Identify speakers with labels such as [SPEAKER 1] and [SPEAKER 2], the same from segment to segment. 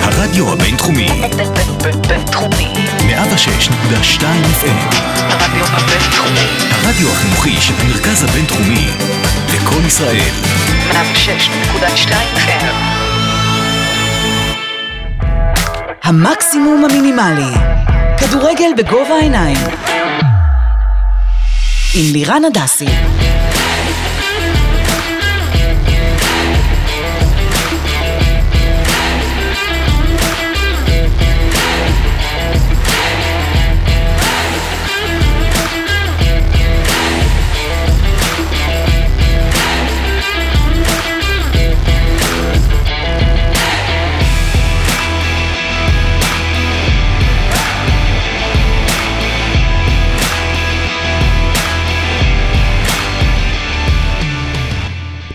[SPEAKER 1] הרדיו הבינתחומי,
[SPEAKER 2] בינתחומי.
[SPEAKER 1] 106.2 FM,
[SPEAKER 2] הרדיו הבינתחומי.
[SPEAKER 1] הרדיו החינוכי של המרכז הבינתחומי, לקום ישראל,
[SPEAKER 2] 106.2 FM.
[SPEAKER 3] המקסימום המינימלי. כדורגל בגובה העיניים. עם לירן הדסי.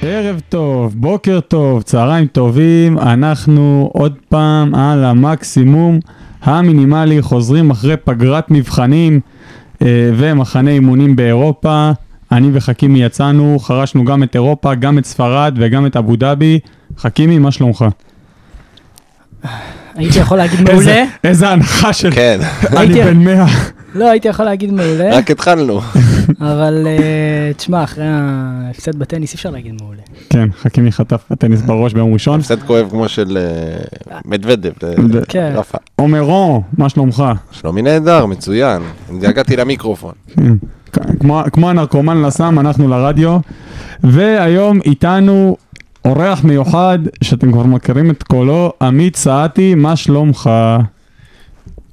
[SPEAKER 4] ערב טוב, בוקר טוב, צהריים טובים, אנחנו עוד פעם על המקסימום המינימלי, חוזרים אחרי פגרת מבחנים אה, ומחנה אימונים באירופה. אני וחכימי יצאנו, חרשנו גם את אירופה, גם את ספרד וגם את אבו דאבי. חכימי, מה שלומך?
[SPEAKER 5] הייתי יכול להגיד
[SPEAKER 4] איזה-
[SPEAKER 5] מעולה.
[SPEAKER 4] איזה הנחה של...
[SPEAKER 6] כן,
[SPEAKER 4] אני
[SPEAKER 5] הייתי-
[SPEAKER 4] בן 100.
[SPEAKER 5] לא, הייתי יכול להגיד מעולה,
[SPEAKER 6] רק התחלנו.
[SPEAKER 5] אבל אה, תשמע, אחרי ההפסד בטניס אי אפשר להגיד מעולה.
[SPEAKER 4] כן, חכימי חטף בטניס בראש ביום ראשון.
[SPEAKER 6] הפסד כואב כמו של אה, מדוודב, אה,
[SPEAKER 5] כן.
[SPEAKER 6] רפה.
[SPEAKER 4] עומר רון, מה שלומך?
[SPEAKER 6] שלומי נהדר, מצוין. התגעגעתי למיקרופון.
[SPEAKER 4] כמו, כמו הנרקומן לסם, אנחנו לרדיו. והיום איתנו אורח מיוחד, שאתם כבר מכירים את קולו, עמית סעתי, מה שלומך?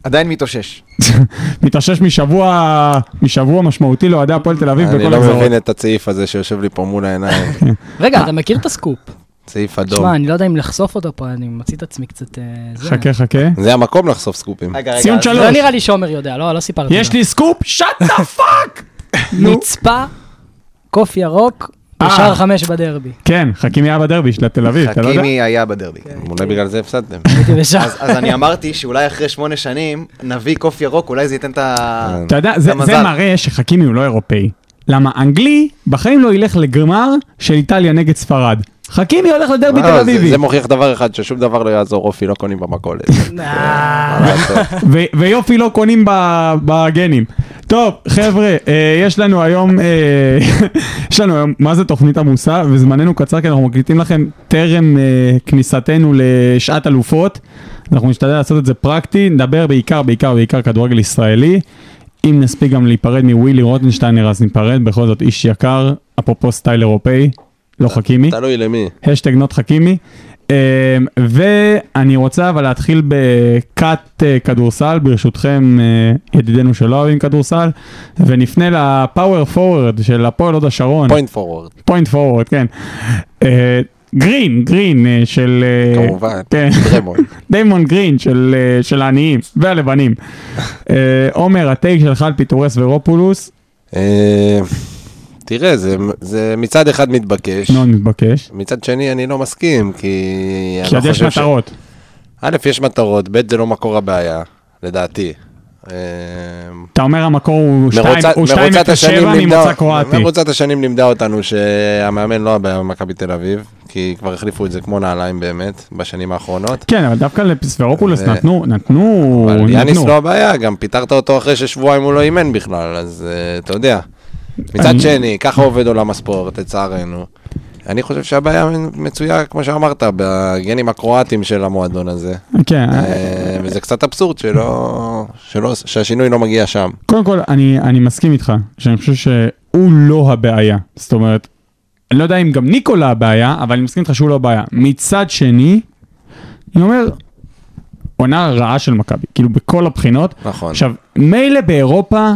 [SPEAKER 7] עדיין מתאושש.
[SPEAKER 4] מתאושש משבוע, משבוע משמעותי לאוהדי הפועל תל אביב
[SPEAKER 6] אני
[SPEAKER 4] בכל
[SPEAKER 6] לא
[SPEAKER 4] הגזרות.
[SPEAKER 6] מבין את הצעיף הזה שיושב לי פה מול העיניים.
[SPEAKER 5] רגע,
[SPEAKER 4] אה.
[SPEAKER 5] אתה מכיר את הסקופ?
[SPEAKER 6] צעיף אדום.
[SPEAKER 5] תשמע, אני לא יודע אם לחשוף אותו פה, אני מוציא את עצמי קצת... אה, זה.
[SPEAKER 4] חכה, חכה.
[SPEAKER 6] זה המקום לחשוף סקופים.
[SPEAKER 4] ציון
[SPEAKER 5] לא
[SPEAKER 4] שלוש.
[SPEAKER 5] נראה לי שעומר יודע, לא, לא סיפרתי.
[SPEAKER 4] יש
[SPEAKER 5] לו.
[SPEAKER 4] לי סקופ, שאט דה פאק! נו.
[SPEAKER 5] נצפה, קוף ירוק,
[SPEAKER 4] אה.
[SPEAKER 5] ושער חמש בדרבי.
[SPEAKER 4] כן, חכימי היה בדרבי של תל אביב, אתה לא יודע?
[SPEAKER 7] חכימי היה בדרבי.
[SPEAKER 6] אולי בגלל זה הפסדתם.
[SPEAKER 5] הייתי בשער.
[SPEAKER 7] אז אז אני אמרתי שאולי אחרי שמונה שנים נביא קוף ירוק, אולי זה ייתן את ה...
[SPEAKER 4] אתה יודע, זה,
[SPEAKER 7] המזל.
[SPEAKER 4] זה מראה שחכימי הוא לא אירופאי. למה אנגלי בחיים לא ילך לגמר של איטליה נגד ספרד. חכימי הולך לדרבי
[SPEAKER 6] לא,
[SPEAKER 4] תל
[SPEAKER 6] זה-
[SPEAKER 4] אביבי.
[SPEAKER 6] זה מוכיח דבר אחד, ששום דבר לא יעזור, אופי לא קונים במכולת.
[SPEAKER 5] אה,
[SPEAKER 6] מה לעשות?
[SPEAKER 4] ו- ויופי לא קונים ב- בגנים. טוב, חבר'ה, אה, יש לנו היום, אה, יש לנו היום, מה זה תוכנית עמוסה? וזמננו קצר כי אנחנו מקליטים לכם טרם אה, כניסתנו לשעת אלופות. אנחנו נשתדל לעשות את זה פרקטי, נדבר בעיקר, בעיקר, בעיקר כדורגל ישראלי. אם נספיק גם להיפרד מווילי רוטנשטיינר אז ניפרד, בכל זאת איש יקר, אפרופו סטייל אירופאי, לא חכימי.
[SPEAKER 6] תלוי למי.
[SPEAKER 4] השטג נוט חכימי. אמ, ואני רוצה אבל להתחיל בקאט אה, כדורסל, ברשותכם אה, ידידינו שלא אוהבים כדורסל, ונפנה לפאוור פורוורד של הפועל הוד השרון,
[SPEAKER 6] פוינט פורוורד,
[SPEAKER 4] פוינט פורוורד, כן. אה, גרין, גרין אה, של... אה,
[SPEAKER 6] כמובן.
[SPEAKER 4] כן.
[SPEAKER 6] דרמון.
[SPEAKER 4] דיימון גרין של, אה, של העניים והלבנים. אה, עומר, הטייק שלך על פיטורס ורופולוס,
[SPEAKER 6] אה, תראה, זה- זה מצד אחד מתבקש.
[SPEAKER 4] מאוד מתבקש.
[SPEAKER 6] מצד שני, אני לא מסכים, כי... אני
[SPEAKER 4] כי
[SPEAKER 6] לא
[SPEAKER 4] עוד יש
[SPEAKER 6] חושב ש-
[SPEAKER 4] מטרות.
[SPEAKER 6] א', יש מטרות, ב', זה לא מקור הבעיה, לדעתי. אה,
[SPEAKER 4] אתה אומר המקור הוא 2
[SPEAKER 6] מרוצת-
[SPEAKER 4] הוא
[SPEAKER 6] מרוצת
[SPEAKER 4] 2.07
[SPEAKER 6] השנים לימדה-
[SPEAKER 4] ממוצא קרואטי.
[SPEAKER 6] מרוצת השנים לימדה אותנו שהמאמן לא הבעיה במכבי תל אביב, כי כבר החליפו את זה כמו נעליים באמת, בשנים האחרונות.
[SPEAKER 4] כן, אבל דווקא לספרופולוס
[SPEAKER 6] ו-
[SPEAKER 4] נתנו, נתנו,
[SPEAKER 6] אה, אבל יאניס
[SPEAKER 4] נתנו.
[SPEAKER 6] לא הבעיה, גם פיטרת אותו אחרי ששבועיים הוא לא אימן בכלל, אז אה, אתה יודע. מצד
[SPEAKER 4] אני-
[SPEAKER 6] שני, ככה עובד עולם הספורט, לצערנו. אני חושב שהבעיה מצויה, כמו שאמרת, בגנים הקרואטים של המועדון הזה.
[SPEAKER 4] כן,
[SPEAKER 6] אה, וזה קצת אבסורד שלא, שלא, שהשינוי לא מגיע שם.
[SPEAKER 4] קודם כל, אני, אני מסכים איתך, שאני חושב שהוא לא הבעיה. זאת אומרת, אני לא יודע אם גם ניקולה הבעיה, אבל אני מסכים איתך שהוא לא הבעיה. מצד שני, אני אומר, עונה רעה של מכבי, כאילו בכל הבחינות.
[SPEAKER 6] נכון.
[SPEAKER 4] עכשיו, מילא באירופה,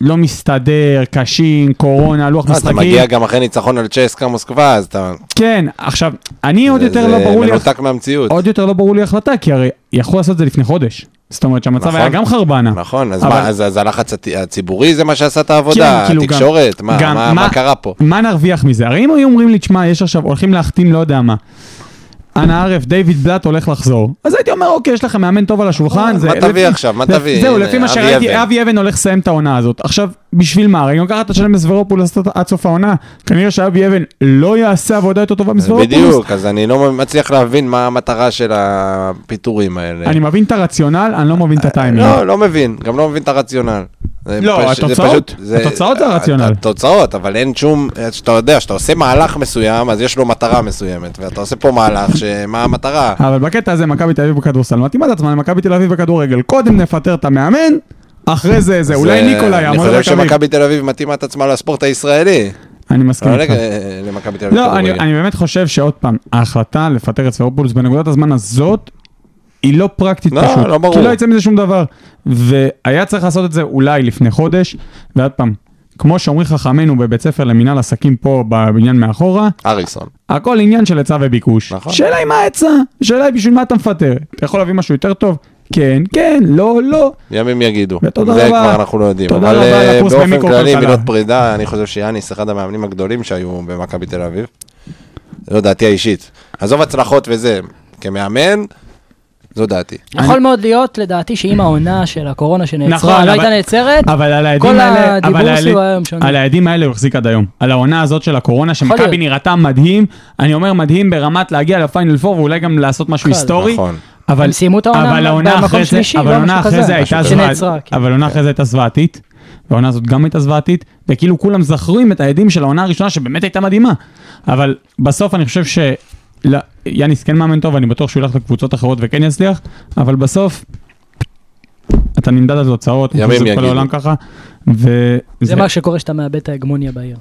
[SPEAKER 4] לא מסתדר, קשים, קורונה, לוח
[SPEAKER 6] אז אה, אתה
[SPEAKER 4] משחקים.
[SPEAKER 6] מגיע גם אחרי ניצחון על צ'סקה מוסקבה, אז אתה...
[SPEAKER 4] כן, עכשיו, אני עוד
[SPEAKER 6] זה-
[SPEAKER 4] יותר לא ברור לי...
[SPEAKER 6] זה מנותק מהמציאות.
[SPEAKER 4] עוד יותר לא ברור לי ההחלטה, כי הרי יכלו לעשות את זה לפני חודש. זאת אומרת שהמצב
[SPEAKER 6] נכון.
[SPEAKER 4] היה גם חרבנה.
[SPEAKER 6] נכון, אז
[SPEAKER 4] אבל-
[SPEAKER 6] מה, אז אז הלחץ הת- הציבורי זה מה שעשה את
[SPEAKER 4] כן,
[SPEAKER 6] העבודה,
[SPEAKER 4] כאילו גם-
[SPEAKER 6] התקשורת, מה-
[SPEAKER 4] גם
[SPEAKER 6] מה מה קרה פה?
[SPEAKER 4] מה נרוויח מזה? הרי אם היו אומרים לי, תשמע, יש עכשיו, הולכים להחתים לא יודע מה. אנא ערף, דיוויד בלאט הולך לחזור. אז הייתי אומר, אוקיי, יש לכם מאמן טוב על השולחן. זה-
[SPEAKER 6] מה תביא
[SPEAKER 4] לפי-
[SPEAKER 6] עכשיו? מה
[SPEAKER 4] לפ-
[SPEAKER 6] תביא?
[SPEAKER 4] זהו,
[SPEAKER 6] הנה,
[SPEAKER 4] לפי מה
[SPEAKER 6] אבי
[SPEAKER 4] שראיתי,
[SPEAKER 6] אבן.
[SPEAKER 4] אבי אבן הולך לסיים את העונה הזאת. עכשיו, בשביל מה? רגע, ככה אתה תשלם לסברופול עד סוף העונה. כנראה שאבי אבן לא יעשה עבודה יותר טובה מסברופול.
[SPEAKER 6] בדיוק, אז אני לא מצליח להבין מה המטרה של הפיטורים האלה.
[SPEAKER 4] אני מבין את הרציונל, אני לא מבין את הטיימינג.
[SPEAKER 6] לא, לא מבין, גם לא מבין את הרציונל. זה
[SPEAKER 4] לא,
[SPEAKER 6] פש- זה
[SPEAKER 4] התוצאות.
[SPEAKER 6] פשוט- זה- אה,
[SPEAKER 4] התוצאות זה הרציונל.
[SPEAKER 6] התוצאות, אבל אין שום, שאתה יודע, שאתה עושה מהלך מסוים, אז יש לו מטרה מסוימת, ואתה עושה פה מהלך, שמה המטרה?
[SPEAKER 4] אבל בקטע הזה מכבי תל אביב בכדורסל מתאימה את עצמה למכבי תל אביב בכדורגל. קודם נפטר את המאמן, אחרי זה זה. אולי
[SPEAKER 6] זה-
[SPEAKER 4] ניקולאי
[SPEAKER 6] אה, אני
[SPEAKER 4] יעמוד על
[SPEAKER 6] חושב
[SPEAKER 4] הקווים.
[SPEAKER 6] שמכבי תל אביב מתאימה את עצמה לספורט הישראלי.
[SPEAKER 4] אני מסכים
[SPEAKER 6] לא
[SPEAKER 4] איתך.
[SPEAKER 6] לג- למכבי תל אביב.
[SPEAKER 4] כן. לא, אני,
[SPEAKER 6] כדורגל.
[SPEAKER 4] אני באמת חושב שעוד פעם, ההחלטה לפטר את סברופולוס בנקודת הזמן הזאת, היא לא פרקטית
[SPEAKER 6] לא,
[SPEAKER 4] פשוט.
[SPEAKER 6] לא ברור.
[SPEAKER 4] כי לא יצא מזה שום דבר. והיה צריך לעשות את זה אולי לפני חודש, ועוד פעם, כמו שאומרים חכמינו בבית ספר למינהל עסקים פה בבניין מאחורה,
[SPEAKER 6] אריסון.
[SPEAKER 4] הכל עניין של היצע וביקוש.
[SPEAKER 6] נכון.
[SPEAKER 4] שאלה היא מה ההיצע, שאלה היא בשביל מה אתה מפטר. אתה יכול להביא משהו יותר טוב? כן, כן, לא, לא.
[SPEAKER 6] ימים יגידו.
[SPEAKER 4] ותודה
[SPEAKER 6] זה
[SPEAKER 4] רבה.
[SPEAKER 6] כבר אנחנו לא יודעים.
[SPEAKER 4] תודה
[SPEAKER 6] אבל
[SPEAKER 4] רבה על
[SPEAKER 6] אה,
[SPEAKER 4] הקורס
[SPEAKER 6] באופן
[SPEAKER 4] במיקרו-כלכלה.
[SPEAKER 6] כללי, מילות פרידה, אני חושב שיאניס, אחד המאמנים הגדולים שהיו במכבי תל אביב. זו דעתי האישית. עזוב הצלחות וזה, כמאמן, זו דעתי.
[SPEAKER 5] יכול מאוד להיות, לדעתי, שעם העונה של הקורונה שנעצרה,
[SPEAKER 4] נכון,
[SPEAKER 5] לא
[SPEAKER 4] אבל-
[SPEAKER 5] הייתה נעצרת,
[SPEAKER 4] אבל על היעדים
[SPEAKER 5] כל
[SPEAKER 4] האלה,
[SPEAKER 5] הדיבור
[SPEAKER 4] אבל על
[SPEAKER 5] שלי הוא
[SPEAKER 4] היעדים-
[SPEAKER 5] היום שונה.
[SPEAKER 4] על היעדים האלה הוא החזיק עד היום. על העונה הזאת של הקורונה,
[SPEAKER 5] להיות.
[SPEAKER 4] שמכבי נראתה מדהים, אני אומר מדהים ברמת להגיע לפיינל 4 ואולי גם לעשות משהו
[SPEAKER 5] קל.
[SPEAKER 4] היסטורי.
[SPEAKER 6] נכון.
[SPEAKER 4] אבל-
[SPEAKER 5] הם סיימו את העונה
[SPEAKER 4] אבל העונה
[SPEAKER 5] במקום
[SPEAKER 4] אחרי זה-
[SPEAKER 5] שלישי,
[SPEAKER 4] אבל
[SPEAKER 5] לא
[SPEAKER 4] העונה
[SPEAKER 5] משהו
[SPEAKER 4] אחרי
[SPEAKER 5] כזה.
[SPEAKER 4] זה הייתה
[SPEAKER 5] משהו כזה.
[SPEAKER 4] זוועתית,
[SPEAKER 5] שנעצרה, כן.
[SPEAKER 4] אבל העונה אחרי זה הייתה זוועתית, והעונה הזאת גם הייתה זוועתית, וכאילו כולם זכרים את העדים של העונה הראשונה שבאמת הייתה מדהימה. אבל בסוף אני חושב ש... לא, יאניס כן מאמן טוב, אני בטוח שהוא ילך לקבוצות אחרות וכן יצליח, אבל בסוף אתה נמדד על תוצאות,
[SPEAKER 6] ימים
[SPEAKER 4] אני חושב שזה כל
[SPEAKER 6] יגידו.
[SPEAKER 4] העולם ככה, וזה-
[SPEAKER 5] זה מה שקורה שאתה מאבד את ההגמוניה בעיר.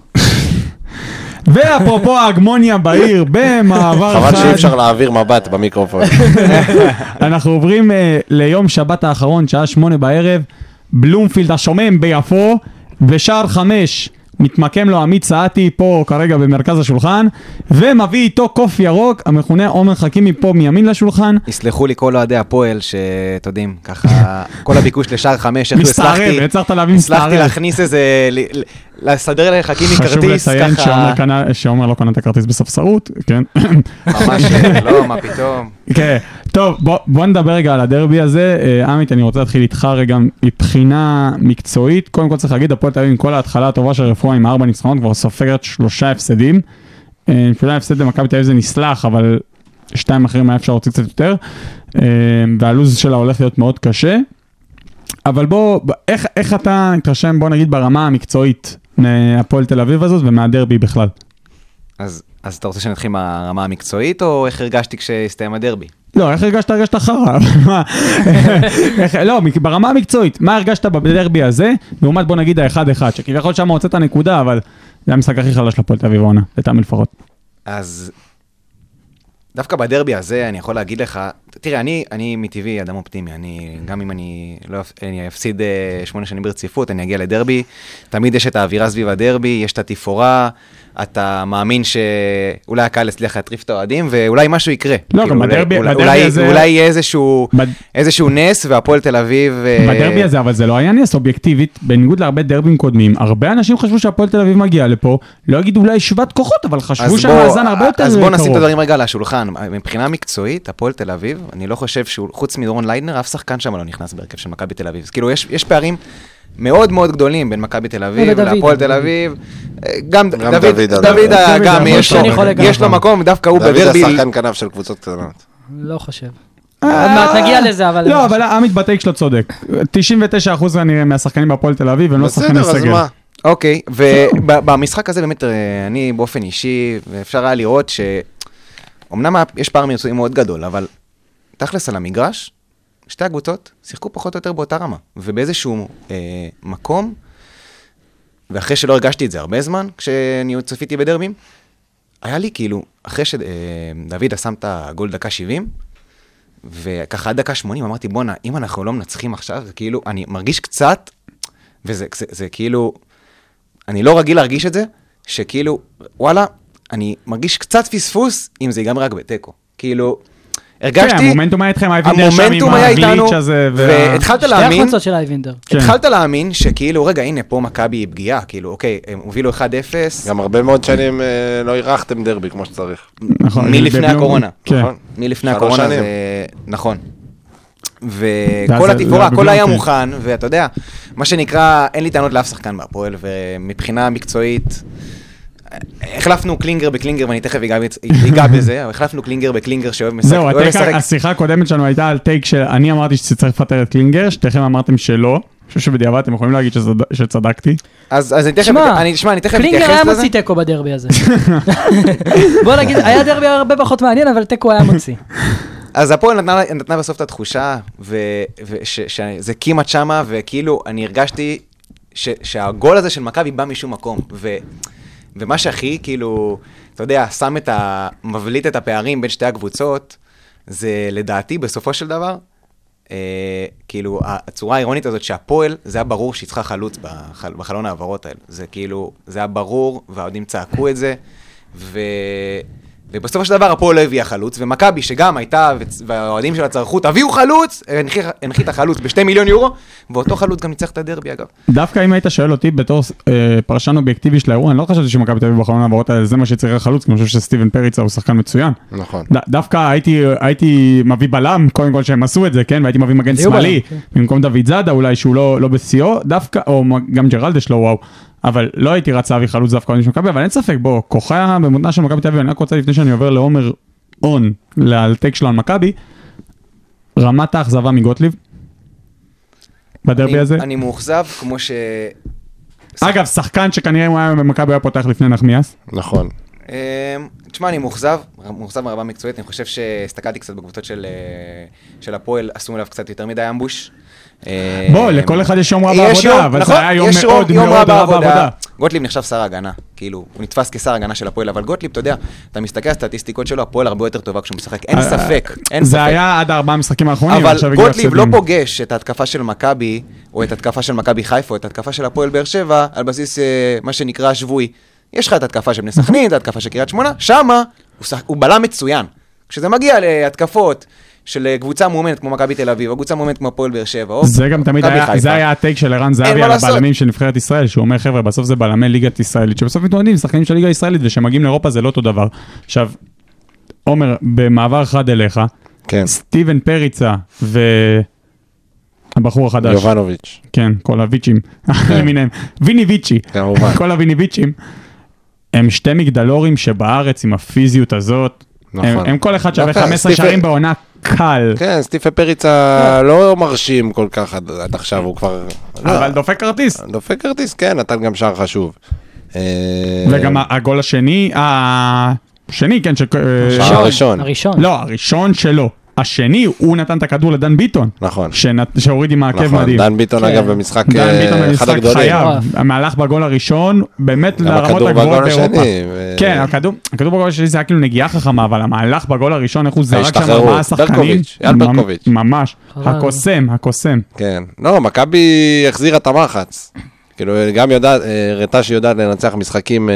[SPEAKER 4] ואפרופו ההגמוניה בעיר, במעבר
[SPEAKER 6] חבל שאי
[SPEAKER 4] חד,
[SPEAKER 6] אפשר להעביר מבט במיקרופון.
[SPEAKER 4] אנחנו עוברים אה, ליום שבת האחרון, שעה שמונה בערב, בלומפילד השומם ביפו, בשער חמש מתמקם לו עמית סעתי פה כרגע במרכז השולחן, ומביא איתו קוף ירוק, המכונה עומר חכימי פה מימין לשולחן.
[SPEAKER 7] יסלחו לי כל אוהדי הפועל, שאתם יודעים, ככה, כל הביקוש לשער חמש, איך
[SPEAKER 4] מסתערב,
[SPEAKER 7] הצלחתי,
[SPEAKER 4] הצלחת להביא
[SPEAKER 7] הצלחתי
[SPEAKER 4] מסתערב.
[SPEAKER 7] להכניס איזה, ל- ל- לסדר לחכימי
[SPEAKER 4] חשוב
[SPEAKER 7] כרטיס,
[SPEAKER 4] לציין
[SPEAKER 7] ככה,
[SPEAKER 4] שעומר קנה- שעומר לא קנה את הכרטיס בספסרות, כן.
[SPEAKER 7] ממש לא, מה פתאום.
[SPEAKER 4] כן, טוב, בוא, בוא נדבר רגע על הדרבי הזה. אה, עמית, אני רוצה להתחיל איתך רגע מבחינה מקצועית. קודם כל צריך להגיד, הפועל תל אביב עם כל ההתחלה הטובה של רפואה עם ארבע ניצחונות, כבר סופרת שלושה הפסדים. אה, מבחינת ההפסד למכבי תל אביב זה נסלח, אבל שתיים אחרים היה אפשר להוציא קצת יותר. אה, והלו"ז שלה הולך להיות מאוד קשה. אבל בוא, ב- איך, איך אתה התרשם, בוא נגיד, ברמה המקצועית מהפועל תל אביב הזאת ומהדרבי בכלל?
[SPEAKER 7] אז אז אתה רוצה שנתחיל מהרמה המקצועית, או איך הרגשתי כשהסתיים הדרבי?
[SPEAKER 4] לא, איך הרגשת? הרגשת חרא. מה? איך- לא, מק- ברמה המקצועית, מה הרגשת בדרבי הזה, לעומת בוא נגיד האחד-אחד, שכביכול שם הוצאת נקודה, אבל זה המשחק הכי חלש לפועל תל אביב העונה, לטעמי לפחות.
[SPEAKER 7] אז דווקא בדרבי הזה אני יכול להגיד לך, תראה, אני, אני מטבעי אדם אופטימי, אני,
[SPEAKER 4] Mm.
[SPEAKER 7] גם אם אני, לא, אפ- אני אפסיד אה, שמונה שנים ברציפות, אני אגיע לדרבי, תמיד יש את האווירה סביב הדרבי, יש את התפאורה, אתה מאמין שאולי הקהל יצליח להטריף את האוהדים, ואולי משהו יקרה. כאילו,
[SPEAKER 4] לא, גם
[SPEAKER 7] אולי-
[SPEAKER 4] בדרבי-
[SPEAKER 7] אולי,
[SPEAKER 4] בדרבי
[SPEAKER 7] אולי,
[SPEAKER 4] הזה-
[SPEAKER 7] אולי יהיה איזשהו,
[SPEAKER 4] בד-
[SPEAKER 7] איזשהו נס, והפועל תל אביב... אה,
[SPEAKER 4] בדרבי הזה, אבל זה לא היה נס אובייקטיבית, בניגוד להרבה דרבים קודמים, הרבה אנשים חשבו שהפועל תל אביב מגיעה לפה, לא יגידו אולי שוות כוחות, אבל
[SPEAKER 7] אז
[SPEAKER 4] חשבו
[SPEAKER 7] בוא-
[SPEAKER 4] שהמאזן הרבה יותר קרוב.
[SPEAKER 7] אז בוא נשים את הדברים רגע על השולחן. מבחינה מקצועית, הפועל תל אביב, אני לא חושב שהוא, חוץ מדורון ליידנר, אף שחקן שם לא נכנס בהרכב של מכבי תל אביב. אז כאילו, יש, יש פערים מאוד מאוד גדולים בין מכבי תל אביב
[SPEAKER 5] ולדוד,
[SPEAKER 7] להפועל
[SPEAKER 5] דוד.
[SPEAKER 7] תל אביב. אה, גם דוד,
[SPEAKER 6] גם דוד,
[SPEAKER 7] דוד,
[SPEAKER 6] דוד,
[SPEAKER 7] גם
[SPEAKER 4] דוד,
[SPEAKER 7] יש לו-
[SPEAKER 5] שאני חולק
[SPEAKER 7] יש לו
[SPEAKER 4] עליו.
[SPEAKER 7] מקום, דווקא הוא
[SPEAKER 6] דוד
[SPEAKER 7] בדרבי.
[SPEAKER 6] השחקן כנף של קבוצות קטנות.
[SPEAKER 5] לא חושב.
[SPEAKER 7] אה,
[SPEAKER 5] עוד מעט נגיע לזה, אבל...
[SPEAKER 4] לא, אבל עמית בטייק שלו צודק. 99% כנראה מהשחקנים בהפועל תל אביב, הם לא שחקני
[SPEAKER 6] בסדר, אז
[SPEAKER 4] סגל.
[SPEAKER 6] מה?
[SPEAKER 7] אוקיי, ובמשחק הזה באמת, אה, אני באופן אישי, ואפשר היה לראות ש... אמנם ה- יש פער מרצועים מאוד גדול, אבל תכלס על המגרש, שתי הקבוצות שיחקו פחות או יותר באותה רמה, ובאיזשהו אה, מקום, ואחרי שלא הרגשתי את זה הרבה זמן, כשאני צפיתי בדרבים, היה לי כאילו, אחרי שדוידה שם את הגול דקה 70, וככה עד דקה 80 אמרתי, בואנה, אם אנחנו לא מנצחים עכשיו, זה כאילו, אני מרגיש קצת, וזה זה, זה כאילו, אני לא רגיל להרגיש את זה, שכאילו, וואלה, אני מרגיש קצת פספוס אם זה ייגמר רק בתיקו. כאילו,
[SPEAKER 4] כן,
[SPEAKER 7] הרגשתי...
[SPEAKER 4] המומנטום היה איתכם, אייבינדר שם עם
[SPEAKER 7] המומנטום היה איתנו,
[SPEAKER 4] הגליץ' הזה. וה-
[SPEAKER 7] והתחלת
[SPEAKER 5] שתי
[SPEAKER 7] להאמין,
[SPEAKER 5] החמצות של אייבינדר.
[SPEAKER 4] כן.
[SPEAKER 7] התחלת להאמין שכאילו, רגע, הנה, פה מכבי היא פגיעה, כאילו, אוקיי, הם הובילו 1-0,
[SPEAKER 6] גם הרבה מאוד שנים אה, לא אירחתם דרבי כמו שצריך.
[SPEAKER 4] נכון,
[SPEAKER 7] מלפני
[SPEAKER 4] בביום-
[SPEAKER 7] הקורונה.
[SPEAKER 4] כן.
[SPEAKER 6] נכון?
[SPEAKER 7] מלפני
[SPEAKER 6] שלוש
[SPEAKER 7] הקורונה
[SPEAKER 6] שנים.
[SPEAKER 7] זה... נכון.
[SPEAKER 4] ואז
[SPEAKER 7] וכל
[SPEAKER 4] זה- זה כן.
[SPEAKER 7] התפאורה, הכל
[SPEAKER 4] בבלומפילד.
[SPEAKER 7] היה מוכן, ואתה יודע, מה שנקרא, אין לי טענות לאף שחקן בהפועל, ומבחינה מקצועית, החלפנו קלינגר בקלינגר, ואני תכף אגע בצ- אגע בזה, אבל החלפנו קלינגר בקלינגר שאוהב משחק-
[SPEAKER 4] זהו,
[SPEAKER 7] אוהב
[SPEAKER 4] הטייק-
[SPEAKER 7] לשחק.
[SPEAKER 4] השיחה הקודמת שלנו הייתה על טייק שאני אמרתי שצריך לפטר את קלינגר, שתיכם אמרתם שלא. אני חושב שבדיעבד אתם יכולים להגיד שצד- שצדקתי.
[SPEAKER 7] אז אז אני תכף
[SPEAKER 5] שמע,
[SPEAKER 7] אני- שמע, אני תכף
[SPEAKER 5] קלינגר
[SPEAKER 7] אתייחס
[SPEAKER 5] היה
[SPEAKER 7] לזה.
[SPEAKER 5] מוציא תיקו בדרבי הזה. בוא נגיד, היה דרבי הרבה פחות מעניין, אבל תיקו היה מוציא.
[SPEAKER 6] אה,
[SPEAKER 7] אז הפועל נתנה, נתנה בסוף את התחושה, ו- ו- ש- שזה כמעט שמה, וכאילו, אני הרגשתי ש- שהגול הזה של מכבי בא משום מקום. ו- ומה שהכי, כאילו, אתה יודע, שם את ה... מבליט את הפערים בין שתי הקבוצות, זה לדעתי, בסופו של דבר, אה, כאילו, ה- הצורה האירונית הזאת שהפועל, זה היה ברור שהיא צריכה חלוץ בחל, בחלון ההעברות האלה. זה כאילו, זה היה ברור, והאוהדים צעקו את זה, ו... ובסופו של דבר הפועל לא הביאה חלוץ, ומכבי שגם הייתה, וצ- והאוהדים שלה צרחו, תביאו חלוץ! הנחיתה- הנחיתה חלוץ בשתי מיליון יורו, ואותו חלוץ גם ניצח את הדרבי אגב.
[SPEAKER 4] דווקא אם היית שואל אותי בתור אה, פרשן אובייקטיבי של האירוע, אני לא חשבתי שמכבי תל אביב בחלון העברות האלה, זה מה שצריך החלוץ, כי אני חושב שסטיבן פריצה הוא שחקן מצוין.
[SPEAKER 7] Mm.
[SPEAKER 6] נכון.
[SPEAKER 4] ד- דווקא הייתי, הייתי מביא בלם, קודם כל שהם עשו את זה, כן? והייתי מביא מגן
[SPEAKER 5] הביאו
[SPEAKER 4] שמאלי,
[SPEAKER 5] בלם,
[SPEAKER 4] במקום דוד זאדה אולי, שהוא לא, לא בשיאו, דווקא, או מ- גם ג'רלדש לא וואו. אבל לא הייתי רץ להביא חלוץ דווקא עונש מכבי, אבל אין ספק, בוא, כוחה במותנה של מכבי תל אביב, אני רק רוצה לפני שאני עובר לעומר און, לטק שלו על מכבי, רמת האכזבה מגוטליב, בדרבי
[SPEAKER 7] אני-
[SPEAKER 4] הזה.
[SPEAKER 7] אני מאוכזב, כמו ש...
[SPEAKER 4] אגב, שחקן שכנראה אם הוא היה במכבי הוא היה פותח לפני נחמיאס.
[SPEAKER 6] נכון.
[SPEAKER 7] אמ, תשמע, אני מאוכזב, מאוכזב מהרמה המקצועית, אני חושב שהסתכלתי קצת בקבוצות של, אה, של הפועל, עשו עליו קצת יותר מדי אמבוש. אה,
[SPEAKER 4] בוא, לכל אחד יש יום רע
[SPEAKER 7] יש
[SPEAKER 4] בעבודה,
[SPEAKER 7] יום,
[SPEAKER 4] אבל זה
[SPEAKER 7] נכון,
[SPEAKER 4] היה יום
[SPEAKER 7] יש
[SPEAKER 4] מאוד
[SPEAKER 7] יום
[SPEAKER 4] מאוד רע בעבודה.
[SPEAKER 7] גוטליב נחשב שר ההגנה, כאילו, הוא נתפס כשר ההגנה של הפועל, אבל גוטליב, אתה יודע, אתה מסתכל על סטטיסטיקות שלו, הפועל הרבה יותר טובה כשהוא משחק, אין ספק, אין ספק.
[SPEAKER 4] אה, זה היה עד הארבעה המשחקים האחרונים,
[SPEAKER 7] אבל
[SPEAKER 4] עכשיו הגיעו
[SPEAKER 7] גוטליב לא
[SPEAKER 4] הפסדים.
[SPEAKER 7] פוגש את ההתקפה של מכבי, או את התקפה של מכבי חיפה, או את התקפה של הפועל באר שבע, על בסיס אה, מה שנקרא שבועי. יש לך את התקפה של בני סכנין, את ההתקפה של קריית שמונה, שמה הוא שח- הוא בלם מצוין. כשזה מגיע להתקפות של אה, קבוצה מאומנת כמו מכבי תל אביב, או קבוצה מאומנת כמו הפועל באר שבע, או
[SPEAKER 4] זה גם תמיד
[SPEAKER 7] אוקיי. מכבי
[SPEAKER 4] היה,
[SPEAKER 7] חיפה.
[SPEAKER 4] זה היה הטייק של ערן זהבי
[SPEAKER 7] מה
[SPEAKER 4] על
[SPEAKER 7] לעשות.
[SPEAKER 4] הבלמים של נבחרת ישראל, שהוא אומר חבר'ה, בסוף זה בלמי ליגת ישראלית, שבסוף מתמודדים עם שחקנים של ליגה ישראלית, ושמגיעים לאירופה זה לא אותו דבר. עכשיו, עומר, במעבר חד אליך,
[SPEAKER 6] כן.
[SPEAKER 4] סטיבן פריצה והבחור החדש,
[SPEAKER 6] יובנוביץ'.
[SPEAKER 4] כן, כל הוויצ'ים
[SPEAKER 7] כן.
[SPEAKER 4] למיניהם, ויני ויצ'י,
[SPEAKER 6] כמובן.
[SPEAKER 4] כל הוויני ויצ'ים, הם שתי מגדלורים שבארץ עם הפיזיות הזאת,
[SPEAKER 6] נכון.
[SPEAKER 4] הם הם כל אחד שווה
[SPEAKER 6] דווקא
[SPEAKER 4] 15
[SPEAKER 6] סטיפן-
[SPEAKER 4] שערים בעונה קל,
[SPEAKER 6] כן, סטיפה פריצה לא מרשים כל כך עד עד עכשיו, הוא כבר...
[SPEAKER 4] אבל דופק כרטיס.
[SPEAKER 6] דופק כרטיס, כן, נתן גם שער חשוב. אה,
[SPEAKER 4] וגם ה- הגול השני, השני, כן, ש...
[SPEAKER 6] השער הראשון.
[SPEAKER 5] הראשון.
[SPEAKER 4] לא, הראשון שלו. השני, הוא נתן את הכדור לדן ביטון.
[SPEAKER 6] נכון.
[SPEAKER 4] שנת- שהוריד עם העקב
[SPEAKER 6] נכון,
[SPEAKER 4] מדהים.
[SPEAKER 6] דן ביטון
[SPEAKER 5] כן.
[SPEAKER 6] אגב במשחק
[SPEAKER 4] דן
[SPEAKER 6] אה,
[SPEAKER 4] ביטון
[SPEAKER 6] אחד
[SPEAKER 4] במשחק
[SPEAKER 6] הגדולים.
[SPEAKER 4] חייו. המהלך בגול הראשון, באמת
[SPEAKER 6] גם
[SPEAKER 4] לרמות
[SPEAKER 6] הכדור
[SPEAKER 4] הגבוהות
[SPEAKER 6] בגול
[SPEAKER 4] באירופה.
[SPEAKER 6] השני. ו-
[SPEAKER 4] כן, הכדור הכדור בגול השני זה היה כאילו נגיעה חכמה, אבל המהלך בגול הראשון, איך הוא זרק שם
[SPEAKER 6] ההשתחררות.
[SPEAKER 4] ארבעה שחקנים.
[SPEAKER 6] ברקוביץ', אייל
[SPEAKER 4] ממ-
[SPEAKER 6] ברקוביץ'.
[SPEAKER 4] ממש.
[SPEAKER 5] חבל.
[SPEAKER 4] הקוסם, הקוסם.
[SPEAKER 6] כן. לא, מכבי החזירה את המחץ. כאילו, גם יודעת, אה, הראתה שהיא יודעת לנצח משחקים... אה,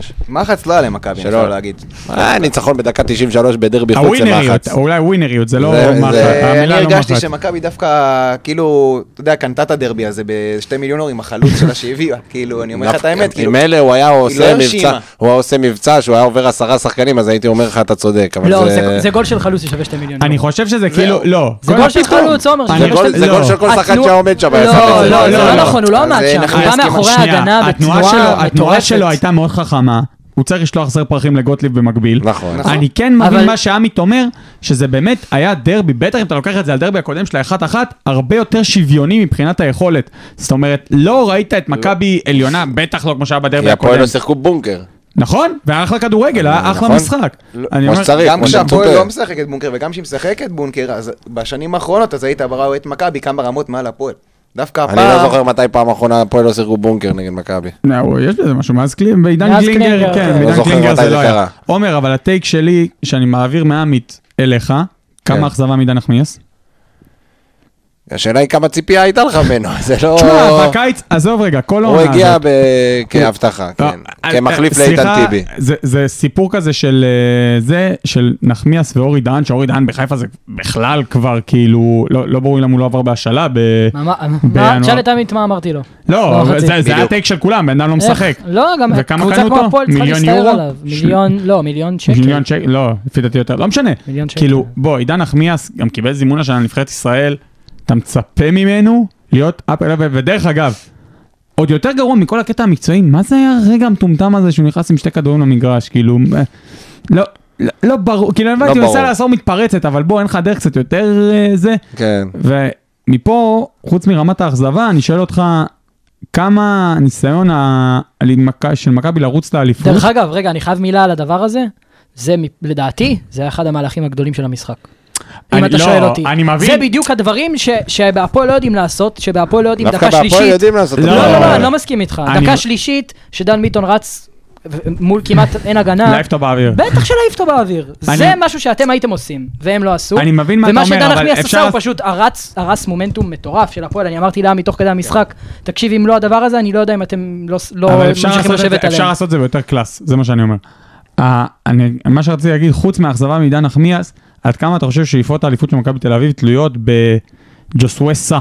[SPEAKER 6] ש-
[SPEAKER 7] מחץ לא היה למכבי, אני
[SPEAKER 6] שלא.
[SPEAKER 7] חייב להגיד.
[SPEAKER 6] אה, ניצחון בדקה 93 בדרבי חוץ
[SPEAKER 4] הווינריות,
[SPEAKER 6] למחץ.
[SPEAKER 4] אולי ווינריות, זה לא
[SPEAKER 6] זה-
[SPEAKER 4] מחט.
[SPEAKER 6] זה-
[SPEAKER 4] המילה
[SPEAKER 7] אה, אני
[SPEAKER 4] לא
[SPEAKER 7] הרגשתי
[SPEAKER 4] מחט.
[SPEAKER 7] שמכבי דווקא, כאילו, אתה יודע, קנתה את הדרבי הזה בשתי מיליון אור עם החלוץ שלה שהביאה, כאילו, אני אומר לך את
[SPEAKER 6] דווקא-
[SPEAKER 7] האמת, כאילו,
[SPEAKER 6] אם אלה אה, הוא היה עושה מבצע,
[SPEAKER 7] הרשימה.
[SPEAKER 6] הוא היה עושה מבצע שהוא היה עובר עשרה שחקנים, אז הייתי אומר לך, אתה צודק, אבל
[SPEAKER 5] לא,
[SPEAKER 6] זה...
[SPEAKER 5] זה- זה גול של חלוץ ששווה שתי מיליון.
[SPEAKER 4] אני חושב שזה כאילו, לא.
[SPEAKER 5] זה
[SPEAKER 4] כל
[SPEAKER 5] גול של
[SPEAKER 4] הפתאום.
[SPEAKER 5] חלוץ, עומר.
[SPEAKER 4] אני
[SPEAKER 6] זה
[SPEAKER 5] ששווה
[SPEAKER 4] חושב-
[SPEAKER 6] גול-
[SPEAKER 5] שתי-
[SPEAKER 6] זה
[SPEAKER 4] לא.
[SPEAKER 6] גול של כל
[SPEAKER 7] אה,
[SPEAKER 6] שחקן
[SPEAKER 5] התנועה-
[SPEAKER 6] שעומד שם. היה
[SPEAKER 5] לא,
[SPEAKER 6] שחקן
[SPEAKER 5] לא,
[SPEAKER 6] של-
[SPEAKER 5] לא, זה לא נכון, הוא לא
[SPEAKER 7] אז
[SPEAKER 5] עמד שם, הוא
[SPEAKER 7] אנחנו
[SPEAKER 5] בא
[SPEAKER 7] מסכימים.
[SPEAKER 5] מאחורי ההגנה,
[SPEAKER 4] התנועה שלו-
[SPEAKER 5] ותנועה
[SPEAKER 4] התנועה
[SPEAKER 5] מטורפת.
[SPEAKER 4] שלו הייתה מאוד חכמה, הוא צריך לשלוח זר פרחים לגוטליב במקביל.
[SPEAKER 6] נכון.
[SPEAKER 4] אני כן מבין
[SPEAKER 5] אבל-
[SPEAKER 4] מה שעמית אומר, שזה באמת היה דרבי, בטח אם אתה לוקח את זה על דרבי הקודם של האחת-אחת, הרבה יותר שוויוני מבחינת היכולת. זאת אומרת, לא ראית את מכבי עליונה, בטח לא כמו שהיה בדרבי
[SPEAKER 6] כי הפועל
[SPEAKER 4] הקודם.
[SPEAKER 6] לא שיחקו בונקר.
[SPEAKER 4] נכון, והיה אחלה כדורגל, היה אחלה
[SPEAKER 6] נכון.
[SPEAKER 4] משחק.
[SPEAKER 6] לא,
[SPEAKER 4] אני
[SPEAKER 6] כמו
[SPEAKER 4] אומר-
[SPEAKER 6] שצריך.
[SPEAKER 7] גם
[SPEAKER 6] כמו
[SPEAKER 7] כשהפועל
[SPEAKER 6] שמצופה.
[SPEAKER 7] לא משחקת בונקר וגם כשהיא משחקת בונקר, אז בשנים האחרונות אז היית רואה את מכבי כמה רמות מעל הפועל. דווקא
[SPEAKER 6] אני לא
[SPEAKER 7] הפעם,
[SPEAKER 6] זוכר מתי פעם אחרונה הפועל לא שיחקו בונקר נגד מכבי.
[SPEAKER 4] לא, יש בזה משהו, מאז קלינגר, בעידן
[SPEAKER 5] מאז
[SPEAKER 4] קלינגר,
[SPEAKER 5] קלינגר,
[SPEAKER 4] כן,
[SPEAKER 5] כן.
[SPEAKER 6] לא
[SPEAKER 4] בעידן
[SPEAKER 6] זוכר
[SPEAKER 4] קלינגר
[SPEAKER 6] מתי
[SPEAKER 4] זה
[SPEAKER 6] זה
[SPEAKER 4] לא היה.
[SPEAKER 6] קרה.
[SPEAKER 4] עומר, אבל הטייק שלי, שאני מעביר מעמית אליך,
[SPEAKER 6] כן.
[SPEAKER 4] כמה אכזבה מעידן נחמיאס?
[SPEAKER 6] השאלה היא כמה ציפייה הייתה לך ממנו, זה לא...
[SPEAKER 4] תשמע, בקיץ, עזוב רגע, כל
[SPEAKER 6] הוא
[SPEAKER 4] העונה הזאת.
[SPEAKER 6] הגיע ב- כהבטחה,
[SPEAKER 4] לא,
[SPEAKER 6] כן.
[SPEAKER 4] אה,
[SPEAKER 6] כמחליף
[SPEAKER 4] אה,
[SPEAKER 6] לאיתן
[SPEAKER 4] סליחה,
[SPEAKER 6] טיבי.
[SPEAKER 4] זה- זה סיפור כזה של אה, זה, של נחמיאס ואורי דהן, שאורי דהן בחיפה זה בכלל כבר כאילו, לא לא ברור לי למה הוא לא עבר בהשאלה. ב-
[SPEAKER 5] מה- מה-
[SPEAKER 4] בינואר.
[SPEAKER 5] מה- תשאל את עמית מה אמרתי לו.
[SPEAKER 4] לא,
[SPEAKER 5] לא,
[SPEAKER 4] זה-
[SPEAKER 5] חצי.
[SPEAKER 4] זה היה טייק של כולם, בן אדם לא משחק.
[SPEAKER 5] איך? לא, גם
[SPEAKER 4] וכמה
[SPEAKER 5] קבוצה
[SPEAKER 4] קנו
[SPEAKER 5] כמו
[SPEAKER 4] אותו?
[SPEAKER 5] הפועל צריכה
[SPEAKER 4] מיליון
[SPEAKER 5] להסתער
[SPEAKER 4] יורו?
[SPEAKER 5] עליו.
[SPEAKER 4] ש-
[SPEAKER 5] מיליון, לא, מיליון שקל.
[SPEAKER 4] מיליון שקל, לא, לפי דעתי יותר, לא משנה.
[SPEAKER 5] מיליון שקל.
[SPEAKER 4] כאילו, בוא, עידן נחמיאס גם קיבל זימון השנה לנבחרת ישראל, אתה מצפה ממנו להיות אפ אליו, ודרך אגב, עוד יותר גרוע מכל הקטע המקצועי, מה זה היה הרגע המטומטם הזה שהוא נכנס עם שתי כדורים למגרש, כאילו, אה, לא, לא, לא ברור, כאילו, אני הבנתי, הוא
[SPEAKER 6] ברור.
[SPEAKER 4] עושה לעשור מתפרצת, אבל בוא, אין לך דרך קצת יותר אה, זה,
[SPEAKER 6] כן.
[SPEAKER 4] ומפה, חוץ מרמת האכזבה, אני שואל אותך, כמה ניסיון ה... להתמק- של מכבי לרוץ לאליפות?
[SPEAKER 5] דרך אגב, רגע, אני חייב מילה על הדבר הזה. זה, מ- לדעתי, זה אחד המהלכים הגדולים של המשחק. אם
[SPEAKER 4] אני-
[SPEAKER 5] אתה
[SPEAKER 4] לא,
[SPEAKER 5] שואל אותי.
[SPEAKER 4] אני מבין.
[SPEAKER 5] זה בדיוק הדברים ש- שבהפועל לא יודעים לעשות, שבהפועל לא יודעים דקה
[SPEAKER 6] דווקא בהפועל
[SPEAKER 5] שלישית.
[SPEAKER 6] יודעים לעשות את
[SPEAKER 4] לא,
[SPEAKER 6] זה.
[SPEAKER 5] לא, לא, לא, אני לא מסכים איתך.
[SPEAKER 4] אני-
[SPEAKER 5] דקה שלישית, שדן ביטון רץ ו- מול כמעט אין הגנה.
[SPEAKER 4] להעיף אותו באוויר.
[SPEAKER 5] בטח שלהעיף אותו באוויר.
[SPEAKER 4] אני-
[SPEAKER 5] זה משהו שאתם הייתם עושים, והם לא עשו.
[SPEAKER 4] אני מבין מה אתה אומר,
[SPEAKER 5] ומה
[SPEAKER 4] אבל
[SPEAKER 5] שדן נחמיאס
[SPEAKER 4] אפשר
[SPEAKER 5] עשה, הוא
[SPEAKER 4] לעשות-
[SPEAKER 5] פשוט הרס, הרס מומנטום מטורף של הפועל. אני אמרתי לעמי תוך כדי המשחק, תקשיב, אם לא הדבר הזה, אני לא יודע אם אתם לא, לא
[SPEAKER 4] אבל אפשר
[SPEAKER 5] ממשיכים
[SPEAKER 4] לעשות, את זה,
[SPEAKER 5] לשבת
[SPEAKER 4] אפשר
[SPEAKER 5] עליהם.
[SPEAKER 4] לעשות את זה ביותר קלאס, זה מה שאני אומר. Uh, אני, מה שרציתי להגיד, חוץ מהאכזבה מעידן נחמיאס, עד כמה אתה חושב שאיפות האליפות של מכבי תל אביב תלויות בג'וסווסה,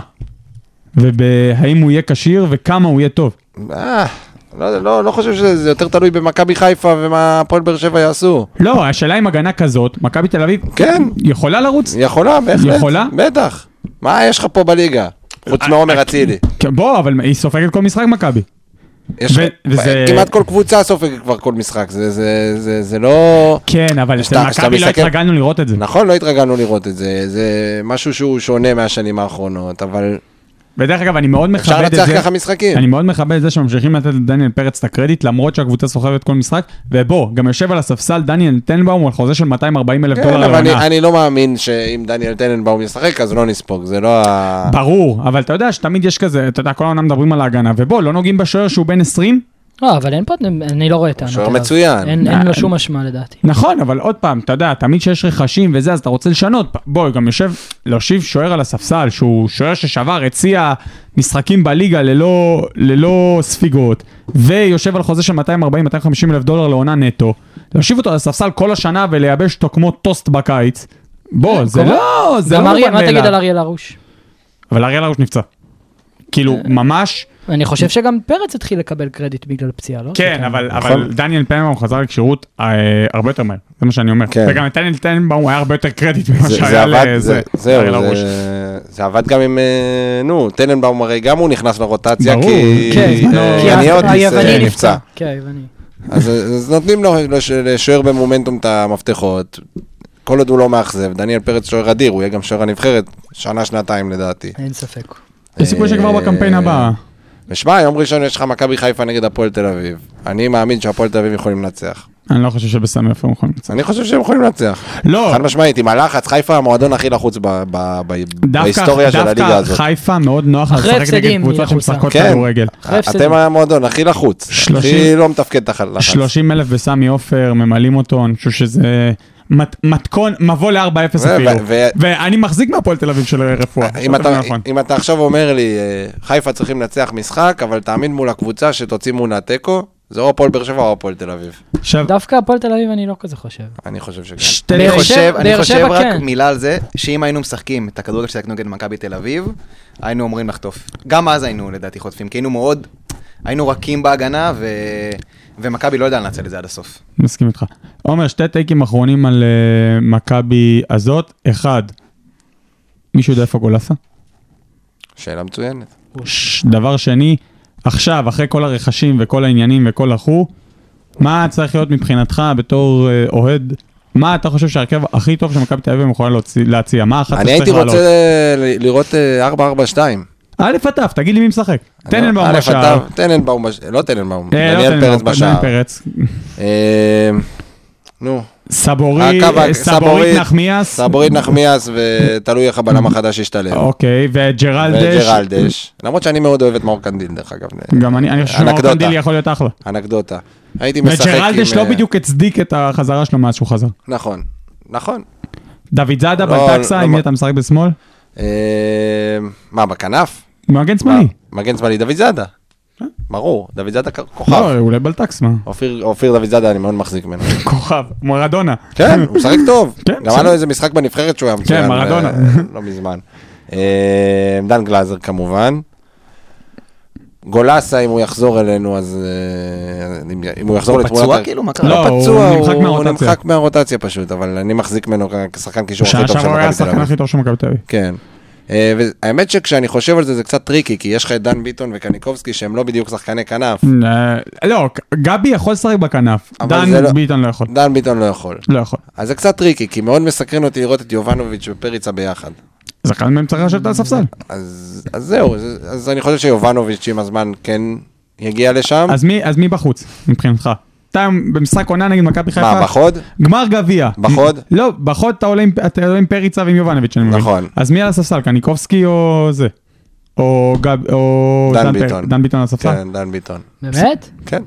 [SPEAKER 4] ובהאם הוא יהיה כשיר וכמה הוא יהיה טוב.
[SPEAKER 6] אה, לא, לא, לא חושב שזה זה יותר תלוי במכבי חיפה ומה הפועל באר שבע יעשו.
[SPEAKER 4] לא, השאלה עם הגנה כזאת, מכבי תל אביב
[SPEAKER 6] כן.
[SPEAKER 4] יכולה לרוץ?
[SPEAKER 6] יכולה, בהחלט.
[SPEAKER 4] יכולה? אה,
[SPEAKER 6] בטח. מה יש לך פה בליגה? חוץ מעומר אצילי.
[SPEAKER 4] כן, בוא, אבל היא סופגת כל משחק מכבי.
[SPEAKER 6] יש
[SPEAKER 4] ו-
[SPEAKER 6] לך-
[SPEAKER 4] וזה-
[SPEAKER 6] כמעט כל קבוצה סופגת כבר כל משחק. זה- זה- זה זה לא...
[SPEAKER 4] כן, אבל אצל
[SPEAKER 6] כשאתה- כשאתה
[SPEAKER 4] מכבי לא
[SPEAKER 6] מסתכל-
[SPEAKER 4] התרגלנו לראות את זה.
[SPEAKER 6] נכון, לא התרגלנו לראות את זה. זה משהו שהוא שונה מהשנים האחרונות, אבל
[SPEAKER 4] ודרך אגב, אני מאוד
[SPEAKER 6] אפשר
[SPEAKER 4] מכבד את זה.
[SPEAKER 6] לנצח ככה משחקים.
[SPEAKER 4] אני מאוד מכבד את זה שממשיכים לתת לדניאל פרץ את הקרדיט, למרות שהקבוצה סוחבת כל משחק, ובוא, גם יושב על הספסל דניאל טנבאום על חוזה של 240 אלף
[SPEAKER 6] כן,
[SPEAKER 4] דולר
[SPEAKER 6] אבל אני-
[SPEAKER 4] לעונה.
[SPEAKER 6] אני לא מאמין שאם דניאל טננבאום ישחק, אז לא נספוג. זה לא ה...
[SPEAKER 4] ברור, אבל אתה יודע שתמיד יש כזה, אתה יודע, כל העונה מדברים על ההגנה, ובוא, לא נוגעים בשוער שהוא בן 20?
[SPEAKER 5] לא, אבל אין פה, אני לא רואה טענות.
[SPEAKER 6] שוער
[SPEAKER 5] אליו.
[SPEAKER 6] מצוין.
[SPEAKER 5] אין אין
[SPEAKER 4] אה,
[SPEAKER 5] לו שום אשמה לדעתי.
[SPEAKER 4] נכון, אבל עוד פעם, אתה יודע, תמיד כשיש רכשים וזה, אז אתה רוצה לשנות. בוא, גם יושב, להושיב שוער על הספסל, שהוא שוער ששבר, הציע משחקים בליגה ללא, ללא ספיגות, ויושב על חוזה של 240-250 אלף דולר לעונה נטו, להושיב אותו על הספסל כל השנה ולייבש אותו כמו טוסט בקיץ, בוא, זה
[SPEAKER 5] אה, קורה.
[SPEAKER 4] לא, זה
[SPEAKER 5] גם
[SPEAKER 4] לא
[SPEAKER 5] אריה,
[SPEAKER 4] מובן
[SPEAKER 5] מה תגיד על
[SPEAKER 4] מאליו.
[SPEAKER 5] אריאל הרוש?
[SPEAKER 4] אבל אריאל הרוש נפצע.
[SPEAKER 5] אה.
[SPEAKER 4] כאילו, ממש,
[SPEAKER 5] אני חושב שגם פרץ התחיל לקבל קרדיט בגלל פציעה, לא?
[SPEAKER 4] כן,
[SPEAKER 5] זה
[SPEAKER 4] אבל
[SPEAKER 6] נכון.
[SPEAKER 4] אבל דניאל טננבאום חזר לכשירות אה, הרבה יותר מהר, זה מה שאני אומר.
[SPEAKER 6] כן.
[SPEAKER 4] וגם לדניאל טננבאום היה הרבה יותר קרדיט ממה
[SPEAKER 6] זה-
[SPEAKER 4] שהיה
[SPEAKER 6] זה עבד,
[SPEAKER 4] לזה. לא
[SPEAKER 6] זה- אה, זהו,
[SPEAKER 4] אריאל הרוש.
[SPEAKER 6] זה- זה עבד גם עם, אה, נו, טננבאום הרי גם הוא נכנס לרוטציה,
[SPEAKER 4] ברור.
[SPEAKER 6] כי
[SPEAKER 5] כן,
[SPEAKER 4] כי
[SPEAKER 6] אה,
[SPEAKER 5] כי
[SPEAKER 6] יניאוטיס אה,
[SPEAKER 5] היווני
[SPEAKER 6] נפצע.
[SPEAKER 5] כן, היווני.
[SPEAKER 6] אז אז נותנים לו לש- לשוער במומנטום את המפתחות. כל עוד הוא לא מאכזב, דניאל פרץ שוער אדיר, הוא יהיה גם שוער הנבחרת שנה, שנתיים לדעתי.
[SPEAKER 5] אין ספק.
[SPEAKER 4] יש סיכוי שכבר בקמפיין הבא.
[SPEAKER 6] ושמע, יום ראשון יש לך מכבי חיפה נגד הפועל תל אביב. אני מאמין שהפועל תל אביב יכולים לנצח.
[SPEAKER 4] אני לא חושב שבסמי עופר הם יכולים לצאת.
[SPEAKER 6] אני חושב שהם יכולים לנצח.
[SPEAKER 4] לא,
[SPEAKER 6] חד משמעית, עם הלחץ, חיפה המועדון הכי לחוץ ב- ב- ב-
[SPEAKER 4] דווקא
[SPEAKER 6] בהיסטוריה של הליגה
[SPEAKER 4] דווקא
[SPEAKER 6] הזאת.
[SPEAKER 4] חיפה מאוד נוח
[SPEAKER 5] אחרי
[SPEAKER 4] לשחק נגד
[SPEAKER 5] הפסדים
[SPEAKER 4] קבוצות
[SPEAKER 5] היא לחוצה.
[SPEAKER 4] שמשחקות
[SPEAKER 6] כן.
[SPEAKER 4] כדורגל.
[SPEAKER 5] אחרי הפסדים.
[SPEAKER 6] אתם המועדון הכי לחוץ.
[SPEAKER 4] שלושים-
[SPEAKER 6] הכי לא מתפקד תחת לחץ.
[SPEAKER 4] 30 אלף בסמי עופר, ממלאים אותו, אני חושב שזה מת- מתכון, מבוא ל-4-0
[SPEAKER 6] ו-
[SPEAKER 4] אפילו.
[SPEAKER 6] ו- ו-
[SPEAKER 4] ואני מחזיק מהפועל תל אביב של רפואה.
[SPEAKER 6] אם
[SPEAKER 4] זה
[SPEAKER 6] אתה,
[SPEAKER 4] נכון.
[SPEAKER 6] אם אתה עכשיו אומר לי, אה, חיפה צריכים לנצח משחק, אבל תאמין מול הקבוצה שתוציא מולה תיקו, זה או הפועל באר שבע או הפועל תל אביב.
[SPEAKER 4] עכשיו,
[SPEAKER 5] דווקא הפועל תל אביב אני לא כזה חושב.
[SPEAKER 6] אני חושב שכן.
[SPEAKER 4] שתי...
[SPEAKER 7] אני
[SPEAKER 5] באר
[SPEAKER 7] חושב,
[SPEAKER 5] שבע-
[SPEAKER 7] אני
[SPEAKER 5] באר
[SPEAKER 7] חושב
[SPEAKER 5] שבע
[SPEAKER 7] רק
[SPEAKER 5] כן.
[SPEAKER 7] מילה על זה, שאם היינו משחקים את הכדורגל ששחקנו נגד מכבי תל אביב, היינו אומרים לחטוף. גם אז היינו לדעתי חוטפים, כי היינו מאוד, היינו רכים בהגנה, ו... ומכבי לא יודע לנצל את זה עד הסוף.
[SPEAKER 4] מסכים איתך. עומר, שתי טייקים אחרונים על אה, מכבי הזאת. אחד, מישהו יודע איפה גולסה?
[SPEAKER 6] שאלה מצוינת.
[SPEAKER 4] ש- דבר שני, עכשיו, אחרי כל הרכשים וכל העניינים וכל החו, מה צריך להיות מבחינתך בתור אה, אוהד? מה אתה חושב שההרכב הכי טוב שמכבי תל אביב יכולה להוציא- להציע? מה אחת
[SPEAKER 6] אני הייתי
[SPEAKER 4] שצריך
[SPEAKER 6] רוצה
[SPEAKER 4] לעלות?
[SPEAKER 6] ל- לראות אה, 4-4-2.
[SPEAKER 4] א' עטף, תגיד לי מי משחק. טננבאום
[SPEAKER 6] א',
[SPEAKER 4] בשער.
[SPEAKER 6] אתה- טננבאום בשער. לא טננבאום,
[SPEAKER 4] אה, לא
[SPEAKER 6] דניאל
[SPEAKER 4] טננבאום,
[SPEAKER 6] פרץ בשער.
[SPEAKER 4] דניאל פרץ.
[SPEAKER 6] אה, נו,
[SPEAKER 4] סבורי,
[SPEAKER 6] הקו ה-
[SPEAKER 4] אה, סבורית
[SPEAKER 6] סבורית,
[SPEAKER 4] נחמיאס.
[SPEAKER 6] סבורית נחמיאס ותלוי איך הבלם החדש ישתלב.
[SPEAKER 4] אוקיי, וג'רלדש.
[SPEAKER 6] וג'רלדש. למרות שאני מאוד אוהב את מאור קנדיל, דרך אגב.
[SPEAKER 4] גם אני, אני חושב שמאור
[SPEAKER 6] אנקדוטה.
[SPEAKER 4] קנדילי יכול להיות אחלה.
[SPEAKER 6] אנקדוטה. הייתי משחק עם...
[SPEAKER 4] וג'רלדש לא
[SPEAKER 6] אה,
[SPEAKER 4] בדיוק הצדיק את החזרה שלו מאז שהוא חזר.
[SPEAKER 6] נכון. נכון.
[SPEAKER 4] דוד זאדה,
[SPEAKER 6] לא,
[SPEAKER 4] בלטקסה,
[SPEAKER 6] לא
[SPEAKER 4] עם מי
[SPEAKER 6] מה-
[SPEAKER 4] אתה משחק בשמאל?
[SPEAKER 6] אה, מה, בכנף?
[SPEAKER 4] מגן שמאלי.
[SPEAKER 6] מה, מגן שמאלי, דוד זאדה. ברור, דוד זאדה כ- כוכב.
[SPEAKER 4] אה? לא, אולי בלטקס, מה?
[SPEAKER 6] אופיר אופיר דוד זאדה, אני מאוד מחזיק ממנו.
[SPEAKER 4] כוכב. מרדונה.
[SPEAKER 6] כן, הוא משחק טוב.
[SPEAKER 4] כן,
[SPEAKER 6] גם היה
[SPEAKER 4] בסדר.
[SPEAKER 6] לו איזה משחק בנבחרת שהוא היה מצוין.
[SPEAKER 4] כן, מרדונה.
[SPEAKER 6] אה, לא מזמן. אה, דן גלאזר כמובן. גולסה, אם הוא יחזור אלינו, אז... אה, אם- אם הוא יחזור
[SPEAKER 7] הוא
[SPEAKER 6] לתמונת...
[SPEAKER 7] פצוע
[SPEAKER 6] ה-
[SPEAKER 7] כאילו? מה קרה?
[SPEAKER 4] לא,
[SPEAKER 6] לא,
[SPEAKER 4] הוא
[SPEAKER 6] פצוע,
[SPEAKER 4] נמחק
[SPEAKER 6] הוא הוא
[SPEAKER 4] מהרוטציה.
[SPEAKER 6] נמחק מהרוטציה פשוט, אבל אני מחזיק ממנו כ- כשחקן קישור הכי
[SPEAKER 4] שנה
[SPEAKER 6] טוב של
[SPEAKER 4] שעברה הוא היה
[SPEAKER 6] מכבי תל
[SPEAKER 4] השחקן
[SPEAKER 6] אביב.
[SPEAKER 4] הכי טוב של מכבי תל אביב.
[SPEAKER 6] כן. אה, והאמת שכשאני חושב על זה, זה קצת טריקי, כי יש לך את דן ביטון וקניקובסקי שהם לא בדיוק שחקני כנף.
[SPEAKER 4] אה, לא, גבי יכול לשחק בכנף.
[SPEAKER 6] אבל
[SPEAKER 4] דן
[SPEAKER 6] זה לא-
[SPEAKER 4] ביטון לא יכול.
[SPEAKER 6] דן ביטון לא יכול.
[SPEAKER 4] לא יכול.
[SPEAKER 6] אז זה קצת טריקי, כי מאוד מסקרן אותי לראות את יובנוביץ' ופריצה ביחד.
[SPEAKER 4] אז אחד מהם צריך לשבת על הספסל.
[SPEAKER 6] אז, אז זהו, אז, אז אני חושב שיובנוביץ' עם הזמן כן יגיע לשם.
[SPEAKER 4] אז מי- אז מי בחוץ, מבחינתך? אתה במשחק עונה נגד מכבי חיפה?
[SPEAKER 6] מה, בחוד?
[SPEAKER 4] גמר גביע.
[SPEAKER 6] בחוד?
[SPEAKER 4] לא, בחוד אתה עולה עם- אתה עולה עם פריצה ועם יובנוביץ', אני מבין.
[SPEAKER 6] נכון.
[SPEAKER 4] אז מי על הספסל, קניקובסקי או זה? או גב... או
[SPEAKER 6] דן
[SPEAKER 4] פר-
[SPEAKER 6] ביטון.
[SPEAKER 4] דן ביטון על הספסל?
[SPEAKER 6] כן, דן ביטון.
[SPEAKER 5] באמת?
[SPEAKER 6] כן.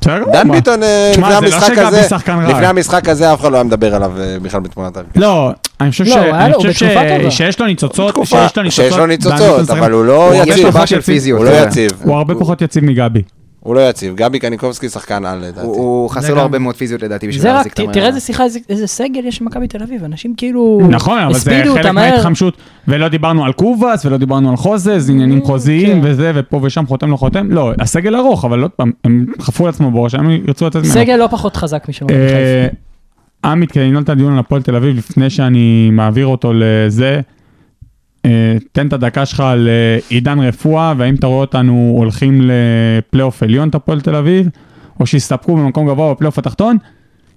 [SPEAKER 4] בסדר גמור,
[SPEAKER 6] דן
[SPEAKER 4] אה, מה?
[SPEAKER 6] ביטון, אה,
[SPEAKER 4] תשמע,
[SPEAKER 6] לפני
[SPEAKER 4] זה לא
[SPEAKER 6] המשחק
[SPEAKER 4] שגבי
[SPEAKER 6] הזה,
[SPEAKER 4] שחקן רע.
[SPEAKER 6] לפני המשחק הזה אף אחד לא היה מדבר עליו אה, בכלל בתמונת הרכב.
[SPEAKER 4] לא, אני חושב ש...
[SPEAKER 5] לא, היה
[SPEAKER 4] אני
[SPEAKER 5] לו,
[SPEAKER 4] חושב
[SPEAKER 5] בתקופה
[SPEAKER 4] ש-
[SPEAKER 5] טובה.
[SPEAKER 4] שיש לו ניצוצות,
[SPEAKER 6] תקופה
[SPEAKER 4] שיש לו ניצוצות.
[SPEAKER 6] שיש לו
[SPEAKER 4] דן ביטון
[SPEAKER 6] ניצוצות,
[SPEAKER 4] משחק-
[SPEAKER 6] אבל הוא לא
[SPEAKER 4] יש לו
[SPEAKER 6] יציב.
[SPEAKER 4] בעיה
[SPEAKER 7] בעיה
[SPEAKER 4] של
[SPEAKER 7] של פיזיות.
[SPEAKER 6] הוא לא
[SPEAKER 7] אתה יודע.
[SPEAKER 6] יציב.
[SPEAKER 4] הוא הרבה פחות יציב מגבי.
[SPEAKER 6] הוא לא יציב. גבי קניקובסקי שחקן על אה, לדעתי.
[SPEAKER 7] הוא- הוא חסר
[SPEAKER 4] גם-
[SPEAKER 7] לו הרבה מאוד פיזיות לדעתי בשביל
[SPEAKER 5] זה רק,
[SPEAKER 7] להחזיק את
[SPEAKER 5] ת-
[SPEAKER 7] המערכת.
[SPEAKER 5] תראה איזה שיחה, איזה- איזה סגל יש במכבי תל אביב, אנשים כאילו...
[SPEAKER 4] נכון, אבל זה
[SPEAKER 5] הספידו
[SPEAKER 4] חלק
[SPEAKER 5] אותם מהר.
[SPEAKER 4] מההתחמשות. ולא דיברנו על קובאס, ולא דיברנו על חוזז,
[SPEAKER 5] אה,
[SPEAKER 4] עניינים חוזיים
[SPEAKER 5] כן.
[SPEAKER 4] וזה, ופה ושם חותם לא חותם. לא, הסגל ארוך, אבל עוד פעם, הם חפרו לעצמם בראש, הם ירצו לתת ממנו.
[SPEAKER 5] סגל לא פחות חזק משל מכבי חיפה.
[SPEAKER 4] אה, עמית, כדי לנעול את הדיון על הפועל תל אביב, לפני שאני מעביר אותו לזה, אה, תן את הדקה שלך על אה, עידן רפואה, והאם אתה רואה אותנו הולכים לפלייאוף עליון את הפועל תל אביב, או שיסתפקו במקום גבוה בפלייאוף התחתון,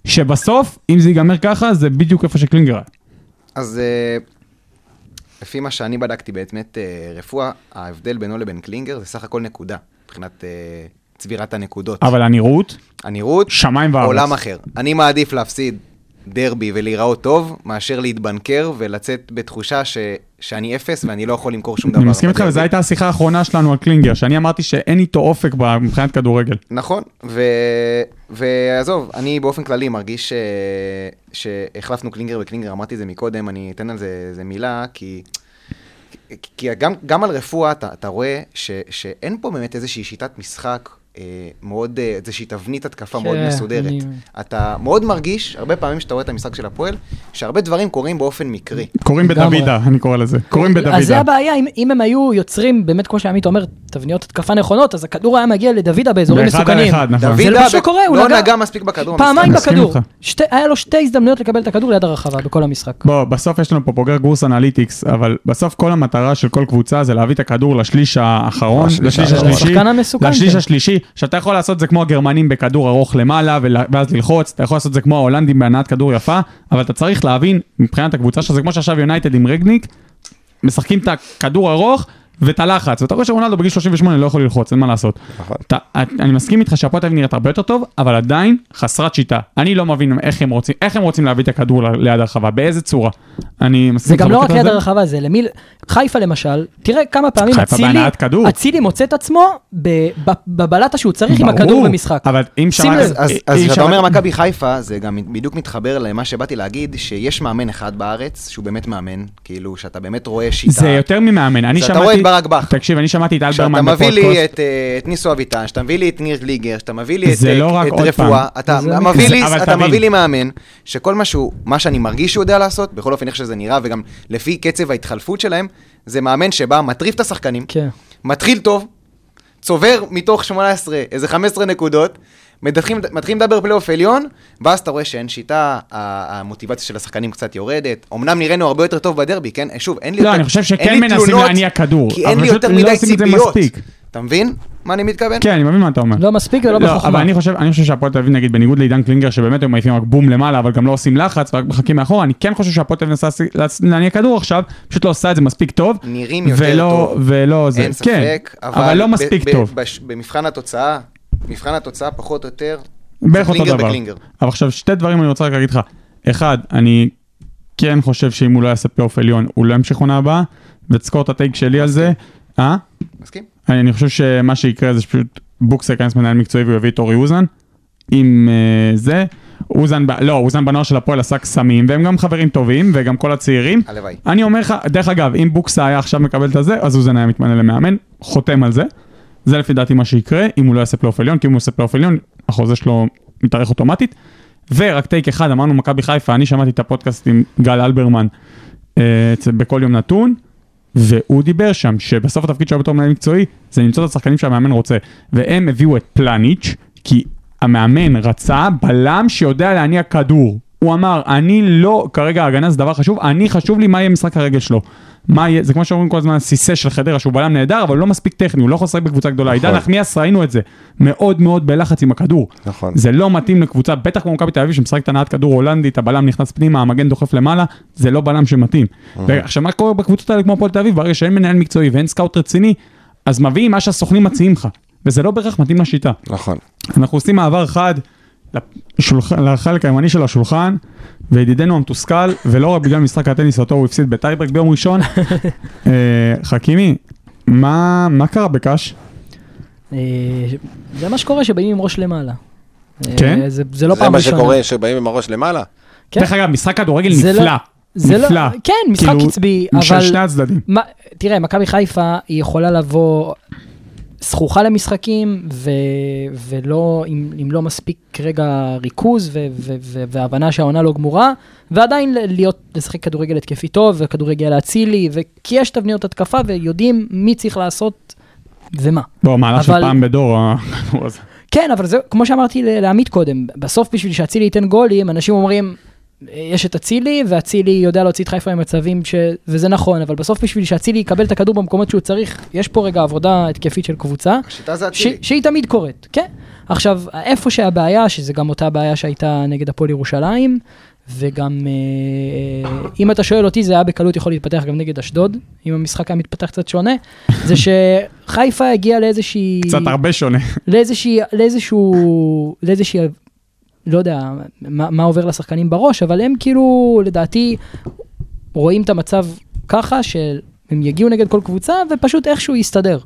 [SPEAKER 4] שבסוף, אם זה ייגמר ככה, זה בדיוק איפה שקלינגר היה.
[SPEAKER 7] אז אה, לפי מה שאני בדקתי באמת אה, רפואה, ההבדל בינו לבין קלינגר זה סך הכל נקודה, מבחינת אה, צבירת הנקודות.
[SPEAKER 4] אבל הנראות,
[SPEAKER 7] הנראות,
[SPEAKER 4] שמיים וארץ.
[SPEAKER 7] עולם אחר. אני מעדיף להפסיד דרבי ולהיראות טוב, מאשר להתבנקר ולצאת בתחושה ש... שאני אפס ואני לא יכול למכור שום דבר.
[SPEAKER 4] אני מסכים איתך,
[SPEAKER 7] בדרבי.
[SPEAKER 4] וזו הייתה השיחה האחרונה שלנו על קלינגר, שאני אמרתי שאין איתו אופק ב- מבחינת כדורגל.
[SPEAKER 7] נכון, ו... ועזוב, אני באופן כללי מרגיש ש... שהחלפנו קלינגר וקלינגר, אמרתי את זה מקודם, אני אתן על זה איזה מילה, כי... כי גם, גם על רפואה אתה, אתה רואה ש, שאין פה באמת איזושהי שיטת משחק אה, מאוד, אה, איזושהי תבנית התקפה
[SPEAKER 5] כן,
[SPEAKER 7] מאוד מסודרת.
[SPEAKER 5] אני-
[SPEAKER 7] אתה מאוד מרגיש, הרבה פעמים שאתה רואה את המשחק של הפועל, שהרבה דברים קורים באופן מקרי.
[SPEAKER 4] קוראים
[SPEAKER 5] לגמרי.
[SPEAKER 4] בדוידה, אני קורא לזה. קוראים בדוידה.
[SPEAKER 5] אז זה הבעיה, אם, אם הם היו יוצרים, באמת, כמו שעמית אומר, תבניות התקפה נכונות, אז הכדור היה מגיע לדוידה באזורים
[SPEAKER 4] באחד על
[SPEAKER 5] מסוכנים.
[SPEAKER 4] אחד, נכון.
[SPEAKER 5] זה לא
[SPEAKER 7] דוידה
[SPEAKER 5] פשוט
[SPEAKER 7] ב-
[SPEAKER 5] קורה, הוא
[SPEAKER 7] לא נגע מספיק בכדור במשחק.
[SPEAKER 5] פעמיים
[SPEAKER 4] מסכים
[SPEAKER 5] בכדור.
[SPEAKER 4] איתך.
[SPEAKER 5] שתי, היה לו שתי הזדמנויות לקבל את הכדור ליד הרחבה בכל המשחק.
[SPEAKER 4] בוא, בסוף יש לנו פה בוגר גורס אנליטיקס, אבל בסוף כל המטרה של כל קבוצה זה להביא את הכדור לשליש האחרון,
[SPEAKER 6] לשליש
[SPEAKER 4] לשליש
[SPEAKER 6] האחרון.
[SPEAKER 4] השלישי,
[SPEAKER 5] השחקן המסוכן כן.
[SPEAKER 4] לשליש
[SPEAKER 5] שם.
[SPEAKER 4] השלישי, שאתה יכול לעשות זה כמו הגרמנים בכדור ארוך למעלה, ול- ואז ללחוץ, אתה יכול לעשות זה כמו ההולנדים בהנעת כדור יפה, אבל אתה צריך להבין, מבחינת הקבוצה שלך, זה כמו שעכשיו יונייטד עם רגניק, משחקים את הכדור ארוך ואת הלחץ, ואתה רואה שרונלדו בגיל 38 לא יכול ללחוץ, אין מה לעשות.
[SPEAKER 6] נכון.
[SPEAKER 4] אתה, אני מסכים איתך שהפועל תל אביב נראית הרבה יותר טוב, אבל עדיין חסרת שיטה. אני לא מבין איך הם רוצים, איך הם רוצים להביא את הכדור ל- ליד הרחבה, באיזה צורה. אני מסכים
[SPEAKER 5] זה גם
[SPEAKER 4] איתך
[SPEAKER 5] לא רק
[SPEAKER 4] בקטע
[SPEAKER 5] ליד
[SPEAKER 4] הזה.
[SPEAKER 5] הרחבה, זה למי... חיפה למשל, תראה כמה פעמים
[SPEAKER 4] חיפה
[SPEAKER 5] אצילי,
[SPEAKER 4] בהנעת כדור.
[SPEAKER 5] אצילי מוצא את עצמו ב- ב- בבלטה שהוא צריך עם הכדור
[SPEAKER 4] ברור,
[SPEAKER 5] במשחק.
[SPEAKER 4] אבל אם
[SPEAKER 5] שים
[SPEAKER 4] שמעת-
[SPEAKER 5] לב.
[SPEAKER 7] אז- אז-
[SPEAKER 4] אי-
[SPEAKER 7] אז
[SPEAKER 4] אי
[SPEAKER 7] כשאתה
[SPEAKER 4] אפשר-
[SPEAKER 7] אומר מכבי חיפה, זה גם בדיוק מתחבר למה שבאתי להגיד, שיש מאמן אחד בארץ, שהוא באמת מאמן, כאילו, שאתה באמת רואה שיטה.
[SPEAKER 4] זה יותר ממאמן, אני
[SPEAKER 7] אז
[SPEAKER 4] שמעתי...
[SPEAKER 7] אתה רואה את ברק בכר.
[SPEAKER 4] תקשיב, אני שמעתי את
[SPEAKER 7] כשאתה
[SPEAKER 4] אלברמן
[SPEAKER 7] מביא
[SPEAKER 4] בפודקאסט.
[SPEAKER 7] לי את, אה, את ניסו אביטן, שאתה מביא לי את ניר גליגר, שאתה מביא לי את,
[SPEAKER 4] זה
[SPEAKER 7] את, אה,
[SPEAKER 4] לא רק
[SPEAKER 7] את
[SPEAKER 4] עוד
[SPEAKER 7] רפואה,
[SPEAKER 4] פעם.
[SPEAKER 7] אתה,
[SPEAKER 4] זה-
[SPEAKER 7] מביא, לי,
[SPEAKER 4] אבל
[SPEAKER 7] אתה
[SPEAKER 4] תבין.
[SPEAKER 7] מביא לי מאמן, שכל מה שהוא, מה שאני מרגיש שהוא יודע לעשות, בכל אופן איך שזה נראה, וגם לפי קצב ההתחלפות שלהם, זה מאמן שבא, מטריף את השחקנים,
[SPEAKER 5] כן.
[SPEAKER 7] מתחיל טוב, צובר מתוך 18 איזה 15 נקודות, מתחילים מתחילים לדבר פלייאוף עליון, ואז אתה רואה שאין שיטה, ה- המוטיבציה של השחקנים קצת יורדת. אמנם נראינו הרבה יותר טוב בדרבי, כן? שוב, אין לי
[SPEAKER 4] לא,
[SPEAKER 7] יותר-
[SPEAKER 4] אני חושב שכן
[SPEAKER 7] אין לי
[SPEAKER 4] מנסים
[SPEAKER 7] תלונות,
[SPEAKER 4] להניע כדור,
[SPEAKER 7] כי
[SPEAKER 4] אבל
[SPEAKER 7] אין לי
[SPEAKER 4] פשוט
[SPEAKER 7] יותר
[SPEAKER 4] לא
[SPEAKER 7] מדי
[SPEAKER 4] עושים את זה
[SPEAKER 7] ציפיות.
[SPEAKER 4] מספיק.
[SPEAKER 7] אתה מבין מה אני מתכוון?
[SPEAKER 4] כן, אני מבין מה אתה אומר.
[SPEAKER 5] לא מספיק ולא בחוכמה.
[SPEAKER 4] אבל אני חושב, אני חושב שהפועל תל אביב, נגיד, בניגוד לעידן קלינגר, שבאמת הם מעיפים רק בום למעלה, אבל גם לא עושים לחץ, ורק מחכים מאחורה, אני כן חושב שהפועל תל אביב נסה להס- להניע כדור עכשיו, פשוט לא עושה את זה מספיק טוב.
[SPEAKER 7] נראים יותר
[SPEAKER 4] ולא-
[SPEAKER 7] טוב.
[SPEAKER 4] ולא זה.
[SPEAKER 7] אין
[SPEAKER 4] כן,
[SPEAKER 7] ספק,
[SPEAKER 4] אבל לא
[SPEAKER 7] ב-
[SPEAKER 4] מספיק
[SPEAKER 7] ב-
[SPEAKER 4] טוב.
[SPEAKER 7] בש- במבחן התוצאה, מבחן התוצאה פחות או יותר, זה
[SPEAKER 4] בערך אותו
[SPEAKER 7] קלינגר
[SPEAKER 4] דבר.
[SPEAKER 7] וקלינגר.
[SPEAKER 4] אבל עכשיו, שתי דברים אני רוצה רק להגיד לך. אחד, אני כן חושב שאם הוא לא יעשה פלייאוף עליון, הוא לא ימשיך עונה הבאה, ותזכור את הטייק שלי על זה.
[SPEAKER 7] כן.
[SPEAKER 4] אה?
[SPEAKER 7] מסכים?
[SPEAKER 4] אני, אני חושב שמה שיקרה זה שפשוט בוקס ייכנס מנהל מקצועי והוא יביא את אורי אוזן עם uh, זה. אוזן, ב- לא, אוזן בנוער של הפועל עשה קסמים, והם גם חברים טובים, וגם כל הצעירים.
[SPEAKER 7] הלוואי.
[SPEAKER 4] אני אומר לך, דרך אגב, אם בוקסה היה עכשיו מקבל את הזה, אז אוזן היה מתמנה למאמן, חותם על זה. זה לפי דעתי מה שיקרה, אם הוא לא יעשה פלייאוף עליון, כי אם הוא עושה פלייאוף עליון, החוזה שלו מתארך אוטומטית. ורק טייק אחד, אמרנו מכבי חיפה, אני שמעתי את הפודקאסט עם גל אלברמן אה, אצל- בכל יום נתון, והוא דיבר שם, שבסוף התפקיד שלו בתור מנהל מקצועי, זה למצוא את השחקנים שהמאמן רוצה. והם הביאו את פלניץ', כי המאמן רצה בלם שיודע להניע כדור. הוא אמר, אני לא, כרגע ההגנה זה דבר חשוב, אני חשוב לי מה יהיה משחק הרגל שלו. מה יהיה, זה כמו שאומרים כל הזמן, סיסה של חדרה, שהוא בלם נהדר, אבל הוא לא מספיק טכני, הוא לא יכול לשחק בקבוצה גדולה. עידן נחמיאס, ראינו את זה, מאוד מאוד בלחץ עם הכדור.
[SPEAKER 6] נכון.
[SPEAKER 4] זה לא מתאים לקבוצה, בטח כמו מכבי תל אביב שמשחקת הנעת כדור הולנדית, הבלם נכנס פנימה, המגן דוחף למעלה, זה לא בלם שמתאים. ועכשיו מה קורה בקבוצות האלה כמו הפועל תל אביב, ברגע שאין מנהל מקצועי ואין סקאוט רציני, אז מביאים מה שהסוכנים מציעים לך, וזה לא בהכרח מתאים לשיטה.
[SPEAKER 6] נכון.
[SPEAKER 4] אנחנו עושים מעבר חד לשולח- לחלק הימני של השולחן, וידידנו המתוסכל, ולא רק בגלל משחק הטניס אותו הוא הפסיד בטייברק ביום ראשון. אה, חכימי, מה מה קרה בקאש?
[SPEAKER 5] אה, זה מה שקורה שבאים עם ראש למעלה. אה,
[SPEAKER 4] כן?
[SPEAKER 5] זה- זה לא
[SPEAKER 6] זה
[SPEAKER 5] פעם
[SPEAKER 6] מה
[SPEAKER 5] ראשונה.
[SPEAKER 6] שקורה שבאים עם הראש למעלה.
[SPEAKER 5] כן.
[SPEAKER 4] דרך אגב, משחק כדורגל
[SPEAKER 5] זה לא-
[SPEAKER 4] נפלא.
[SPEAKER 5] זה לא-
[SPEAKER 4] נפלא.
[SPEAKER 5] כן, משחק
[SPEAKER 4] כאילו,
[SPEAKER 5] עצבי,
[SPEAKER 4] של
[SPEAKER 5] אבל-
[SPEAKER 4] שני הצדדים.
[SPEAKER 5] מה- תראה, מכבי חיפה היא יכולה לבוא זכוכה למשחקים, ו- ולא, אם אם לא מספיק רגע ריכוז ו- ו- ו- והבנה שהעונה לא גמורה, ועדיין ל- להיות, לשחק כדורגל התקפי טוב, וכדורגל אצילי, וכי יש תבניות התקפה, ויודעים מי צריך לעשות ומה.
[SPEAKER 4] לא, מהלך של
[SPEAKER 5] אבל-
[SPEAKER 4] פעם בדור, אה, הכדור הזה.
[SPEAKER 5] כן, אבל זה, כמו שאמרתי ל- לעמית קודם, בסוף בשביל שאצילי ייתן גולים, אנשים אומרים, יש את אצילי, ואצילי יודע להוציא את חיפה ממצבים, ש... וזה נכון, אבל בסוף בשביל שאצילי יקבל את הכדור במקומות שהוא צריך, יש פה רגע עבודה התקפית של קבוצה,
[SPEAKER 7] השיטה זה
[SPEAKER 5] ש...
[SPEAKER 7] אצילי.
[SPEAKER 5] שהיא תמיד קורית, כן. עכשיו, איפה שהבעיה, שזה גם אותה בעיה שהייתה נגד הפועל ירושלים, וגם אה, אם אתה שואל אותי, זה היה בקלות יכול להתפתח גם נגד אשדוד, אם המשחק היה מתפתח קצת שונה, זה שחיפה הגיעה לאיזושהי...
[SPEAKER 4] קצת הרבה שונה.
[SPEAKER 5] אה, לאיזושהי, לאיזשהו, לאיזושהי, לא יודע מה, מה עובר לשחקנים בראש, אבל הם כאילו, לדעתי, רואים את המצב ככה, שהם יגיעו נגד כל קבוצה, ופשוט איכשהו יסתדר.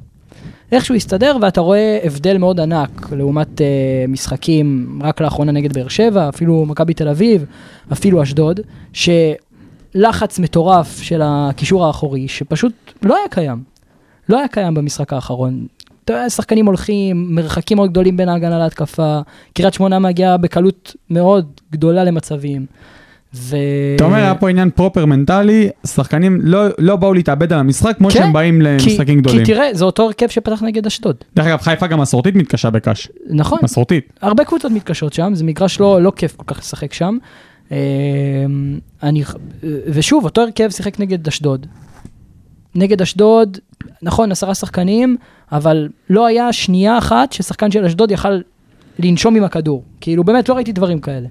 [SPEAKER 5] איכשהו יסתדר, ואתה רואה הבדל מאוד ענק לעומת אה, משחקים רק לאחרונה נגד באר שבע, אפילו מכבי תל אביב, אפילו אשדוד, שלחץ מטורף של הקישור האחורי, שפשוט לא היה קיים. לא היה קיים במשחק האחרון. אתה יודע, שחקנים הולכים, מרחקים מאוד גדולים בין ההגנה להתקפה, קריית שמונה מגיעה בקלות מאוד גדולה למצבים. ו...
[SPEAKER 4] אתה אומר, היה פה עניין פרופר מנטלי, שחקנים לא- לא באו להתאבד על המשחק כמו
[SPEAKER 5] כן,
[SPEAKER 4] שהם באים
[SPEAKER 5] כי-
[SPEAKER 4] למשחקים גדולים.
[SPEAKER 5] כי תראה, זה אותו הרכב שפתח נגד אשדוד.
[SPEAKER 4] דרך אגב, חיפה גם מסורתית מתקשה בקאש.
[SPEAKER 5] נכון.
[SPEAKER 4] מסורתית.
[SPEAKER 5] הרבה קבוצות מתקשות שם, זה מגרש לא, לא כיף כל כך לשחק שם. אמ, אני, אה, ושוב, אותו הרכב שיחק נגד אשדוד. נגד אשדוד, נכון, עשרה שחקנים, אבל לא היה שנייה אחת ששחקן של אשדוד יכל לנשום עם הכדור. כאילו, באמת, לא ראיתי דברים כאלה.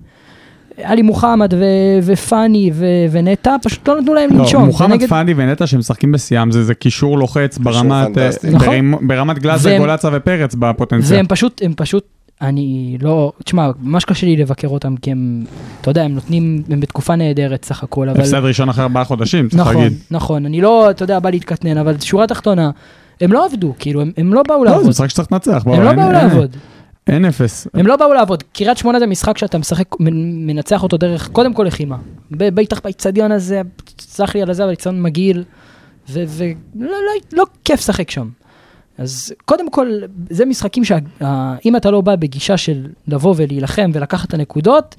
[SPEAKER 5] עלי מוחמד ו- ופאני ו- ונטע, פשוט לא נתנו להם
[SPEAKER 4] לא,
[SPEAKER 5] לנשום. זה
[SPEAKER 4] מוחמד
[SPEAKER 5] נגד-
[SPEAKER 4] פאני ונטע שמשחקים בשיאם, זה זה קישור לוחץ ברמת, אה,
[SPEAKER 6] פנטסטי.
[SPEAKER 5] נכון.
[SPEAKER 4] ברמ- ברמת גלאזה,
[SPEAKER 5] והם-
[SPEAKER 4] גולאצה ופרץ בפוטנציאל.
[SPEAKER 5] והם פשוט, הם פשוט, אני לא, תשמע, ממש קשה לי לבקר אותם, כי הם, אתה יודע, הם נותנים, הם בתקופה נהדרת סך הכל, אבל...
[SPEAKER 4] הפסד ראשון אחרי ארבעה חודשים, צריך
[SPEAKER 5] נכון,
[SPEAKER 4] להגיד.
[SPEAKER 5] נכון, אני לא, אתה יודע, בא להתקטנן, אבל שורה תחתונה, הם לא עבדו, כאילו, הם, הם לא באו
[SPEAKER 4] לא, זה
[SPEAKER 5] לעבוד.
[SPEAKER 4] משחק שצריך לנצח. בוא,
[SPEAKER 5] הם לא
[SPEAKER 4] אין-
[SPEAKER 5] באו
[SPEAKER 4] אין-
[SPEAKER 5] לעבוד,
[SPEAKER 4] אין אפס.
[SPEAKER 5] הם לא באו לעבוד. קריית שמונה זה משחק שאתה משחק, מנ- מנצח אותו דרך, קודם כל לחימה. ב- בטח באיצטדיון הזה, סלח לי על הזה, אבל איצטדיון מגעיל, ולא לא, לא, לא כיף לשחק שם. אז קודם כל, זה משחקים שאם אתה לא בא בגישה של לבוא ולהילחם ולקחת את הנקודות,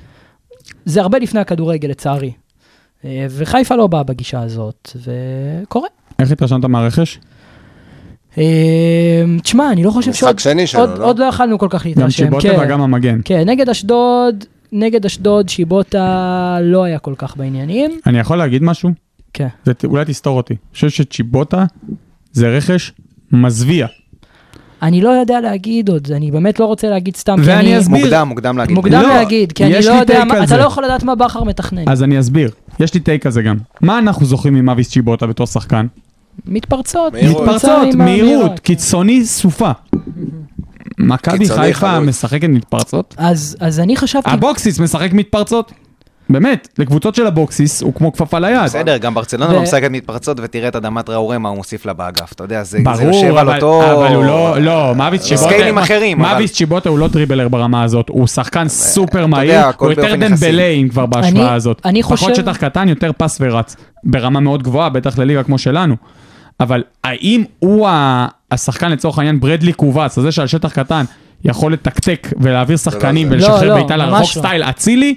[SPEAKER 5] זה הרבה לפני הכדורגל, לצערי. אה, וחיפה לא באה בגישה הזאת, וקורה.
[SPEAKER 4] איך התרשמת מהרכש?
[SPEAKER 5] אה, תשמע, אני לא חושב
[SPEAKER 6] משחק
[SPEAKER 5] שעוד
[SPEAKER 6] שני שלו,
[SPEAKER 5] עוד,
[SPEAKER 6] לא?
[SPEAKER 5] עוד לא יכלנו כל כך
[SPEAKER 4] גם
[SPEAKER 5] להתרשם.
[SPEAKER 4] צ'יבוטה
[SPEAKER 5] כן.
[SPEAKER 4] וגם המגן.
[SPEAKER 5] כן, נגד אשדוד, נגד אשדוד שיבוטה לא היה כל כך בעניינים.
[SPEAKER 4] אני יכול להגיד משהו?
[SPEAKER 5] כן.
[SPEAKER 4] זה ת- אולי תסתור אותי. אני חושב שצ'יבוטה זה רכש מזוויע.
[SPEAKER 5] אני לא יודע להגיד עוד, אני באמת לא רוצה להגיד סתם, כי
[SPEAKER 4] ואני
[SPEAKER 5] אני...
[SPEAKER 4] אסביר.
[SPEAKER 7] מוקדם, מוקדם להגיד.
[SPEAKER 5] מוקדם
[SPEAKER 4] לא,
[SPEAKER 5] להגיד, כי אני
[SPEAKER 4] יש
[SPEAKER 5] לא
[SPEAKER 4] לי
[SPEAKER 5] יודע,
[SPEAKER 4] טייק
[SPEAKER 5] מה-
[SPEAKER 4] על
[SPEAKER 5] אתה
[SPEAKER 4] זה.
[SPEAKER 5] לא יכול לדעת מה בכר מתכנן.
[SPEAKER 4] אז אני אסביר. יש לי טייק על זה גם. מה אנחנו זוכרים ממאביס צ'יבוטה בתור שחקן?
[SPEAKER 5] מתפרצות.
[SPEAKER 6] מהירות.
[SPEAKER 5] קבוצה
[SPEAKER 4] מתפרצות,
[SPEAKER 5] עם המהירה,
[SPEAKER 4] מהירות,
[SPEAKER 5] כן.
[SPEAKER 4] קיצוני סופה. מכבי
[SPEAKER 6] קיצוני
[SPEAKER 4] חיפה
[SPEAKER 6] חלוץ.
[SPEAKER 4] משחקת מתפרצות?
[SPEAKER 5] אז אז אני חשבתי,
[SPEAKER 4] אבוקסיס משחק מתפרצות? באמת, לקבוצות של אבוקסיס הוא כמו כפפה ליד.
[SPEAKER 7] בסדר, גם ברצלונה
[SPEAKER 5] ו-
[SPEAKER 7] לא משחקת מתפרצות, ותראה את אדמת ראורה, מה הוא מוסיף לה באגף. אתה יודע, זה זה יושב
[SPEAKER 4] ברור,
[SPEAKER 7] על
[SPEAKER 4] אבל,
[SPEAKER 7] אותו...
[SPEAKER 4] אבל הוא לא, לא, מאביס צ'יבוטה,
[SPEAKER 7] סקיילים אחרים, אבל- אה,
[SPEAKER 4] מאביס צ'יבוטה הוא לא טריבלר ברמה הזאת, הוא שחקן סופר
[SPEAKER 7] יודע,
[SPEAKER 4] מהיר,
[SPEAKER 7] הכל
[SPEAKER 4] הוא יותר
[SPEAKER 7] באופן יחסי.
[SPEAKER 4] דמבליים כבר בהשוואה
[SPEAKER 5] אני-
[SPEAKER 4] הזאת.
[SPEAKER 5] אני חושב-
[SPEAKER 4] פחות שטח קטן, יותר פס ורץ, ברמה מאוד גבוהה, בטח לליגה כמו שלנו. אבל האם הוא ה- השחקן לצורך העניין ברדלי קובץ, הזה שעל שטח קטן, יכול לתקתק ולהעביר שחקנים
[SPEAKER 6] זה.
[SPEAKER 4] ולשחרר
[SPEAKER 5] לא, לא,
[SPEAKER 4] בעיטה לרחוק
[SPEAKER 5] ממש לא.
[SPEAKER 4] סטייל אצילי?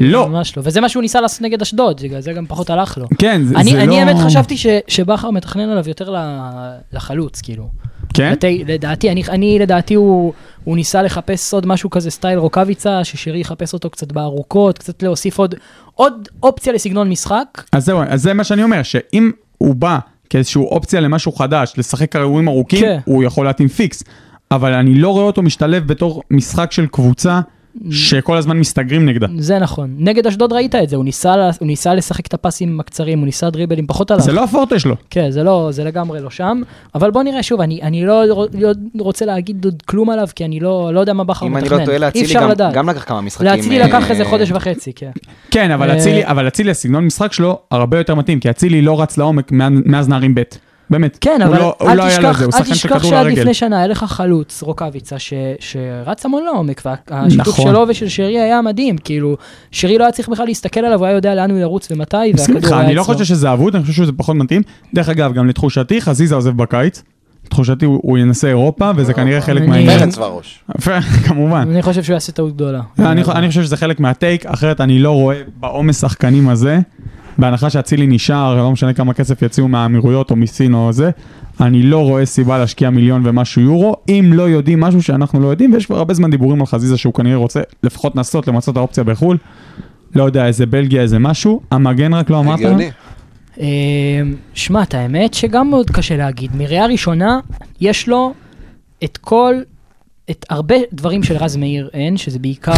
[SPEAKER 4] לא.
[SPEAKER 5] ממש לא. וזה מה שהוא ניסה לעשות נגד אשדוד, בגלל זה גם פחות הלך לו.
[SPEAKER 4] כן, זה
[SPEAKER 5] אני,
[SPEAKER 4] זה לא...
[SPEAKER 5] אני האמת חשבתי ש, שבכר מתכנן עליו יותר ל- לחלוץ, כאילו.
[SPEAKER 4] כן?
[SPEAKER 5] לתי, לדעתי, אני, אני לדעתי הוא, הוא ניסה לחפש עוד משהו כזה סטייל רוקאביצה, ששרי יחפש אותו קצת בארוכות, קצת להוסיף עוד, עוד אופציה לסגנון משחק.
[SPEAKER 4] אז זהו, אז זה מה שאני אומר, שאם הוא בא כאיזושהי אופציה למשהו חדש, לשחק אירועים ארוכים,
[SPEAKER 5] כן.
[SPEAKER 4] הוא יכול להתאים פיקס. אבל אני לא רואה אותו משתלב בתור משחק של קבוצה
[SPEAKER 5] Mm.
[SPEAKER 4] שכל הזמן מסתגרים נגדה.
[SPEAKER 5] זה נכון. נגד אשדוד ראית את זה, הוא ניסה, לה- הוא ניסה לשחק את הפסים הקצרים, הוא ניסה דריבלים, פחות עליו.
[SPEAKER 4] זה לא הפורטה שלו.
[SPEAKER 5] כן, זה לא, זה לגמרי לא שם. אבל בוא נראה שוב, אני, אני לא, רו- לא רוצה להגיד עוד כלום עליו, כי אני לא, לא יודע מה בכר
[SPEAKER 7] אם
[SPEAKER 5] מתכנן.
[SPEAKER 7] אני לא טועה,
[SPEAKER 5] אי
[SPEAKER 7] לאצילי
[SPEAKER 5] אפשר
[SPEAKER 7] גם-
[SPEAKER 5] לדעת.
[SPEAKER 7] גם לקח כמה משחקים.
[SPEAKER 5] להצילי
[SPEAKER 7] אה,
[SPEAKER 5] לקח איזה חודש וחצי, כן.
[SPEAKER 4] כן, אבל
[SPEAKER 5] אה.
[SPEAKER 4] אצילי, אבל אצילי, הסגנון משחק שלו הרבה יותר מתאים, כי אצילי לא רץ לעומק מה- מאז נערים ב'. באמת.
[SPEAKER 5] כן,
[SPEAKER 4] הוא
[SPEAKER 5] אבל
[SPEAKER 4] לא- הוא
[SPEAKER 5] אל
[SPEAKER 4] לא היה לו
[SPEAKER 5] תשכח,
[SPEAKER 4] זה, הוא
[SPEAKER 5] אל
[SPEAKER 4] שחקן של
[SPEAKER 5] תשכח
[SPEAKER 4] כדור
[SPEAKER 5] שעד
[SPEAKER 4] לרגל.
[SPEAKER 5] לפני שנה היה לך חלוץ, רוקאביצה, ש- שרץ המון לעומק, והשיתוף
[SPEAKER 4] נכון.
[SPEAKER 5] שלו ושל שרי היה מדהים, כאילו, שרי לא היה צריך בכלל להסתכל עליו, הוא היה יודע לאן הוא ירוץ ומתי,
[SPEAKER 4] מסכים איתך,
[SPEAKER 5] והכדור היה
[SPEAKER 4] אני לא
[SPEAKER 5] אצלו.
[SPEAKER 4] חושב שזה אבוד, אני חושב שזה פחות מתאים. דרך אגב, גם לתחושתי, חזיזה עוזב בקיץ. לתחושתי הוא הוא ינסה אירופה, וזה כנראה חלק
[SPEAKER 5] לא, אני-
[SPEAKER 4] מהעניין.
[SPEAKER 6] פרץ בראש.
[SPEAKER 4] כמובן.
[SPEAKER 5] אני חושב שהוא יעשה טעות גדולה.
[SPEAKER 4] אני, חו- אני חושב שזה חלק מהטייק, אחרת אני לא רואה בעומס שחקנים הזה, בהנחה שאצילי נשאר, לא משנה כמה כסף יציעו מהאמירויות או מסין או זה, אני לא רואה סיבה להשקיע מיליון ומשהו יורו, אם לא יודעים משהו שאנחנו לא יודעים, ויש כבר הרבה זמן דיבורים על חזיזה שהוא כנראה רוצה לפחות לנסות למצות את האופציה בחו"ל, לא יודע, איזה בלגיה, איזה משהו, המגן רק לא אמרת?
[SPEAKER 6] הגיוני.
[SPEAKER 5] אמ, שמע, את האמת שגם מאוד קשה להגיד. מראייה ראשונה, יש לו את כל, את הרבה דברים של רז מאיר אין, שזה בעיקר...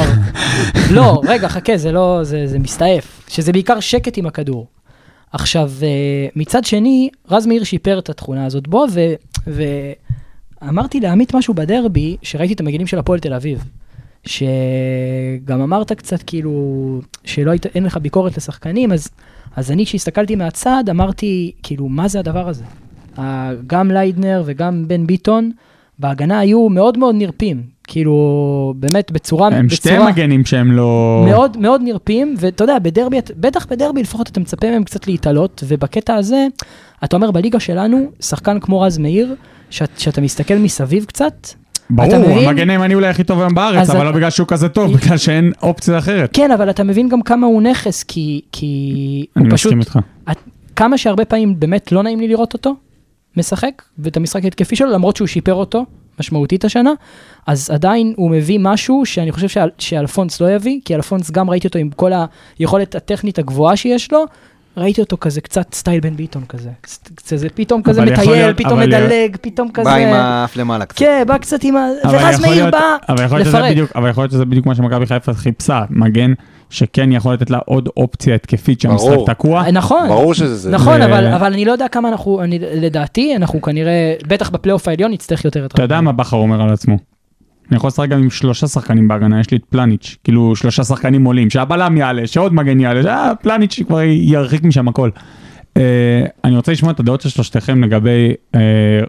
[SPEAKER 5] לא, רגע, חכה, זה לא, זה, זה מסתעף. שזה בעיקר שקט עם הכדור. עכשיו, אה, מצד שני, רז מאיר שיפר את התכונה הזאת בו, ו... ו... אמרתי לעמית משהו בדרבי, שראיתי את המגינים של הפועל תל אביב. שגם אמרת קצת כאילו שלא היית, אין לך ביקורת לשחקנים, אז, אז אני כשהסתכלתי מהצד אמרתי כאילו מה זה הדבר הזה? ה- גם ליידנר וגם בן ביטון בהגנה היו מאוד מאוד נרפים, כאילו באמת בצורה,
[SPEAKER 4] הם שתי
[SPEAKER 5] בצורה
[SPEAKER 4] מגנים שהם לא...
[SPEAKER 5] מאוד מאוד נרפים, ואתה יודע בדרבי, בטח בדרבי לפחות אתה מצפה מהם קצת להתעלות, ובקטע הזה אתה אומר בליגה שלנו שחקן כמו רז מאיר, שאת- שאתה מסתכל מסביב קצת, אתה
[SPEAKER 4] ברור,
[SPEAKER 5] מבין?
[SPEAKER 4] המגן הימני אולי הכי טוב היום בארץ,
[SPEAKER 5] אז
[SPEAKER 4] אבל
[SPEAKER 5] אתה-
[SPEAKER 4] לא בגלל שהוא כזה טוב, בגלל שאין אופציה אחרת.
[SPEAKER 5] כן, אבל אתה מבין גם כמה הוא נכס, כי, כי הוא
[SPEAKER 4] אני
[SPEAKER 5] פשוט,
[SPEAKER 4] מסכים איתך.
[SPEAKER 5] את, כמה שהרבה פעמים באמת לא נעים לי לראות אותו משחק, ואת המשחק ההתקפי שלו, למרות שהוא שיפר אותו משמעותית השנה, אז עדיין הוא מביא משהו שאני חושב שאל, שאלפונס לא יביא, כי אלפונס גם ראיתי אותו עם כל היכולת הטכנית הגבוהה שיש לו. ראיתי אותו כזה קצת סטייל בן ביטון כזה, זה- זה פתאום כזה
[SPEAKER 4] אבל יכול
[SPEAKER 5] מטייל,
[SPEAKER 4] להיות-
[SPEAKER 5] פתאום
[SPEAKER 4] אבל-
[SPEAKER 5] מדלג, פתאום כזה,
[SPEAKER 7] בא עם האף למעלה קצת.
[SPEAKER 5] כן, בא קצת עם ה...
[SPEAKER 4] אבל
[SPEAKER 5] ורז
[SPEAKER 4] יכול
[SPEAKER 5] מאיר
[SPEAKER 4] להיות-
[SPEAKER 5] בא
[SPEAKER 4] אבל יכול להיות שזה
[SPEAKER 5] לפרק.
[SPEAKER 4] בדיוק- אבל יכול להיות שזה בדיוק מה שמכבי חיפה חיפשה, מגן שכן יכול לתת לה עוד אופציה התקפית שהמשחק
[SPEAKER 6] ברור.
[SPEAKER 4] תקוע.
[SPEAKER 5] נכון,
[SPEAKER 6] ברור שזה זה.
[SPEAKER 5] נכון,
[SPEAKER 4] ו-
[SPEAKER 5] אבל, אבל אני לא יודע כמה אנחנו, אני, לדעתי, אנחנו כנראה, בטח בפלייאוף העליון נצטרך יותר את
[SPEAKER 4] אתה יודע מה בכר אומר על עצמו? אני יכול לשחק גם עם שלושה שחקנים בהגנה, יש לי את פלניץ', כאילו שלושה שחקנים עולים, שהבלם יעלה, שעוד מגן יעלה, שפלניץ' כבר ירחיק משם הכל. Uh, אני רוצה לשמוע את הדעות של שלושתכם לגבי, uh,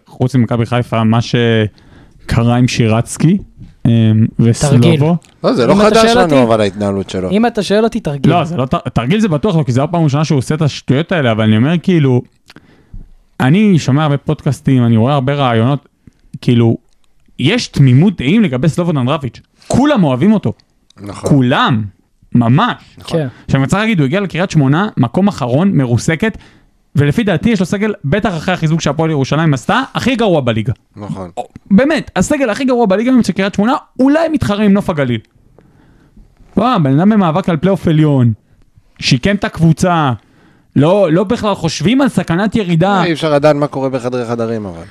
[SPEAKER 4] חוץ ממכבי חיפה, מה שקרה עם שירצקי um,
[SPEAKER 5] תרגיל.
[SPEAKER 4] וסלובו.
[SPEAKER 6] לא, זה לא
[SPEAKER 5] אם אתה
[SPEAKER 6] חדש
[SPEAKER 5] שואל
[SPEAKER 6] לנו,
[SPEAKER 5] אותי-
[SPEAKER 6] אבל ההתנהלות שלו.
[SPEAKER 5] אם אתה שואל אותי, תרגיל.
[SPEAKER 4] לא, זה לא, ת- תרגיל זה בטוח לא, כי זו הפעם הראשונה שהוא עושה את השטויות האלה, אבל אני אומר כאילו, אני שומע הרבה פודקאסטים, אני רואה הרבה רעיונות, כאילו, יש תמימות דעים לגבי סלובודן רביץ', כולם אוהבים אותו,
[SPEAKER 6] נכון.
[SPEAKER 4] כולם, ממש.
[SPEAKER 5] כן.
[SPEAKER 4] עכשיו אני רוצה להגיד, הוא הגיע לקריית שמונה, מקום אחרון, מרוסקת, ולפי דעתי יש לו סגל, בטח אחרי החיזוק שהפועל ירושלים עשתה, הכי גרוע בליגה.
[SPEAKER 6] נכון.
[SPEAKER 5] אה.
[SPEAKER 4] באמת, הסגל הכי גרוע בליגה היום של קריית שמונה, אולי מתחרה עם נוף הגליל. וואו, בן אדם במאבק על פלייאוף עליון, שיקם את הקבוצה, לא, לא בכלל חושבים על סכנת ירידה.
[SPEAKER 6] אי אפשר לדעת מה קורה בחדרי חדרים, אבל.
[SPEAKER 5] אה,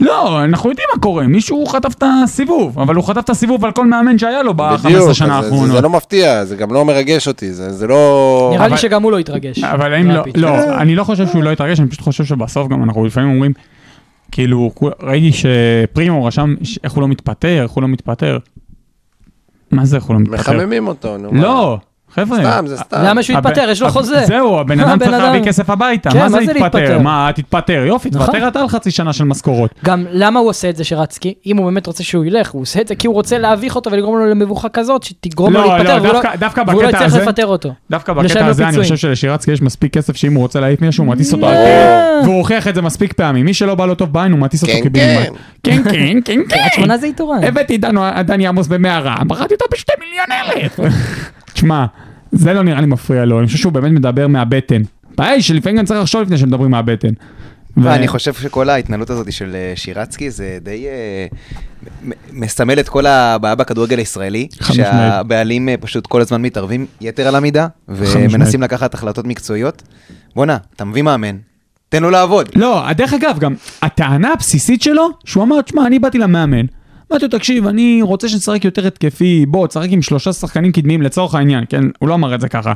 [SPEAKER 4] לא, אנחנו יודעים מה קורה, מישהו חטף את הסיבוב, אבל הוא חטף את הסיבוב על כל מאמן שהיה לו
[SPEAKER 6] בדיוק,
[SPEAKER 4] ב-15 שנה
[SPEAKER 6] אז זה- זה- זה
[SPEAKER 4] האחרונות.
[SPEAKER 6] לא מפתיע, זה גם לא מרגש אותי, זה זה לא...
[SPEAKER 5] נראה לי
[SPEAKER 4] אבל-
[SPEAKER 5] שגם הוא לא התרגש.
[SPEAKER 4] אבל אם לא,
[SPEAKER 5] רפיד.
[SPEAKER 4] לא, אני לא חושב שהוא לא התרגש, אני פשוט חושב שבסוף גם אנחנו לפעמים אומרים, כאילו, כול- ראיתי שפרימו רשם ש- איך הוא לא מתפטר, איך הוא לא מתפטר. מה זה איך הוא לא מתפטר?
[SPEAKER 6] מחממים אותו, נו. מה?
[SPEAKER 4] לא, חבר'ה.
[SPEAKER 6] סתם, זה סתם.
[SPEAKER 5] אה, למה שהוא
[SPEAKER 4] הבן-
[SPEAKER 5] יתפטר? יש לו
[SPEAKER 4] הב-
[SPEAKER 5] חוזה.
[SPEAKER 4] זהו, הבן
[SPEAKER 5] מה,
[SPEAKER 4] אדם צריך
[SPEAKER 5] הבן
[SPEAKER 4] להביא
[SPEAKER 5] אדם?
[SPEAKER 4] כסף הביתה.
[SPEAKER 5] כן,
[SPEAKER 4] מה זה
[SPEAKER 5] מה זה
[SPEAKER 4] להתפטר?
[SPEAKER 5] להתפטר?
[SPEAKER 4] מה, תתפטר, יופי,
[SPEAKER 5] נכון.
[SPEAKER 4] תתפטר אתה על חצי שנה של משכורות.
[SPEAKER 5] גם למה הוא עושה את זה שרצקי? אם הוא באמת רוצה שהוא ילך, הוא עושה את זה כי הוא רוצה להביך אותו ולגרום לו למבוכה כזאת שתגרום לו
[SPEAKER 4] לא,
[SPEAKER 5] להתפטר,
[SPEAKER 4] לא,
[SPEAKER 5] והוא
[SPEAKER 4] דווקא- דווקא
[SPEAKER 5] והוא לא
[SPEAKER 4] בקטע
[SPEAKER 5] יצטרך
[SPEAKER 4] הזה-
[SPEAKER 5] לפטר אותו.
[SPEAKER 4] דווקא
[SPEAKER 5] לשלם
[SPEAKER 4] בקטע
[SPEAKER 5] לו
[SPEAKER 4] הזה אני
[SPEAKER 5] פיצויים.
[SPEAKER 4] חושב שלשירצקי יש מספיק כסף שאם הוא רוצה להעיף מישהו הוא מטיס אותו על
[SPEAKER 5] לא.
[SPEAKER 4] קרן והוא הוכיח את זה מספיק פעמים מי שלא בא לו טוב בעין הוא מטיס אותו
[SPEAKER 6] כן,
[SPEAKER 4] קיבינימט.
[SPEAKER 6] כן.
[SPEAKER 4] כן כן כן
[SPEAKER 5] קריית
[SPEAKER 4] כן
[SPEAKER 5] שמונה זה איתורן.
[SPEAKER 4] הבאתי את דנו- דני עמוס במערה מכרתי אותו בשתי מיליון אלף. תשמע זה לא נראה לי מפריע לו אני חושב שהוא באמת מדבר מהבטן. הבעיה היא שלפעמים גם צריך לחשוב לפני שמדברים מהבטן. ו-
[SPEAKER 7] ואני חושב שכל ההתנהלות הזאת של אה, שירצקי זה די אה, מ- מסמל את כל הבעיה בכדורגל הישראלי,
[SPEAKER 4] חד משמעית.
[SPEAKER 7] שהבעלים אה, פשוט כל הזמן מתערבים יתר על המידה,
[SPEAKER 4] משמעית.
[SPEAKER 7] ומנסים לקחת החלטות מקצועיות. בואנה, אתה מביא מאמן, תן לו לעבוד.
[SPEAKER 4] לא, דרך אגב, גם הטענה הבסיסית שלו, שהוא אמר, תשמע, אני באתי למאמן. אמרתי לו, תקשיב, אני רוצה שנשחק יותר התקפי, בוא, תשחק עם שלושה שחקנים קדמיים לצורך העניין, כן? הוא לא אמר את זה ככה.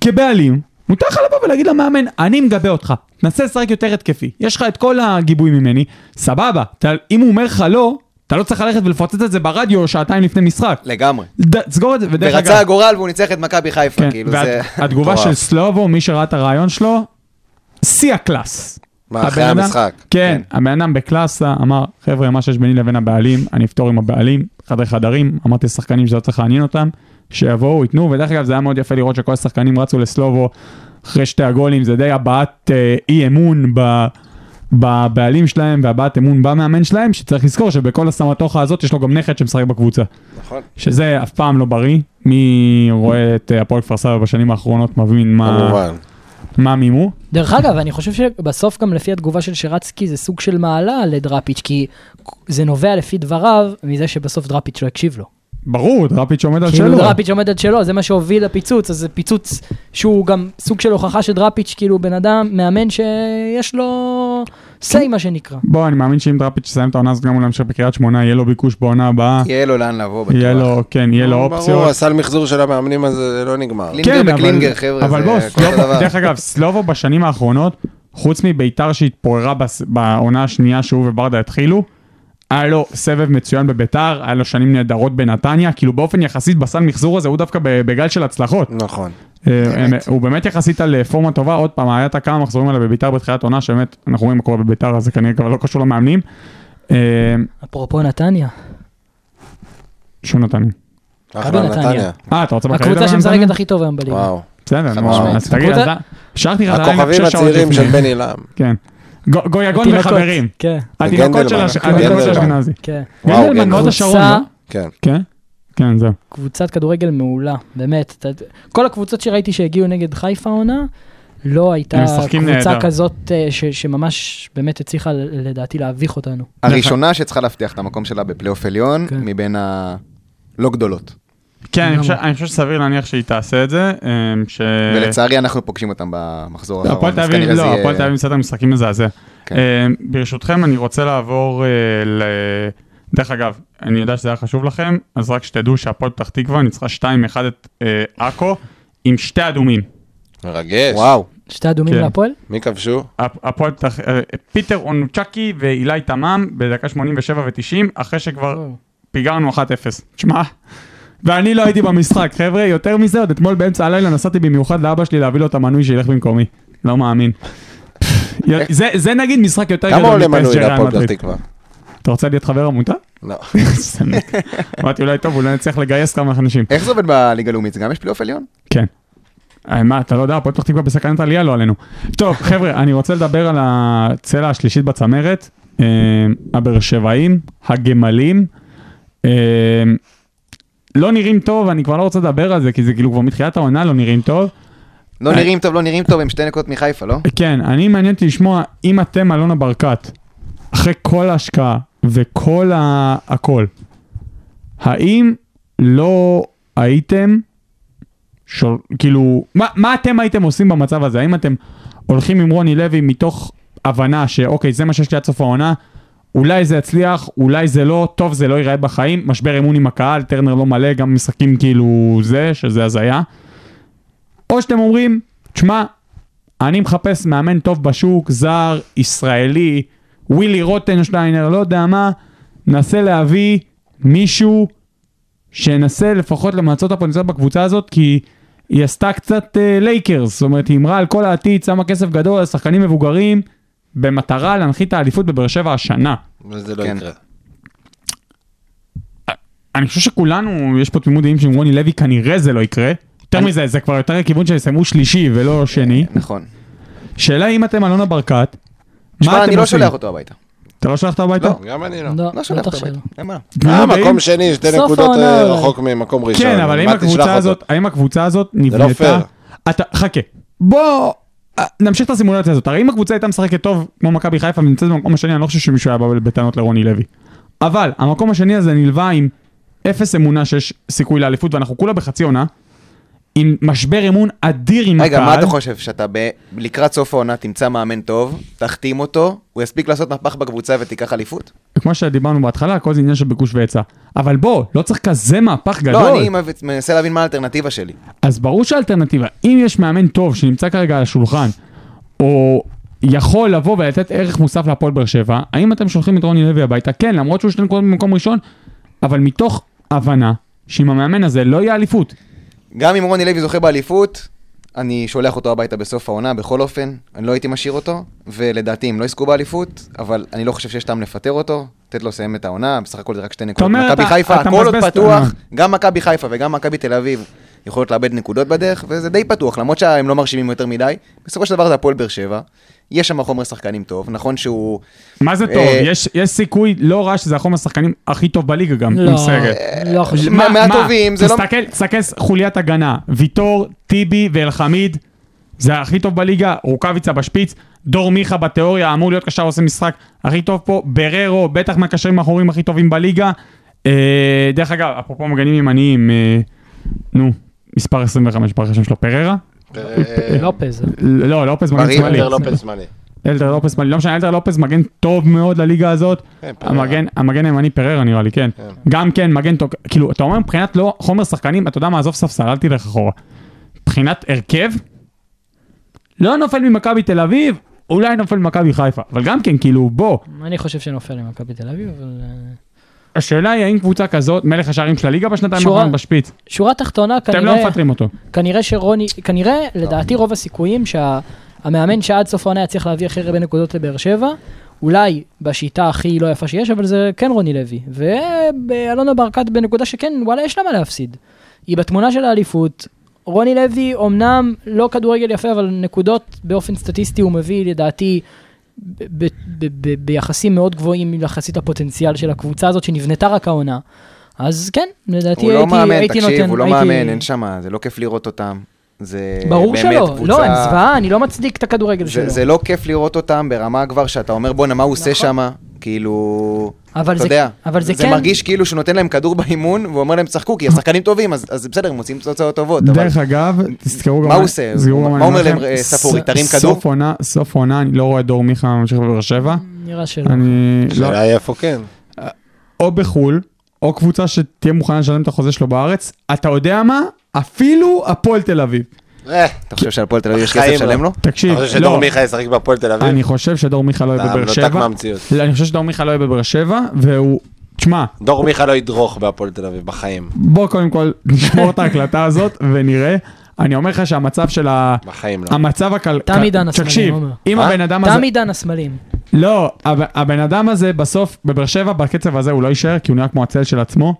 [SPEAKER 4] כבעלים, מותר לך לבוא ולהגיד למאמן, אני מגבה אותך, תנסה לשחק יותר התקפי. יש לך את כל הגיבוי ממני, סבבה. אתה, אם הוא אומר לך לא, אתה לא צריך ללכת ולפוצץ את זה ברדיו שעתיים לפני משחק.
[SPEAKER 7] לגמרי.
[SPEAKER 4] ד- סגור את זה, ודרך אגב...
[SPEAKER 7] ורצה הגורל והוא ניצח את מכבי חיפה,
[SPEAKER 4] כן,
[SPEAKER 7] כאילו זה...
[SPEAKER 4] והתגובה של
[SPEAKER 7] מטורף.
[SPEAKER 4] סלובו, מי שראה את הרעיון שלו, שיא הקלאס.
[SPEAKER 6] מה, אחרי
[SPEAKER 4] הבן אדם-
[SPEAKER 6] המשחק?
[SPEAKER 4] כן, הבן אדם בקלאסה אמר, חבר'ה, מה שיש ביני לבין הבעלים, אני אפתור עם הבעלים, חדרי חדרים, אמרתי לשחקנים שזה לא צריך לעניין אותם, שיבואו, ייתנו, ודרך אגב זה היה מאוד יפה לראות שכל השחקנים רצו לסלובו אחרי שתי הגולים, זה די הבעת אה, אי אמון ב... בבעלים שלהם והבעת אמון במאמן שלהם, שצריך לזכור שבכל הסמטוחה הזאת יש לו גם נכד שמשחק בקבוצה.
[SPEAKER 6] נכון.
[SPEAKER 4] שזה אף פעם לא בריא. מי רואה את אה, הפועל כפר סבא בשנים האחרונות מבין מה,
[SPEAKER 6] כמובן.
[SPEAKER 5] אה,
[SPEAKER 4] מה מימו.
[SPEAKER 5] דרך אגב, אני חושב שבסוף גם לפי התגובה של שרצקי זה סוג של מעלה לדראפיץ', כי זה נובע לפי דבריו מזה שבסוף דראפיץ' לא הקשיב לו.
[SPEAKER 4] ברור, דראפיץ' עומד על
[SPEAKER 5] כאילו
[SPEAKER 4] שלו.
[SPEAKER 5] דראפיץ' עומד על שלו, זה מה שהוביל לפיצוץ, אז זה פיצוץ שהוא גם סוג של הוכחה שדראפיץ' כאילו בן אדם, מאמן שיש לו
[SPEAKER 4] כן.
[SPEAKER 5] say מה שנקרא.
[SPEAKER 4] בוא, אני מאמין שאם דראפיץ' יסיים את העונה הזאת גם הוא להמשיך בקריית שמונה, יהיה לו ביקוש בעונה הבאה.
[SPEAKER 7] יהיה לו לאן לבוא, בטוח.
[SPEAKER 4] יהיה לו, כן, יהיה לו
[SPEAKER 6] ברור,
[SPEAKER 4] אופציות.
[SPEAKER 6] הסל מחזור של המאמנים הזה לא נגמר.
[SPEAKER 7] לי-
[SPEAKER 4] כן,
[SPEAKER 7] קלינגר
[SPEAKER 4] אבל-
[SPEAKER 7] בקלינגר, חבר'ה,
[SPEAKER 4] אבל
[SPEAKER 7] זה
[SPEAKER 4] בוא,
[SPEAKER 7] כל
[SPEAKER 4] סלובו-
[SPEAKER 7] דבר.
[SPEAKER 4] דרך אגב, סלובו בשנים האחרונות, חוץ מביתר שהתפוררה בס- בעונה השנייה שהוא וברדה התחילו, היה לו סבב מצוין בביתר, היה לו שנים נהדרות בנתניה, כאילו באופן יחסית בסל מחזור הזה הוא דווקא ב- בגל של הצלחות.
[SPEAKER 6] נכון.
[SPEAKER 4] אה, הוא באמת יחסית על אה, פורמה טובה, עוד פעם, היה את הכמה מחזורים האלה בביתר בתחילת עונה, שבאמת, אנחנו רואים מה קורה בביתר, אז זה כנראה כבר לא קשור למאמנים. אה,
[SPEAKER 5] אפרופו נתניה,
[SPEAKER 4] שום נתניה.
[SPEAKER 6] אחלה
[SPEAKER 5] נתניה.
[SPEAKER 6] נתניה.
[SPEAKER 4] אה, אתה רוצה בכללי לדבר
[SPEAKER 5] הקבוצה
[SPEAKER 4] על נתניה?
[SPEAKER 5] שמשחקת הכי טובה היום בליגה.
[SPEAKER 6] וואו.
[SPEAKER 4] בסדר,
[SPEAKER 6] חד
[SPEAKER 4] נו,
[SPEAKER 6] משמעית.
[SPEAKER 4] אז תגיד,
[SPEAKER 5] הקבוצה-
[SPEAKER 4] אז שלחתי
[SPEAKER 5] כן,
[SPEAKER 4] לך לילה
[SPEAKER 6] הכוכבים
[SPEAKER 4] שש שעות
[SPEAKER 6] הצעירים של
[SPEAKER 4] לפני.
[SPEAKER 6] בני לעם.
[SPEAKER 4] כן. גו- גויגון
[SPEAKER 5] התינוקות.
[SPEAKER 4] וחברים.
[SPEAKER 5] כן,
[SPEAKER 4] התינוקות של
[SPEAKER 6] גנדלמן.
[SPEAKER 4] הש- התינוקות של
[SPEAKER 6] גנדלמן.
[SPEAKER 4] אשכנזי.
[SPEAKER 5] כן.
[SPEAKER 6] וואו,
[SPEAKER 4] גנדלמן
[SPEAKER 6] גנדלמן.
[SPEAKER 4] מאוד השרון,
[SPEAKER 5] קבוצה-
[SPEAKER 4] לא?
[SPEAKER 6] כן.
[SPEAKER 4] כן? כן, זהו.
[SPEAKER 5] קבוצת כדורגל מעולה, באמת. אתה- כל הקבוצות שראיתי שהגיעו נגד חיפה עונה, לא הייתה
[SPEAKER 4] הם משחקים
[SPEAKER 5] קבוצה
[SPEAKER 4] נהדר.
[SPEAKER 5] כזאת אה, ש- שממש באמת הצליחה ל- לדעתי להביך אותנו.
[SPEAKER 4] אה,
[SPEAKER 7] הראשונה שצריכה להבטיח את המקום שלה בפלייאוף עליון,
[SPEAKER 5] כן.
[SPEAKER 7] מבין ה... לא גדולות.
[SPEAKER 4] כן, אני חושב- אני חושב שסביר להניח שהיא תעשה את זה. אה, ש-
[SPEAKER 7] ולצערי אנחנו פוגשים אותם במחזור האחרון.
[SPEAKER 4] הפועל תל
[SPEAKER 7] אז
[SPEAKER 4] אביב,
[SPEAKER 7] כנראה זה
[SPEAKER 4] לא,
[SPEAKER 7] יהיה-
[SPEAKER 4] הפועל תל אביב מסתדר משחקים מזעזע.
[SPEAKER 7] כן.
[SPEAKER 4] אה, ברשותכם, אני רוצה לעבור אה, ל... דרך אגב, אני יודע שזה היה חשוב לכם, אז רק שתדעו שהפועל פתח תקווה ניצחה 2-1 את אה, עכו עם שתי אדומים.
[SPEAKER 6] מרגש.
[SPEAKER 7] וואו.
[SPEAKER 5] שתי אדומים
[SPEAKER 4] כן.
[SPEAKER 5] להפועל?
[SPEAKER 6] מי כבשו?
[SPEAKER 4] הפ- הפועל פתח... אה, פיטר אונוצ'קי ואילי תמם בדקה 87 ו-90, אחרי שכבר
[SPEAKER 5] לא,
[SPEAKER 4] פיגרנו 1-0. תשמע, ואני לא הייתי במשחק, חבר'ה, יותר מזה, עוד אתמול באמצע הלילה נסעתי במיוחד לאבא שלי להביא לו את המנוי שילך במקומי. לא מאמין. זה, זה נגיד משחק יותר
[SPEAKER 6] כמה
[SPEAKER 4] גדול
[SPEAKER 6] עולה
[SPEAKER 4] מפס
[SPEAKER 6] מנוי
[SPEAKER 4] ג'רל
[SPEAKER 6] להפועל פתח
[SPEAKER 4] מדריד.
[SPEAKER 6] תקווה?
[SPEAKER 4] אתה רוצה להיות חבר עמותה?
[SPEAKER 6] לא.
[SPEAKER 4] סנק. אמרתי אולי טוב, אולי נצליח לגייס כמה אנשים.
[SPEAKER 7] איך זה עובד בליגה הלאומית? זה גם יש פלייאוף עליון?
[SPEAKER 4] כן. אה, מה, אתה לא יודע, הפועל פתח תקווה בסכנת עלייה, לא עלינו. טוב, חבר'ה, אני רוצה לדבר על הצלע השלישית בצמרת, אה, הבאר שבעים, הגמלים. אה, לא נראים טוב, אני כבר לא רוצה לדבר על זה, כי זה כאילו כבר מתחילת העונה לא נראים טוב.
[SPEAKER 7] לא
[SPEAKER 4] אה.
[SPEAKER 7] נראים טוב, לא נראים טוב, הם שתי נקודות מחיפה, לא?
[SPEAKER 4] כן, אני מעניין אותי לשמוע אם אתם אלונה ברקת, אחרי כל ההשקעה וכל ה... הכל, האם לא הייתם, של... כאילו, מה, מה אתם הייתם עושים במצב הזה? האם אתם הולכים עם רוני לוי מתוך הבנה שאוקיי, זה מה שיש לי עד סוף העונה, אולי זה יצליח, אולי זה לא, טוב זה לא ייראה בחיים, משבר אמון עם הקהל, טרנר לא מלא, גם משחקים כאילו זה, שזה הזיה. או שאתם אומרים, תשמע, אני מחפש מאמן טוב בשוק, זר, ישראלי, ווילי רוטנשטיינר, לא יודע מה, נסה להביא מישהו שינסה לפחות למצות את הפוטנציאל בקבוצה הזאת, כי היא עשתה קצת אה, לייקרס, זאת אומרת, היא אמרה על כל העתיד, שמה כסף גדול על שחקנים מבוגרים, במטרה להנחית את האליפות בבאר שבע השנה.
[SPEAKER 6] וזה לא
[SPEAKER 7] כן.
[SPEAKER 6] יקרה.
[SPEAKER 4] אני חושב שכולנו, יש פה תמימות דעים שעם רוני לוי כנראה זה לא יקרה. יותר מזה, זה כבר יותר הכיוון שיסיימו שלישי ולא שני.
[SPEAKER 7] נכון.
[SPEAKER 4] שאלה אם אתם אלונה ברקת, מה אתם
[SPEAKER 7] שמע, אני לא
[SPEAKER 4] עושים?
[SPEAKER 7] שולח אותו הביתה.
[SPEAKER 4] אתה לא שולח אותו הביתה?
[SPEAKER 6] לא, גם אני לא.
[SPEAKER 5] לא,
[SPEAKER 7] לא
[SPEAKER 5] לא
[SPEAKER 7] שולח אותו
[SPEAKER 5] תחשב.
[SPEAKER 7] הביתה. אין מה.
[SPEAKER 6] אה,
[SPEAKER 4] תמימות דעים?
[SPEAKER 6] מקום שני, שתי
[SPEAKER 5] סוף
[SPEAKER 6] נקודות
[SPEAKER 5] העונה
[SPEAKER 6] אה,
[SPEAKER 5] אולי.
[SPEAKER 6] רחוק ממקום ראשון.
[SPEAKER 4] כן, אבל האם
[SPEAKER 6] מה תשלח
[SPEAKER 4] הקבוצה
[SPEAKER 6] אותו? לא
[SPEAKER 4] הזאת, האם הקבוצה הזאת נבנתה...
[SPEAKER 6] פייר.
[SPEAKER 4] אתה, חכה. בוא, אה, נמשיך את הסימולציה הזאת. הרי אם הקבוצה הייתה משחקת טוב כמו מכבי חיפה ונמצאת במקום השני, אני לא חושב שמישהו היה בא בטענות לרוני לוי. אבל המקום השני הזה נלווה עם אפס אמונה שיש סיכוי לאליפות, ואנחנו כולה בחצי עונה, עם משבר אמון אדיר עם הקהל.
[SPEAKER 7] רגע, מה אתה חושב? שאתה ב- לקראת סוף העונה תמצא מאמן טוב, תחתים אותו, הוא יספיק לעשות מהפך בקבוצה ותיקח אליפות?
[SPEAKER 4] כמו שדיברנו בהתחלה, הכל זה עניין של ביקוש והיצע. אבל בוא, לא צריך כזה מהפך גדול.
[SPEAKER 7] לא, אני מב- מנסה להבין מה האלטרנטיבה שלי.
[SPEAKER 4] אז ברור שהאלטרנטיבה, אם יש מאמן טוב שנמצא כרגע על השולחן, או יכול לבוא ולתת ערך מוסף להפועל באר שבע, האם אתם שולחים את רוני לוי הביתה? כן, למרות שהוא שתי נקודות במקום ראשון, אבל מתוך הבנה שעם המאמן הזה לא יהיה אליפות.
[SPEAKER 7] גם אם רוני לוי זוכה באליפות, אני שולח אותו הביתה בסוף העונה, בכל אופן, אני לא הייתי משאיר אותו, ולדעתי הם לא יזכו באליפות, אבל אני לא חושב שיש טעם לפטר אותו, לתת לו לסיים את העונה, בסך הכל זה רק שתי נקודות.
[SPEAKER 4] אומר,
[SPEAKER 7] מכבי
[SPEAKER 4] אתה-
[SPEAKER 7] חיפה,
[SPEAKER 4] אתה
[SPEAKER 7] הכל עוד
[SPEAKER 4] מבזבז את
[SPEAKER 7] פתוח,
[SPEAKER 4] העונה.
[SPEAKER 7] גם מכבי חיפה וגם מכבי תל אביב יכולות לאבד נקודות בדרך, וזה די פתוח, למרות שהם לא מרשימים יותר מדי. בסופו של דבר זה הפועל באר שבע, יש שם חומר שחקנים טוב, נכון שהוא...
[SPEAKER 4] מה זה טוב?
[SPEAKER 7] אה,
[SPEAKER 4] יש, יש סיכוי לא רע שזה החומר השחקנים הכי טוב בליגה גם,
[SPEAKER 5] לא,
[SPEAKER 4] עם סגל.
[SPEAKER 5] לא חושב.
[SPEAKER 7] מה- מהטובים, זה לא-
[SPEAKER 4] תסתכל, תסתכל חוליית הגנה, ויטור, טיבי ואלחמיד, זה הכי טוב בליגה, רוקאביצה בשפיץ, דור מיכה בתיאוריה, אמור להיות קשר עושה משחק הכי טוב פה, בררו, בטח מהקשרים האחוריים הכי טובים בליגה. אה, דרך אגב, אפרופו מגנים ימניים, אה, נו, מספר 25 ברח השם שלו, פררה?
[SPEAKER 6] אה,
[SPEAKER 5] לופז.
[SPEAKER 4] לא, לופס מגן
[SPEAKER 7] מרינו,
[SPEAKER 4] שמאלי.
[SPEAKER 6] אלדר לופס זמני.
[SPEAKER 4] אלדר לופס, לא משנה, אלדר לופס מגן טוב מאוד לליגה הזאת.
[SPEAKER 6] כן, פררה.
[SPEAKER 4] המגן, המגן הימני פררה נראה לי, כן. גם כן, מגן טוב, כאילו, אתה אומר מבחינת לא חומר שחקנים, אתה יודע מה, עזוב ספסל, אל תלך אחורה. מבחינת הרכב, לא נופל ממכבי תל אביב, אולי נופל ממכבי חיפה, אבל גם כן, כאילו, בוא,
[SPEAKER 5] אני חושב שנופל למכבי תל אביב, אבל... אה,
[SPEAKER 4] השאלה היא האם קבוצה כזאת, מלך השערים של הליגה בשנתיים
[SPEAKER 5] שורה.
[SPEAKER 4] האחרונות בשפיץ,
[SPEAKER 5] שורה תחתונה,
[SPEAKER 4] אתם לא
[SPEAKER 5] כנראה...
[SPEAKER 4] מפטרים אותו.
[SPEAKER 5] כנראה שרוני, כנראה, לדעתי רוב הסיכויים שהמאמן שעד סוף העונה יצליח להביא הכי הרבה נקודות לבאר שבע, אולי בשיטה הכי לא יפה שיש, אבל זה כן רוני לוי. ואלונה ברקת בנקודה שכן, וואלה, יש לה מה להפסיד. היא בתמונה של האליפות. רוני לוי אמנם לא כדורגל יפה, אבל נקודות באופן סטטיסטי הוא מביא לדעתי ב- ב- ב- ב- ביחסים מאוד גבוהים יחסית הפוטנציאל של הקבוצה הזאת שנבנתה רק העונה. אז כן, לדעתי
[SPEAKER 7] הוא לא
[SPEAKER 5] הייתי,
[SPEAKER 7] מאמן,
[SPEAKER 5] הייתי נותן,
[SPEAKER 7] תקשיב, הוא לא
[SPEAKER 5] הייתי...
[SPEAKER 7] מאמן, אין שם, זה לא כיף לראות אותם. זה
[SPEAKER 5] ברור
[SPEAKER 7] אה, באמת
[SPEAKER 5] שלא,
[SPEAKER 7] קבוצה-
[SPEAKER 5] לא, אין זוועה, אני לא מצדיק את הכדורגל
[SPEAKER 7] זה,
[SPEAKER 5] שלו.
[SPEAKER 7] זה לא כיף לראות אותם ברמה כבר שאתה אומר בואנה מה הוא עושה שם, כאילו,
[SPEAKER 5] אבל
[SPEAKER 7] אתה
[SPEAKER 5] זה-
[SPEAKER 7] יודע,
[SPEAKER 5] אבל זה
[SPEAKER 7] נכון. זה
[SPEAKER 5] כן-
[SPEAKER 7] מרגיש כאילו שהוא נותן להם כדור באימון ואומר להם שחקו כי השחקנים טובים אז, אז בסדר הם מוצאים תוצאות טובות, אבל
[SPEAKER 4] דרך אגב, תזכרו גם...
[SPEAKER 7] מה הוא עושה?
[SPEAKER 4] תזכרו
[SPEAKER 7] מה
[SPEAKER 4] גם
[SPEAKER 7] הוא
[SPEAKER 4] אני
[SPEAKER 7] אומר
[SPEAKER 4] לכם,
[SPEAKER 7] להם, אה,
[SPEAKER 4] ס-
[SPEAKER 7] ספורי, תרים כדור?
[SPEAKER 4] סוף עונה, סוף עונה, אני לא רואה את דור מיכה ממשיך בבאר שבע.
[SPEAKER 5] נראה שלא.
[SPEAKER 4] אני... לא,
[SPEAKER 6] שאלה היא איפה כן.
[SPEAKER 4] או בחו"ל, או קבוצה שתהיה מוכנה לשלם את החוזה שלו בארץ, אתה יודע מה? אפילו הפועל תל אביב.
[SPEAKER 6] אה,
[SPEAKER 7] אתה חושב שעל הפועל תל אביב יש
[SPEAKER 6] החיים
[SPEAKER 7] כסף לשלם
[SPEAKER 6] לא.
[SPEAKER 7] לו?
[SPEAKER 4] תקשיב,
[SPEAKER 6] אתה חושב שדור
[SPEAKER 4] לא,
[SPEAKER 6] מיכה ישחק בהפועל תל אביב?
[SPEAKER 4] אני חושב שדור מיכה לא יהיה
[SPEAKER 6] אתה
[SPEAKER 4] בבאר
[SPEAKER 6] מנותק
[SPEAKER 4] שבע.
[SPEAKER 6] מהמציאות.
[SPEAKER 4] לא, אני חושב שדור מיכה לא יהיה בבאר שבע, והוא... תשמע,
[SPEAKER 6] דור מיכה לא ידרוך בהפועל תל אביב בחיים.
[SPEAKER 4] בוא קודם כל נשמור את ההקלטה הזאת ונראה. אני אומר לך שהמצב של ה...
[SPEAKER 6] בחיים לא.
[SPEAKER 4] המצב הכל...
[SPEAKER 5] תם עידן הסמלים,
[SPEAKER 4] תקשיב,
[SPEAKER 5] עומר.
[SPEAKER 4] אם
[SPEAKER 7] אה?
[SPEAKER 4] הבן אדם הזה...
[SPEAKER 5] תם עידן הסמלים.
[SPEAKER 4] לא, הב- הבן אדם הזה בסוף, בבאר שבע, בקצב הזה הוא לא יישאר, כי הוא נראה כמו הצל של עצמו.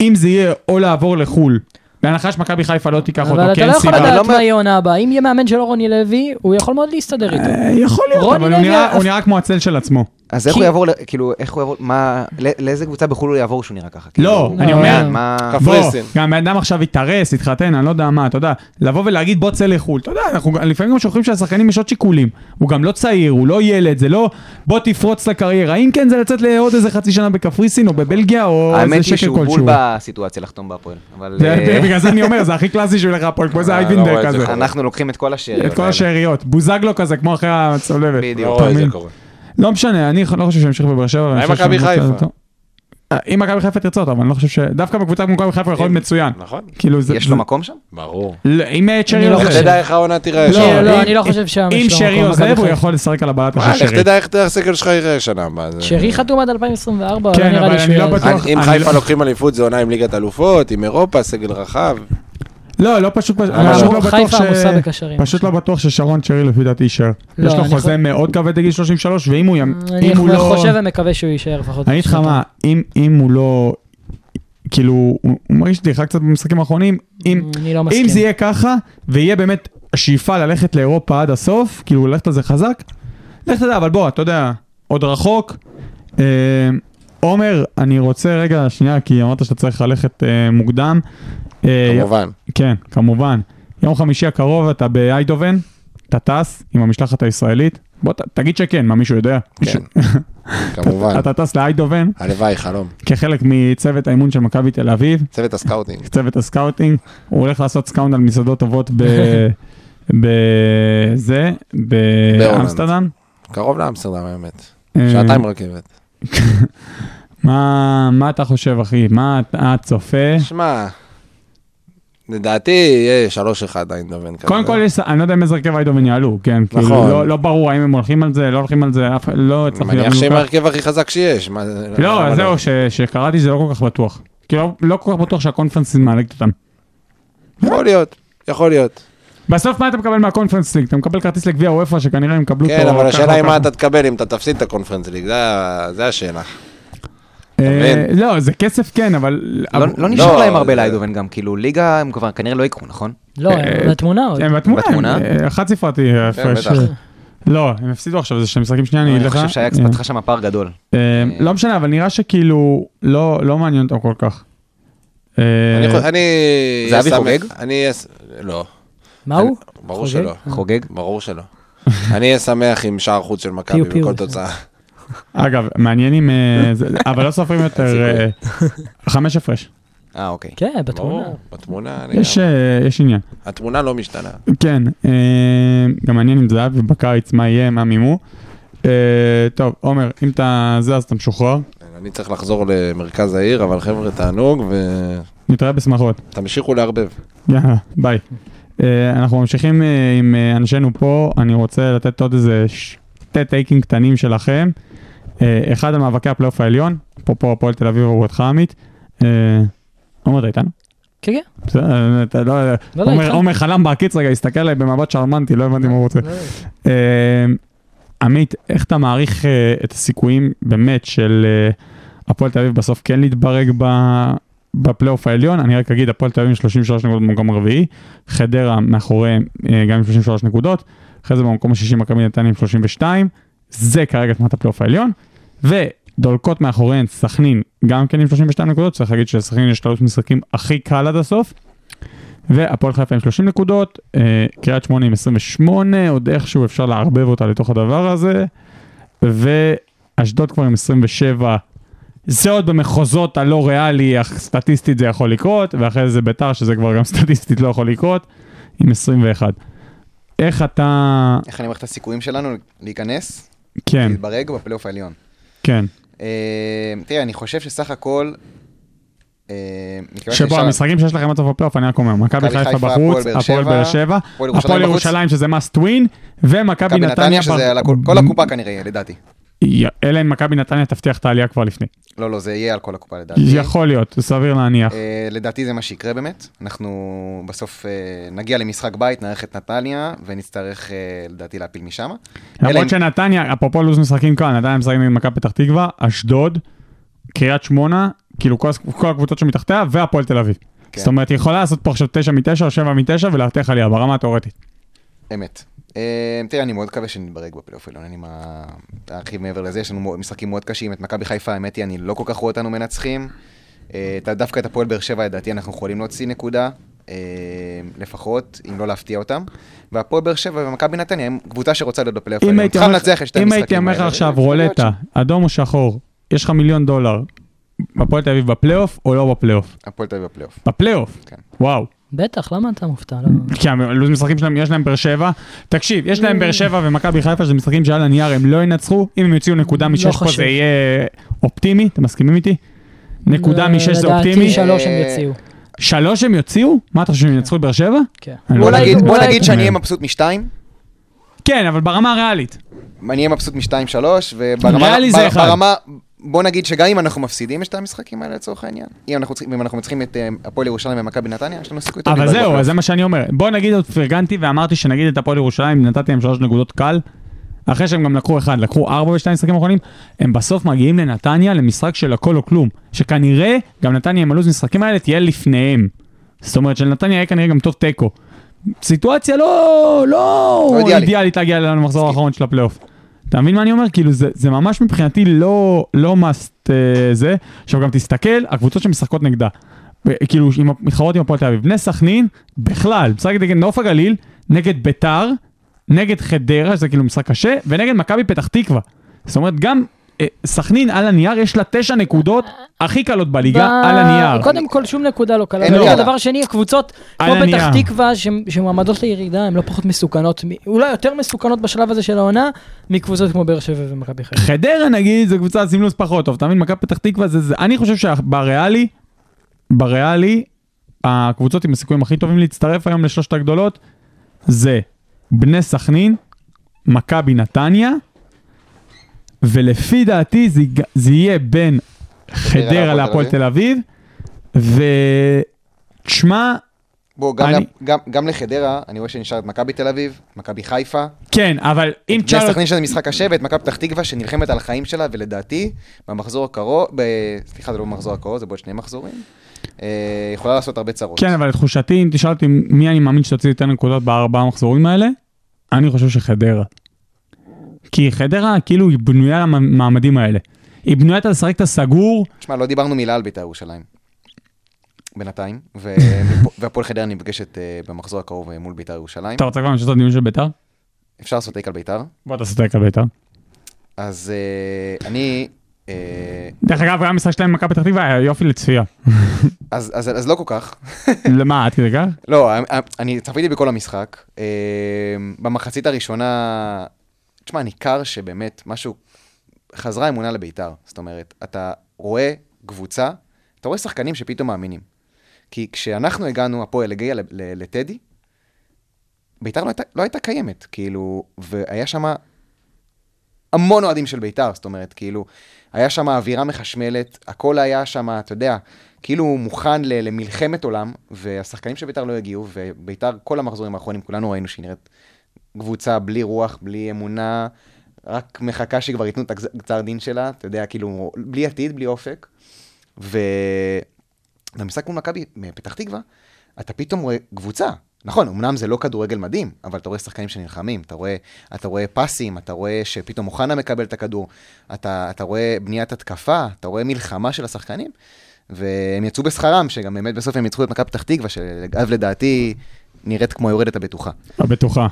[SPEAKER 4] אם זה יהיה או לעבור לחו"ל, בהנחה שמכבי חיפה לא תיקח אותו,
[SPEAKER 5] אבל אתה
[SPEAKER 4] כי אין
[SPEAKER 5] לא יכול
[SPEAKER 4] סיבה.
[SPEAKER 7] אני
[SPEAKER 5] לדעת
[SPEAKER 7] לא
[SPEAKER 5] מה
[SPEAKER 7] אומר-
[SPEAKER 5] יהיה עונה הבאה. אם יהיה מאמן שלא רוני לוי, הוא יכול מאוד להסתדר איתו.
[SPEAKER 4] אה, יכול להיות,
[SPEAKER 5] רוני
[SPEAKER 4] אבל הוא
[SPEAKER 5] לוי
[SPEAKER 4] נראה-
[SPEAKER 5] אף-
[SPEAKER 4] הוא נראה כמו הצל של עצמו.
[SPEAKER 7] אז איך
[SPEAKER 5] כי-
[SPEAKER 7] הוא יעבור, ל- כאילו, איך הוא יעבור, מה, לא- לאיזה קבוצה בחו"ל הוא יעבור שהוא נראה ככה?
[SPEAKER 4] לא,
[SPEAKER 7] כאילו,
[SPEAKER 5] אני אומר-
[SPEAKER 7] מה...
[SPEAKER 6] כפ-
[SPEAKER 4] בוא,
[SPEAKER 6] קפריסין.
[SPEAKER 4] גם בן אדם עכשיו התארס, התחתן, אני לא יודע מה, אתה יודע, לבוא ולהגיד בוא צא לחו"ל, אתה יודע, אנחנו גם- לפעמים גם שוכחים שלשחקנים יש עוד שיקולים. הוא גם לא צעיר, הוא לא ילד, זה לא בוא תפרוץ לקריירה. אם כן זה לצאת לעוד איזה חצי שנה בקפריסין, או בבלגיה, או
[SPEAKER 7] האמת
[SPEAKER 4] איזה
[SPEAKER 7] היא
[SPEAKER 4] שקל
[SPEAKER 7] שהוא בול
[SPEAKER 4] לא, כלשהו.
[SPEAKER 7] בסיטואציה לחתום בהפועל, אבל
[SPEAKER 4] זה-
[SPEAKER 7] אה,
[SPEAKER 4] בגלל זה אני אומר, זה הכי קלאסי שהוא ילך להפועל, כמו איזה
[SPEAKER 6] אה, לא
[SPEAKER 4] אייבינדר
[SPEAKER 6] רואה את זה אה,
[SPEAKER 4] כזה.
[SPEAKER 6] קורה.
[SPEAKER 7] אנחנו לוקחים את כל השאריות.
[SPEAKER 4] את כל
[SPEAKER 7] האלה.
[SPEAKER 4] השאריות, בוזגלו כזה, כמו אחרי הצולבת.
[SPEAKER 7] בדיוק.
[SPEAKER 6] לא רואה את זה
[SPEAKER 4] תאמין.
[SPEAKER 6] קורה.
[SPEAKER 4] לא משנה, אני לא חושב שימשיך בבאר שבע. ואני
[SPEAKER 6] מה עם
[SPEAKER 4] חושב
[SPEAKER 6] מכבי
[SPEAKER 4] שאני רוצה
[SPEAKER 6] חיפה?
[SPEAKER 4] אותו. אה, אם מכבי חיפה תרצה אותו, אבל אני לא חושב ש... דווקא בקבוצה כמו מכבי חיפה יכול להיות מצוין.
[SPEAKER 6] נכון?
[SPEAKER 4] כאילו זה...
[SPEAKER 7] יש לו מקום שם?
[SPEAKER 6] ברור.
[SPEAKER 4] לא, אם אה, צ'רי
[SPEAKER 5] אני לא
[SPEAKER 4] עוזב...
[SPEAKER 6] לך
[SPEAKER 5] חושב.
[SPEAKER 6] תדע איך העונה תיראה
[SPEAKER 5] לא,
[SPEAKER 6] שם.
[SPEAKER 5] לא,
[SPEAKER 4] אם-
[SPEAKER 5] אני לא חושב שם
[SPEAKER 4] אם
[SPEAKER 5] יש לו
[SPEAKER 4] שרי
[SPEAKER 5] מקום
[SPEAKER 4] עוזב,
[SPEAKER 5] במכבי
[SPEAKER 4] הוא
[SPEAKER 5] חיפה.
[SPEAKER 4] יכול לשחק על הבעלת
[SPEAKER 6] מה,
[SPEAKER 4] של
[SPEAKER 6] לך
[SPEAKER 4] שרי.
[SPEAKER 6] תדע איך הסגל שלך ייראה שנה הבאה. זה-
[SPEAKER 5] שרי
[SPEAKER 7] אה.
[SPEAKER 5] חתום עד 2024, לא
[SPEAKER 4] כן,
[SPEAKER 5] נראה לי
[SPEAKER 4] אבל אני
[SPEAKER 5] שהוא
[SPEAKER 4] לא
[SPEAKER 5] יעזוב.
[SPEAKER 4] בטוח.
[SPEAKER 6] אם
[SPEAKER 4] אני
[SPEAKER 6] חיפה
[SPEAKER 4] לא-
[SPEAKER 6] לוקחים אליפות זה עונה עם ליגת אלופות, עם אירופה, סגל רחב.
[SPEAKER 4] לא, לא פשוט, אני
[SPEAKER 6] אבל
[SPEAKER 4] פשוט
[SPEAKER 6] לא.
[SPEAKER 4] לא בטוח
[SPEAKER 5] חיפה
[SPEAKER 4] ש...
[SPEAKER 5] עמוסה בקשרים.
[SPEAKER 4] פשוט לא בטוח ששרון צ'רי לפי דעתי יישאר.
[SPEAKER 5] לא,
[SPEAKER 4] יש לו
[SPEAKER 5] אני
[SPEAKER 4] חוזה
[SPEAKER 5] חו-
[SPEAKER 4] מאוד כבד לגיל 33, ואם הוא ימ-
[SPEAKER 5] אני
[SPEAKER 4] אם הוא לא...
[SPEAKER 5] חושב ומקווה שהוא יישאר לפחות.
[SPEAKER 4] אני אגיד לך מה, אם- אם הוא לא... כאילו, הוא הוא מרגיש דעיכה קצת במשחקים האחרונים, אם
[SPEAKER 5] אני לא מסכים.
[SPEAKER 4] אם זה יהיה ככה, ויהיה באמת השאיפה ללכת לאירופה עד הסוף, כאילו ללכת על זה חזק, לך תדע, אבל בוא, אתה יודע, עוד רחוק. אה, עומר, אני רוצה רגע, שנייה, כי אמרת שאתה צריך ללכת אה, מוקדם. אה,
[SPEAKER 6] כמובן.
[SPEAKER 4] כן, כמובן. יום חמישי הקרוב אתה באיידובן, אתה טס עם המשלחת הישראלית. בוא ת, תגיד שכן, מה מישהו יודע?
[SPEAKER 6] כן,
[SPEAKER 4] מישהו-
[SPEAKER 6] כמובן.
[SPEAKER 4] אתה טס לאיידובן
[SPEAKER 6] הלוואי, חלום.
[SPEAKER 4] כחלק מצוות האימון של מכבי תל אביב,
[SPEAKER 6] צוות הסקאוטינג.
[SPEAKER 4] צוות הסקאוטינג, הוא הולך לעשות סקאונד על מסעדות טובות ב... בזה, באמסטרדם. אה,
[SPEAKER 6] קרוב לאמסטרדם, האמת. שעתיים רכבת.
[SPEAKER 4] מה, מה אתה חושב, אחי? מה אתה צופה?
[SPEAKER 6] שמע, לדעתי יהיה 3-1 איינדובן כזה.
[SPEAKER 4] קודם כל, יש, אני לא יודע איזה הרכב איידובן יעלו, כן? כאילו,
[SPEAKER 6] נכון.
[SPEAKER 4] לא, לא ברור האם הם הולכים על זה, לא הולכים על זה, אף לא
[SPEAKER 6] אני
[SPEAKER 4] הצלחתי
[SPEAKER 6] מניח
[SPEAKER 4] להבין
[SPEAKER 6] שהם
[SPEAKER 4] כל כך.
[SPEAKER 6] ההרכב הכי חזק שיש. מה-
[SPEAKER 4] לא,
[SPEAKER 6] למה
[SPEAKER 4] אז זהו, ש- שקראתי שזה לא כל כך בטוח. כאילו, לא כל כך בטוח שהקונפרנס ליג מעלגת אותם.
[SPEAKER 6] יכול להיות, יכול להיות.
[SPEAKER 4] בסוף מה אתה מקבל מהקונפרנס ליג? אתה מקבל כרטיס לגביע וופא שכנראה הם יקבלו אותו.
[SPEAKER 6] כן, אבל
[SPEAKER 4] ככה
[SPEAKER 6] השאלה היא
[SPEAKER 4] או
[SPEAKER 6] מה
[SPEAKER 4] ככה.
[SPEAKER 6] אתה תקבל אם אתה תפסיד את הקונפרנס ליג, זה ה- זה השאלה.
[SPEAKER 4] אה,
[SPEAKER 6] מבין?
[SPEAKER 4] לא, זה כסף כן, אבל...
[SPEAKER 7] לא-
[SPEAKER 4] אבל- אה,
[SPEAKER 7] לא נשאר
[SPEAKER 6] לא,
[SPEAKER 7] להם הרבה
[SPEAKER 6] זה-
[SPEAKER 7] לאיידובן גם, כאילו, ליגה הם כבר כנראה לא יקחו, נכון?
[SPEAKER 5] לא, הם בתמונה עוד.
[SPEAKER 4] הם בתמונה,
[SPEAKER 7] בתמונה? כן,
[SPEAKER 4] הם, אה, חד ספרתי הפרש.
[SPEAKER 6] כן, בטח.
[SPEAKER 4] לא, הם הפסידו עכשיו, זה שני משחקים שנייה, אני
[SPEAKER 7] לא, אני
[SPEAKER 4] אגיד לך.
[SPEAKER 7] חושב שאייקס
[SPEAKER 4] אה,
[SPEAKER 7] פתחה שם פער גדול.
[SPEAKER 4] אה, לא משנה, אבל נראה שכאילו, לא לא מעניין אותם כל כך. אה,
[SPEAKER 6] אני חו- אני...
[SPEAKER 7] זהבי
[SPEAKER 6] אהיה
[SPEAKER 7] חוגג?
[SPEAKER 6] שמח- אני... אהיה ס- לא.
[SPEAKER 5] מה הוא?
[SPEAKER 6] אני- ברור
[SPEAKER 5] חוגג?
[SPEAKER 6] שלא.
[SPEAKER 7] חוגג?
[SPEAKER 6] ברור שלא. אני אהיה שמח עם שער חוץ של מכבי
[SPEAKER 5] פיו, פיו.
[SPEAKER 6] בכל תוצאה.
[SPEAKER 4] אגב, מעניין אם... אה, זה- אבל לא סופרים יותר אה, חמש הפרש.
[SPEAKER 7] אה, אוקיי.
[SPEAKER 5] כן, בתמונה.
[SPEAKER 6] ברור, לא, בתמונה. אני
[SPEAKER 4] יש
[SPEAKER 6] גם-
[SPEAKER 4] אה, יש עניין.
[SPEAKER 6] התמונה לא משתנה.
[SPEAKER 4] כן, אה, גם מעניין אם זה היה ובקיץ מה יהיה, מה מימו. אה, טוב, עומר, אם אתה זה אז אתה משוחרר,
[SPEAKER 6] אני צריך לחזור למרכז העיר, אבל חבר'ה, תענוג,
[SPEAKER 4] נתראה בשמחות.
[SPEAKER 6] ותמשיכו לערבב.
[SPEAKER 4] יאללה, ביי. אה, אנחנו ממשיכים אה, עם אה, אנשינו פה, אני רוצה לתת עוד איזה שתי טייקים קטנים שלכם. אה, אחד על מאבקי הפלייאוף העליון, אפרופו הפועל תל אביב ורועתך עמית. אה, עומר, אתה איתנו?
[SPEAKER 5] כן, כן.
[SPEAKER 4] בסדר, אתה לא...
[SPEAKER 5] לא,
[SPEAKER 4] עומר-
[SPEAKER 5] איתך.
[SPEAKER 4] עומר חלם בעקיץ רגע, הסתכל עליי במבט שרמנטי, לא הבנתי מה הוא רוצה. אה, עמית, איך אתה מעריך אה, את הסיכויים באמת של אה, הפועל תל אביב בסוף כן להתברג ב- בפלייאוף העליון? אני רק אגיד, הפועל תל אביב עם 33 נקודות במקום הרביעי, חדרה מאחוריהם אה, גם עם 33 נקודות, אחרי זה במקום השישי מכבי נתניה עם 32, זה כרגע תמונת הפלייאוף העליון, ודולקות מאחוריהן סכנין גם כן עם 32 נקודות, צריך להגיד שלסכנין יש תלות משחקים הכי קל עד הסוף. והפועל חיפה עם 30 נקודות, אה, קריית שמונה עם 28, עוד איכשהו אפשר לערבב אותה לתוך הדבר הזה, ואשדוד כבר עם 27, זה עוד במחוזות הלא ריאלי, אך סטטיסטית זה יכול לקרות, ואחרי זה ביתר, שזה כבר גם סטטיסטית לא יכול לקרות, עם 21. איך אתה...
[SPEAKER 7] איך אני מערכת את הסיכויים שלנו להיכנס?
[SPEAKER 4] כן,
[SPEAKER 7] להתברג בפלייאוף העליון.
[SPEAKER 4] כן.
[SPEAKER 7] אה, תראה, אני חושב שסך הכל... אה, מכיוון
[SPEAKER 4] שבו
[SPEAKER 7] שנשאר-
[SPEAKER 4] המשחקים שיש לכם עד סוף הפלייאוף, אני רק אומר, מכבי
[SPEAKER 7] מכבי
[SPEAKER 4] חיפה
[SPEAKER 7] חיפה,
[SPEAKER 4] בחוץ,
[SPEAKER 7] הפועל באר
[SPEAKER 4] הפועל באר שבע,
[SPEAKER 7] הפועל ירושלים
[SPEAKER 4] הפועל
[SPEAKER 7] בחוץ.
[SPEAKER 4] ירושלים שזה must win, ומכבי
[SPEAKER 7] מכבי
[SPEAKER 4] נתניה...
[SPEAKER 7] נתניה,
[SPEAKER 4] ב-
[SPEAKER 7] שזה על הכל- כל הקופה כנראה, לדעתי.
[SPEAKER 4] י- אלא אם מכבי נתניה תבטיח את העלייה כבר לפני.
[SPEAKER 7] לא, לא, זה יהיה על כל הקופה לדעתי.
[SPEAKER 4] יכול להיות, סביר להניח.
[SPEAKER 7] אה, לדעתי זה מה שיקרה באמת. אנחנו בסוף אה, נגיע למשחק בית, נארח את נתניה, ונצטרך אה, לדעתי להפיל משם. אלא אם-
[SPEAKER 4] למרות שנתניה, אפרופו לו"ז משחקים כאן, נתניה משחקים עם מכבי פתח תקווה, אשדוד, קריית שמונה, כאילו כל הס- כל הקבוצות שמתחתיה, והפועל תל אביב.
[SPEAKER 7] כן.
[SPEAKER 4] זאת אומרת, היא יכולה לעשות פה עכשיו 9 מ-9 או 7 מ-9 ולהבטיח עלייה ברמה התאורטית.
[SPEAKER 7] אמת. אה, תראה, אני מאוד מקווה שנתברג בפלייאוף העליון, אין לי מה להרחיב מעבר לזה, יש לנו מאוד- משחקים מאוד קשים, את מכבי חיפה, האמת היא, אני לא כל כך רואה אותנו מנצחים. אה, את- דווקא את הפועל באר שבע, לדעתי, אנחנו יכולים להוציא נקודה, אה, לפחות, אם לא להפתיע אותם. והפועל באר שבע ומכבי נתניה הם קבוצה שרוצה להיות בפלייאוף
[SPEAKER 4] אם
[SPEAKER 7] העליון.
[SPEAKER 4] הייתי
[SPEAKER 7] צריכה
[SPEAKER 4] אומר-
[SPEAKER 7] לנצח את שתי
[SPEAKER 4] אם
[SPEAKER 7] המשחקים
[SPEAKER 4] הייתי אומר לך
[SPEAKER 7] האלה.
[SPEAKER 4] עכשיו
[SPEAKER 7] יכול להיות
[SPEAKER 4] רולטה, אדום או שחור, יש לך מיליון דולר, הפועל תל אביב בפלייאוף או לא בפלייאוף?
[SPEAKER 7] שהפועל תל אביב בפלייאוף.
[SPEAKER 4] בפלייאוף.
[SPEAKER 7] כן.
[SPEAKER 4] וואו.
[SPEAKER 5] בטח, למה אתה מופתע? לא.
[SPEAKER 4] כי הלו"ז משחקים שלהם, יש להם באר שבע. תקשיב, יש להם באר שבע ומכבי חיפה, שזה משחקים שעל הנייר הם לא ינצחו. אם הם יוציאו נקודה
[SPEAKER 5] לא
[SPEAKER 4] משש פה
[SPEAKER 5] חושב.
[SPEAKER 4] זה יהיה אופטימי, אתם מסכימים איתי? נקודה
[SPEAKER 5] לא,
[SPEAKER 4] משש זה
[SPEAKER 5] לדעתי
[SPEAKER 4] אופטימי.
[SPEAKER 5] שלוש הם
[SPEAKER 7] אה,
[SPEAKER 5] יוציאו.
[SPEAKER 4] שלוש הם יוציאו? מה אתה חושב, הם ינצחו את באר שבע?
[SPEAKER 5] כן.
[SPEAKER 4] אני לא
[SPEAKER 7] בוא
[SPEAKER 4] יודע.
[SPEAKER 7] נגיד- בוא
[SPEAKER 5] אולי-
[SPEAKER 7] נגיד שאני אהיה מבסוט משתיים,
[SPEAKER 4] כן, אבל ברמה הריאלית.
[SPEAKER 7] אני אהיה מבסוט משתיים שלוש, וברמה
[SPEAKER 4] ריאלי
[SPEAKER 7] בר-
[SPEAKER 4] זה אחד.
[SPEAKER 7] ברמה- בוא נגיד שגם אם אנחנו מפסידים את שתי המשחקים האלה לצורך העניין, אם אנחנו, צריכים- אם אנחנו צריכים את אה, הפועל ירושלים ומכבי נתניה, יש לנו סיכוי טוב.
[SPEAKER 4] אבל
[SPEAKER 7] להתבלבל.
[SPEAKER 4] זהו, אז זה מה שאני אומר. בוא נגיד, עוד פרגנתי ואמרתי שנגיד את הפועל ירושלים, נתתי להם שלוש נקודות קל. אחרי שהם גם לקחו אחד, לקחו ארבע ושתיים משחקים האחרונים, הם בסוף מגיעים לנתניה למשחק של הכל או כלום. שכנראה, גם נתניה עם הלו"ז משחקים האלה תהיה לפניהם. זאת אומרת שלנתניה יהיה כנראה גם טוב תיקו. סיטואציה לא, לא,
[SPEAKER 7] לא אידיאלית.
[SPEAKER 4] אידיאלית להגיע למחזור האחרון של הפלייאוף. אתה מבין מה אני אומר? כאילו זה, זה ממש מבחינתי לא, לא must uh, זה. עכשיו גם תסתכל, הקבוצות שמשחקות נגדה. ו- כאילו עם, ה- מתחרות עם הפועל תל אביב. בני סכנין, בכלל, משחק נגד נוף הגליל, נגד ביתר, נגד חדרה, שזה כאילו משחק קשה, ונגד מכבי פתח תקווה. זאת אומרת גם... אה, סכנין על הנייר, יש לה תשע נקודות הכי קלות בליגה,
[SPEAKER 5] ב-
[SPEAKER 4] על הנייר.
[SPEAKER 5] קודם כל, שום נקודה לא קלה.
[SPEAKER 7] אין
[SPEAKER 5] בליגה.
[SPEAKER 7] נקודה.
[SPEAKER 5] דבר שני, הקבוצות
[SPEAKER 4] על
[SPEAKER 5] כמו פתח
[SPEAKER 4] הנייר.
[SPEAKER 5] תקווה, ש- שמועמדות לירידה, הן לא פחות מסוכנות, מ- אולי יותר מסוכנות בשלב הזה של העונה, מקבוצות כמו באר שבע ומכבי חיפה.
[SPEAKER 4] חדרה נגיד זה קבוצה סמלוס פחות טוב, אתה מבין? מכבי פתח תקווה זה זה. אני חושב שבריאלי, בריאלי, הקבוצות עם הסיכויים הכי טובים להצטרף היום לשלושת הגדולות, זה בני סכנין, מכבי נתניה, ולפי דעתי זה, יג- זה יהיה בין חדרה להפועל תל אביב, ו... תשמע,
[SPEAKER 7] בוא, גם,
[SPEAKER 4] אני-
[SPEAKER 7] אני... גם, גם לחדרה, אני רואה שנשאר את מכבי תל אביב, מכבי חיפה,
[SPEAKER 4] כן, אבל אם
[SPEAKER 7] בני
[SPEAKER 4] צ'רלוט...
[SPEAKER 7] סכנין שזה משחק קשה, ואת מכבי פתח תקווה שנלחמת על החיים שלה, ולדעתי, במחזור הקרוב, ב... סליחה, זה לא במחזור הקרוב, זה בעוד שני מחזורים, אה, יכולה לעשות הרבה צרות.
[SPEAKER 4] כן, אבל לתחושתי, אם תשאל אותי מי אני מאמין שתוציא יותר נקודות בארבעה המחזורים האלה, אני חושב שחדרה. כי חדרה, כאילו, היא בנויה למעמדים האלה. היא בנויה את לשחק את הסגור,
[SPEAKER 7] תשמע, לא דיברנו מילה על בית"ר ירושלים. בינתיים, ו- והפועל חדרה נפגשת אה, במחזור הקרוב אה, מול בית"ר ירושלים.
[SPEAKER 4] אתה רוצה כבר לעשות את הדיון של ביתר?
[SPEAKER 7] אפשר לעשות טייק על בית"ר,
[SPEAKER 4] בוא תעשה את זה ביתר.
[SPEAKER 7] אז אה, אני... אה,
[SPEAKER 4] דרך אגב, היה משחק שלהם עם מכבי פתח תקווה, היה יופי לצפייה.
[SPEAKER 7] אז, אז, אז לא כל כך.
[SPEAKER 4] למה, עד כדי כך?
[SPEAKER 7] לא, אני צפיתי בכל המשחק. אה, במחצית הראשונה, תשמע, ניכר שבאמת משהו, חזרה אמונה לביתר. זאת אומרת, אתה רואה קבוצה, אתה רואה שחקנים שפתאום מאמינים. כי כשאנחנו הגענו, הפועל הגיע ל- ל- לטדי, ביתר לא הייתה, לא הייתה קיימת, כאילו, והיה שם המון אוהדים של ביתר, זאת אומרת, כאילו, היה שם אווירה מחשמלת, הכל היה שם, אתה יודע, כאילו מוכן ל- למלחמת עולם, והשחקנים של ביתר לא הגיעו, וביתר, כל המחזורים האחרונים, כולנו ראינו שהיא נראית קבוצה בלי רוח, בלי אמונה, רק מחכה שכבר ייתנו את הגז- גזר דין שלה, אתה יודע, כאילו, בלי עתיד, בלי אופק. ו... במשחק מול מכבי מפתח תקווה, אתה פתאום רואה קבוצה. נכון, אמנם זה לא כדורגל מדהים, אבל אתה רואה שחקנים שנלחמים, אתה רואה, אתה רואה פסים, אתה רואה שפתאום אוחנה מקבל את הכדור, אתה, אתה רואה בניית התקפה, אתה רואה מלחמה של השחקנים, והם יצאו בשכרם, שגם באמת בסוף הם ניצחו את מכבי פתח תקווה, שאגב לדעתי נראית כמו היורדת הבטוחה.
[SPEAKER 4] הבטוחה.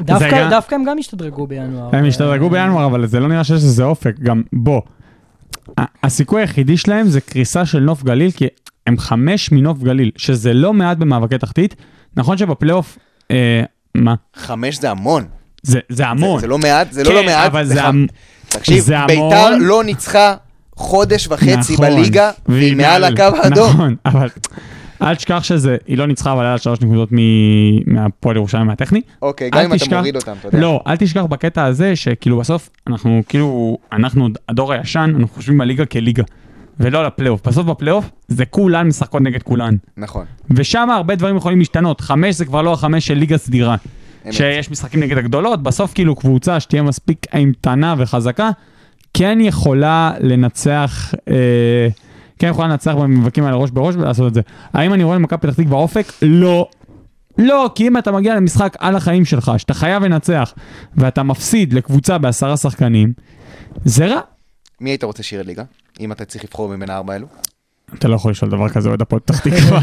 [SPEAKER 5] דווקא-
[SPEAKER 4] היה-
[SPEAKER 5] דווקא הם גם השתדרגו בינואר.
[SPEAKER 4] הם
[SPEAKER 7] אה,
[SPEAKER 4] השתדרגו בינואר, אבל זה לא נראה שיש לזה אופק. גם, בוא, ה- הסיכוי היחידי שלהם זה קריסה של נוף גליל, כי הם חמש מנוף גליל, שזה לא מעט במאבקי תחתית. נכון שבפלייאוף, אה, מה?
[SPEAKER 7] חמש זה המון.
[SPEAKER 4] זה, זה המון.
[SPEAKER 7] זה, זה לא מעט, זה לא לא
[SPEAKER 4] כן,
[SPEAKER 7] מעט.
[SPEAKER 4] אבל
[SPEAKER 7] ח-
[SPEAKER 4] זה, המ...
[SPEAKER 7] תקשיב,
[SPEAKER 4] זה המון.
[SPEAKER 7] ביתר לא ניצחה חודש וחצי
[SPEAKER 4] נכון.
[SPEAKER 7] בליגה, והיא מעל הקו האדום.
[SPEAKER 4] נכון, אבל אל תשכח שזה, היא לא ניצחה, אבל היה לה שלוש נקודות מ- מהפועל ירושלים מהטכני.
[SPEAKER 7] אוקיי,
[SPEAKER 4] אל
[SPEAKER 7] גם אם אתה
[SPEAKER 4] תשכח-
[SPEAKER 7] מוריד אותם, אתה יודע.
[SPEAKER 4] לא, אל תשכח בקטע הזה שכאילו בסוף אנחנו כאילו, אנחנו הדור הישן, אנחנו חושבים בליגה כליגה. ולא על הפלייאוף. בסוף בפלייאוף זה כולן משחקות נגד כולן.
[SPEAKER 7] נכון.
[SPEAKER 4] ושם הרבה דברים יכולים להשתנות. חמש זה כבר לא החמש של ליגה סדירה.
[SPEAKER 7] אמת.
[SPEAKER 4] שיש משחקים נגד הגדולות, בסוף כאילו קבוצה שתהיה מספיק אימתנה וחזקה, כן יכולה לנצח, אה, כן יכולה לנצח במאבקים האלה ראש בראש ולעשות את זה. האם אני רואה למכבי פתח תקווה אופק? לא. לא, כי אם אתה מגיע למשחק על החיים שלך, שאתה חייב לנצח, ואתה מפסיד לקבוצה בעשרה שחקנים, זה רע.
[SPEAKER 7] מי היית רוצה שירד ליגה? אם אתה צריך לבחור מבין הארבע האלו?
[SPEAKER 4] אתה לא יכול לשאול דבר כזה עוד הפועל פתח תקווה.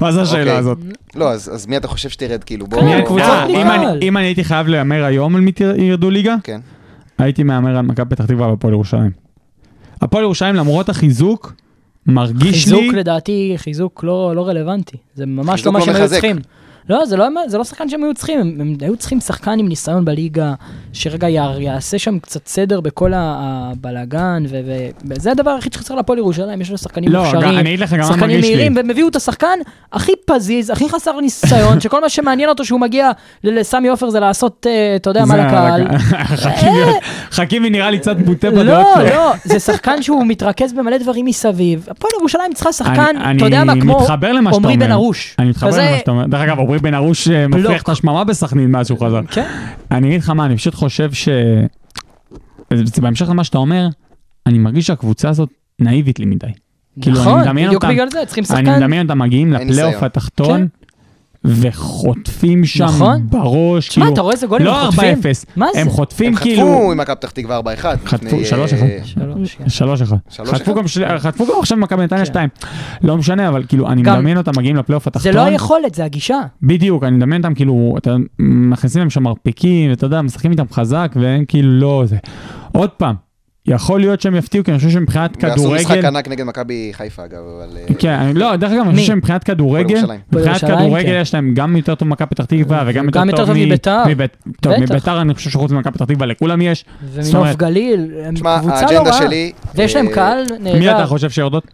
[SPEAKER 4] מה זה השאלה
[SPEAKER 7] אוקיי.
[SPEAKER 4] הזאת?
[SPEAKER 7] לא, אז אז מי אתה חושב שתרד? כאילו, בוא...
[SPEAKER 5] מי
[SPEAKER 4] אה,
[SPEAKER 5] הקבוצות
[SPEAKER 4] אה,
[SPEAKER 5] ליגה?
[SPEAKER 4] אם אני- אם אני הייתי חייב להמר היום על מי תר- ירדו ליגה,
[SPEAKER 7] כן.
[SPEAKER 4] הייתי מהמר על מכבי פתח תקווה והפועל ירושלים. הפועל ירושלים למרות החיזוק, מרגיש לי...
[SPEAKER 5] חיזוק לדעתי, חיזוק לא לא רלוונטי. זה ממש לא
[SPEAKER 7] חיזוק
[SPEAKER 5] מה
[SPEAKER 7] לא
[SPEAKER 5] שהם היו
[SPEAKER 7] מחזק.
[SPEAKER 5] צריכים. לא, זה לא, זה לא שחקן שהם היו צריכים, הם, הם היו צריכים שחקן עם ניסיון בליגה, שרגע יע- יעשה שם קצת סדר בכל הבלאגן, וזה הדבר היחיד שחסר להפועל ירושלים, יש לו שחקנים
[SPEAKER 4] לא,
[SPEAKER 5] מוכשרים,
[SPEAKER 4] גם- אני אגיד לך גם מה
[SPEAKER 5] שחקנים
[SPEAKER 4] מרגיש לי.
[SPEAKER 5] מהירים, והם הביאו את השחקן הכי פזיז, הכי חסר ניסיון, שכל מה שמעניין אותו שהוא מגיע ל- לסמי עופר זה לעשות, אה, אתה יודע, מה
[SPEAKER 4] זה
[SPEAKER 5] לקהל.
[SPEAKER 4] הלקה. חכימי- חכימי נראה לי קצת בוטה בדעות
[SPEAKER 5] אה. לא,
[SPEAKER 4] שלו.
[SPEAKER 5] לא, זה שחקן שהוא מתרכז במלא דברים מסביב. הפועל ירושלים צריכה שחקן,
[SPEAKER 4] אני-
[SPEAKER 5] אתה יודע מה,
[SPEAKER 4] אני
[SPEAKER 5] כמו
[SPEAKER 4] מתחבר למה שאתה
[SPEAKER 5] עמרי
[SPEAKER 4] אומר.
[SPEAKER 5] בן ארוש.
[SPEAKER 4] אני מתחבר
[SPEAKER 5] כזה-
[SPEAKER 4] למה שאתה אומר. דרך אגב, עמרי בן ארוש אה, מפריח את השממה בסכנין מאז שהוא חזר.
[SPEAKER 5] כן.
[SPEAKER 4] אני אגיד לך מה, אני פשוט חושב ש... זה בהמשך למה שאתה אומר, אני מרגיש שהקבוצה הזאת נאיבית לי מדי. כאילו, אני
[SPEAKER 5] נכון,
[SPEAKER 4] מדמיין
[SPEAKER 5] בדיוק
[SPEAKER 4] אותם-
[SPEAKER 5] בגלל זה, צריכים
[SPEAKER 4] אני
[SPEAKER 5] שחקן.
[SPEAKER 4] מדמיין אותם מגיעים
[SPEAKER 7] אין
[SPEAKER 4] לפלייאוף
[SPEAKER 7] ניסיון.
[SPEAKER 4] התחתון, וחוטפים שם
[SPEAKER 5] כן. נכון.
[SPEAKER 4] בראש,
[SPEAKER 5] תשמע, אתה רואה איזה גולים הם
[SPEAKER 4] לא 4-0,
[SPEAKER 5] חוטפים? מה זה?
[SPEAKER 4] הם חוטפים
[SPEAKER 7] הם
[SPEAKER 4] כאילו...
[SPEAKER 7] חטפו עם מכבי פתח תקווה 4-1.
[SPEAKER 4] חטפו,
[SPEAKER 7] לפני, אה,
[SPEAKER 4] 3-1.
[SPEAKER 5] שלוש, כן.
[SPEAKER 4] 3-1.
[SPEAKER 7] שלוש
[SPEAKER 4] חטפו
[SPEAKER 7] אחד.
[SPEAKER 4] גם שני- חטפו גם עכשיו מכבי נתניה
[SPEAKER 5] כן.
[SPEAKER 4] 2. לא משנה, אבל כאילו, אני
[SPEAKER 5] גם-
[SPEAKER 4] מדמיין אותם מגיעים לפלייאוף
[SPEAKER 5] זה
[SPEAKER 4] התחתון.
[SPEAKER 5] לא היכולת, זה הגישה.
[SPEAKER 4] בדיוק, אני מדמיין אותם כאילו, אתה מכניסים להם שם מרפקים, ואתה יודע, משחקים איתם חזק, והם כאילו לא זה. עוד פעם, יכול להיות שהם יפתיעו, כי אני חושב שמבחינת
[SPEAKER 7] ועשו משחק
[SPEAKER 4] כדורגל...
[SPEAKER 7] ענק נגד מכבי חיפה אגב, אבל... אה,
[SPEAKER 4] כן, אני- לא, דרך אגב, אני חושב
[SPEAKER 5] מי?
[SPEAKER 4] שמבחינת כדורגל,
[SPEAKER 7] ירושלים.
[SPEAKER 4] מבחינת
[SPEAKER 5] ירושלים,
[SPEAKER 4] כדורגל
[SPEAKER 5] כן.
[SPEAKER 4] יש להם גם יותר טוב ממכבי פתח תקווה,
[SPEAKER 5] גם
[SPEAKER 4] וגם יותר
[SPEAKER 5] יותר
[SPEAKER 4] טוב
[SPEAKER 5] טוב
[SPEAKER 4] מ-
[SPEAKER 5] מביתר.
[SPEAKER 4] מבית- טוב,
[SPEAKER 5] בטח.
[SPEAKER 4] מביתר אני חושב שחוץ ממכבי פתח תקווה לכולם יש. זאת
[SPEAKER 5] ומנוף
[SPEAKER 4] אומרת,
[SPEAKER 5] גליל, הם
[SPEAKER 7] תשמע,
[SPEAKER 5] קבוצה לא
[SPEAKER 7] האג'נדה
[SPEAKER 5] רעה.
[SPEAKER 7] שלי...
[SPEAKER 5] ויש להם
[SPEAKER 7] אה,
[SPEAKER 5] קהל
[SPEAKER 4] מי אתה
[SPEAKER 5] נהדר.
[SPEAKER 4] חושב שיורדות?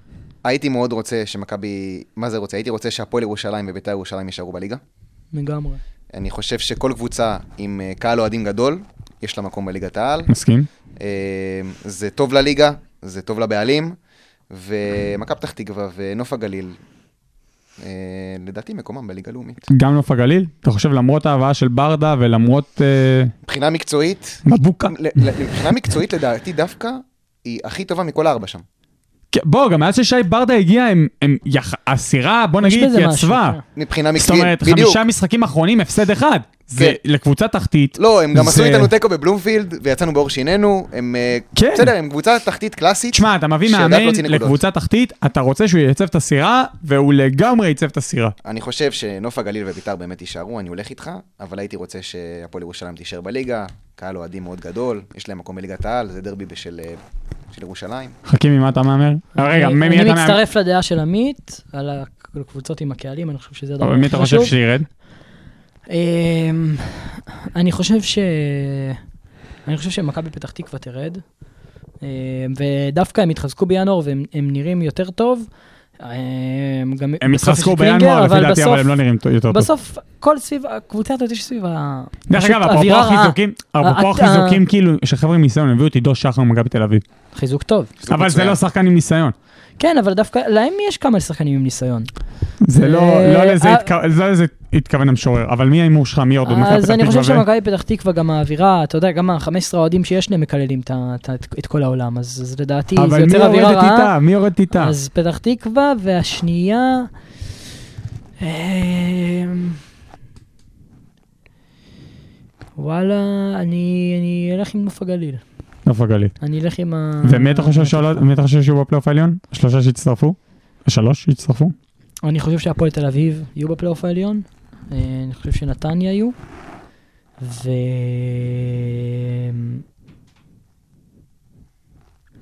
[SPEAKER 7] הייתי מאוד רוצה שמכבי... מה זה רוצה? הייתי רוצה שהפועל ירושלים ובית"ר ירושלים יישארו בליגה.
[SPEAKER 5] לגמרי.
[SPEAKER 7] אני חושב שכל קבוצה עם אה, קהל אוהדים גדול, יש לה מקום בליגת העל.
[SPEAKER 4] מסכים?
[SPEAKER 7] אה, זה טוב לליגה, זה טוב לבעלים, ומכבי פתח תקווה ונוף הגליל, אה, לדעתי מקומם בליגה הלאומית.
[SPEAKER 4] גם נוף הגליל? אתה חושב למרות ההבאה של ברדה ולמרות אה,
[SPEAKER 7] מבחינה מקצועית,
[SPEAKER 4] מבוקה?
[SPEAKER 7] ל- ל- מבחינה מקצועית לדעתי דווקא, היא הכי טובה מכל הארבע שם.
[SPEAKER 4] כן, בוא, גם מאז ששי ברדה הגיע, הם, הם יח... הסירה, בוא
[SPEAKER 5] יש
[SPEAKER 4] נגיד,
[SPEAKER 5] בזה
[SPEAKER 4] התייצבה.
[SPEAKER 5] משהו, כן.
[SPEAKER 7] מבחינה
[SPEAKER 4] זאת
[SPEAKER 7] מקצועית,
[SPEAKER 4] אומרת, חמישה משחקים אחרונים, הפסד אחד. זה לקבוצה תחתית.
[SPEAKER 7] כן. לא, הם גם עשו
[SPEAKER 4] זה-
[SPEAKER 7] איתנו תיקו בבלומפילד, ויצאנו בעור שינינו, הם... אה,
[SPEAKER 4] כן.
[SPEAKER 7] בסדר, הם קבוצה תחתית קלאסית.
[SPEAKER 4] תשמע, אתה מביא
[SPEAKER 7] שיודעת
[SPEAKER 4] מאמן
[SPEAKER 7] להוציא נקודות.
[SPEAKER 4] לקבוצה תחתית, אתה רוצה שהוא ייצב את הסירה, והוא לגמרי ייצב את הסירה.
[SPEAKER 7] אני חושב שנוף הגליל וביתר באמת יישארו, אני הולך איתך, אבל הייתי רוצה שהפועל ירושלים תישאר בליגה, קהל אוהדים מאוד גדול, יש להם מקום בליגת העל, זה דרבי בשל, אה, של ירושלים.
[SPEAKER 4] חכי ממה אתה מהמר? אה, רגע, מי מי
[SPEAKER 5] אני
[SPEAKER 4] אתה מהמר?
[SPEAKER 5] מצטרף לדעה של עמית, על הקבוצות עם הקהלים, אני חושב שזה הדבר
[SPEAKER 4] אבל מי
[SPEAKER 5] הכי
[SPEAKER 4] אתה חושב
[SPEAKER 5] חשוב.
[SPEAKER 4] שירד?
[SPEAKER 5] אמ, אני חושב ש... אני חושב שמכבי פתח תקווה תרד, אמ, ודווקא הם התחזקו בינואר והם הם נראים יותר טוב. אמ, גם
[SPEAKER 4] הם
[SPEAKER 5] בסוף יש
[SPEAKER 4] התחזקו
[SPEAKER 5] את קלינגר,
[SPEAKER 4] בינואר, לפי דעתי,
[SPEAKER 5] בסוף-
[SPEAKER 4] אבל הם לא נראים טוב- יותר טוב.
[SPEAKER 5] בסוף, כל סביב, הקבוצה הזאת יש סביב ה...
[SPEAKER 4] דרך
[SPEAKER 5] פשוט
[SPEAKER 4] אגב, אפרופו
[SPEAKER 5] אווירה רעה. אה,
[SPEAKER 4] החיזוקים, אפרופו
[SPEAKER 5] אתה-
[SPEAKER 4] החיזוקים, כאילו, שחבר'ה עם ניסיון הביאו את עידו שחר ממכבי תל אביב.
[SPEAKER 5] חיזוק טוב.
[SPEAKER 4] אבל זה
[SPEAKER 7] מצוין.
[SPEAKER 4] לא שחקן עם ניסיון.
[SPEAKER 5] כן, אבל דווקא להם יש כמה שחקנים עם ניסיון.
[SPEAKER 4] זה לא,
[SPEAKER 5] אה,
[SPEAKER 4] לא לזה
[SPEAKER 5] אה,
[SPEAKER 4] התכו- לא לזה התכוון המשורר, אבל מי ההימור שלך, מי יורדות מכבי
[SPEAKER 5] אז
[SPEAKER 4] פתח
[SPEAKER 5] אני חושב
[SPEAKER 4] תקווה? ו-
[SPEAKER 5] שמכבי פתח תקווה, גם האווירה, אתה יודע, גם ה-15 אוהדים שיש להם מקללים את ה- את ה- את כל העולם, אז אז לדעתי זה
[SPEAKER 4] אבל מי
[SPEAKER 5] יותר אווירה
[SPEAKER 4] יורדת
[SPEAKER 5] רעה.
[SPEAKER 4] איתה? מי יורדת איתה?
[SPEAKER 5] אז פתח תקווה, והשנייה... אמ, וואלה, אני אני אלך עם נוף הגליל.
[SPEAKER 4] נוף הגליל.
[SPEAKER 5] אני אלך עם ה...
[SPEAKER 4] ומי אתה חושב שעולות- מי אתה חושב שיהיו בפלייאוף העליון? שלושה שהצטרפו? שלוש שהצטרפו?
[SPEAKER 5] אני חושב שהפועל תל אביב יהיו בפלייאוף העליון. אה, אני חושב שנתניה יהיו. ו...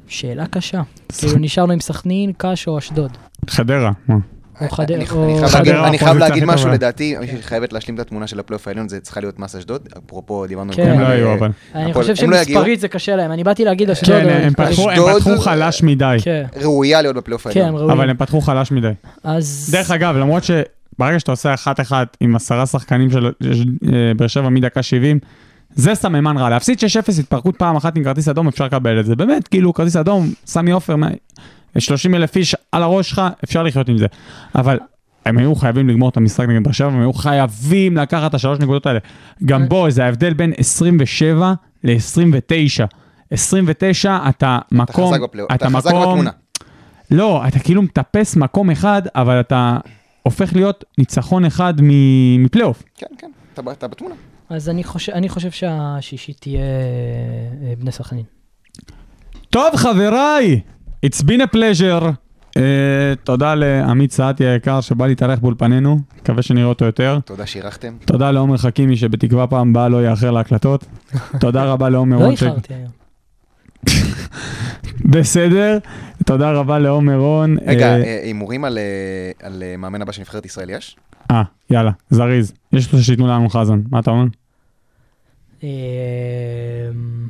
[SPEAKER 5] שאלה קשה. כאילו נשארנו עם סכנין, קאש או אשדוד.
[SPEAKER 4] חדרה. מה?
[SPEAKER 5] או חד-
[SPEAKER 7] אה, אני-
[SPEAKER 5] או
[SPEAKER 7] אני חייב
[SPEAKER 5] חדרה.
[SPEAKER 7] להגיד-
[SPEAKER 4] חדרה
[SPEAKER 7] אני חייב
[SPEAKER 4] אופוזיציה
[SPEAKER 7] להגיד
[SPEAKER 4] הכי
[SPEAKER 7] משהו,
[SPEAKER 4] טובה.
[SPEAKER 7] לדעתי, היא חייבת להשלים את התמונה של הפלייאוף העליון, זה צריכה להיות מס אשדוד, אפרופו דיברנו...
[SPEAKER 5] כן. אה,
[SPEAKER 7] קודם
[SPEAKER 4] הם
[SPEAKER 7] על,
[SPEAKER 4] לא
[SPEAKER 7] אה,
[SPEAKER 4] היו אבל.
[SPEAKER 5] אני
[SPEAKER 7] הפועל-
[SPEAKER 5] חושב
[SPEAKER 7] הם לא יגיעו?
[SPEAKER 5] שמספרית זה קשה להם, אני באתי להגיד אשדוד.
[SPEAKER 4] כן,
[SPEAKER 5] אבל
[SPEAKER 4] הם
[SPEAKER 5] מספרית-
[SPEAKER 4] פתחו- הם
[SPEAKER 7] אשדוד-
[SPEAKER 4] פתחו חלש מדי.
[SPEAKER 5] כן,
[SPEAKER 7] ראויה להיות בפלייאוף
[SPEAKER 5] כן,
[SPEAKER 7] העליון.
[SPEAKER 5] הם ראויים.
[SPEAKER 4] אבל הם פתחו חלש מדי.
[SPEAKER 5] אז...
[SPEAKER 4] דרך אגב, למרות שברגע שאתה עושה אחת אחת עם עשרה שחקנים של אה, באר שבע מדקה 70, זה סממן רע. להפסיד 6-0 התפרקות פעם אחת עם כרטיס אדום, אפשר לקבל את זה. באמת, כאילו, כרטיס אדום, סמי עופר, 30 אלף איש על הראש שלך, אפשר לחיות עם זה. אבל הם היו חייבים לגמור את המשחק נגד באר שבע, והם היו חייבים לקחת את השלוש נקודות האלה. גם בו, זה ההבדל בין 27 ל-29. 29, אתה
[SPEAKER 7] אתה
[SPEAKER 4] מקום...
[SPEAKER 7] חזק בפלייאוף, אתה חזק
[SPEAKER 4] מקום-
[SPEAKER 7] בתמונה.
[SPEAKER 4] לא, אתה כאילו מטפס מקום אחד, אבל אתה הופך להיות ניצחון אחד מ- מפלייאוף.
[SPEAKER 7] כן, כן, אתה ב- אתה בתמונה.
[SPEAKER 5] אז אני חושב- אני חושב שהשישית תהיה אה, בני סכנין.
[SPEAKER 4] טוב, חבריי, it's been a pleasure. Uh, תודה לעמית סעתי היקר שבא להתארח באולפנינו, מקווה שנראה אותו יותר.
[SPEAKER 7] תודה שאירחתם.
[SPEAKER 4] תודה לעומר חכימי שבתקווה פעם באה לא יאחר להקלטות. תודה רבה לעומר
[SPEAKER 5] לא
[SPEAKER 4] רון. ש-
[SPEAKER 5] איחרתי היום.
[SPEAKER 4] בסדר. תודה רבה לעומר רון.
[SPEAKER 7] רגע,
[SPEAKER 4] אה,
[SPEAKER 7] אה, הימורים על, אה, על אה, מאמן הבא של נבחרת ישראל יש?
[SPEAKER 4] אה, יאללה, זריז. יש לו שייתנו לנו חזן, מה אתה אומר?
[SPEAKER 5] אמ,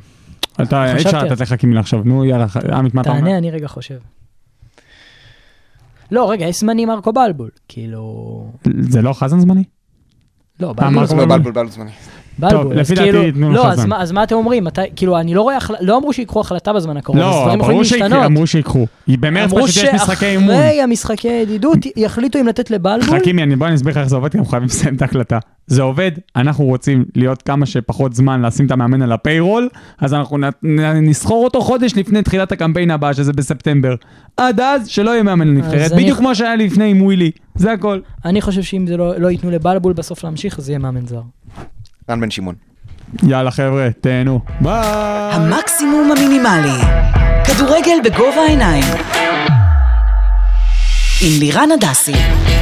[SPEAKER 4] אתה, אי
[SPEAKER 5] חשבתי
[SPEAKER 4] אפשר
[SPEAKER 5] על-
[SPEAKER 4] לתת לך קימילה עכשיו, נו יאללה, ח- עמית, מה אתה אומר?
[SPEAKER 5] תענה, אני רגע חושב. לא, רגע, יש זמני מרקו בלבול. כאילו...
[SPEAKER 4] זה לא חזן זמני?
[SPEAKER 5] לא,
[SPEAKER 4] מה
[SPEAKER 5] בלבול.
[SPEAKER 4] קורה?
[SPEAKER 7] בלבול בלבול זמני.
[SPEAKER 4] אה, טוב,
[SPEAKER 5] בלבול. אז
[SPEAKER 4] לפי דעתי
[SPEAKER 5] כאילו...
[SPEAKER 4] ייתנו לו
[SPEAKER 5] לא,
[SPEAKER 4] חזן.
[SPEAKER 5] אז מה- אז מה אתם אומרים? מתי... כאילו, אני לא רואה... החל- לא אמרו שיקחו החלטה בזמן הקרוב. אז
[SPEAKER 4] לא,
[SPEAKER 5] דברים יכולים
[SPEAKER 4] ברור
[SPEAKER 5] להשתנות.
[SPEAKER 4] שאמרו שיקחו. במרץ
[SPEAKER 5] אמרו
[SPEAKER 4] פשוט יש משחקי אימון.
[SPEAKER 5] שאחרי המשחקי ידידות יחליטו אם לתת לבלבול.
[SPEAKER 4] חכי, אני- בוא אני אסביר לך איך זה עובד, כי אנחנו חייבים לסיים את ההקלטה. זה עובד, אנחנו רוצים להיות כמה שפחות זמן לשים את המאמן על הפיירול, אז אנחנו נ- נ- נסחור אותו חודש לפני תחילת הקמפיין הבא, שזה בספטמבר. עד אז, שלא יהיה מאמן לנבחרת,
[SPEAKER 5] אז אני-
[SPEAKER 4] בדיוק כמו שהיה לי לפני עם ווילי, זה הכל.
[SPEAKER 5] אני חושב שאם זה לא לא ייתנו לבלבול בסוף להמשיך, אז יהיה מאמן זר.
[SPEAKER 7] רן בן שמעון.
[SPEAKER 4] יאללה חבר'ה, תהנו. ביי!
[SPEAKER 3] המקסימום המינימלי. כדורגל בגובה העיניים. עם לירן הדסי.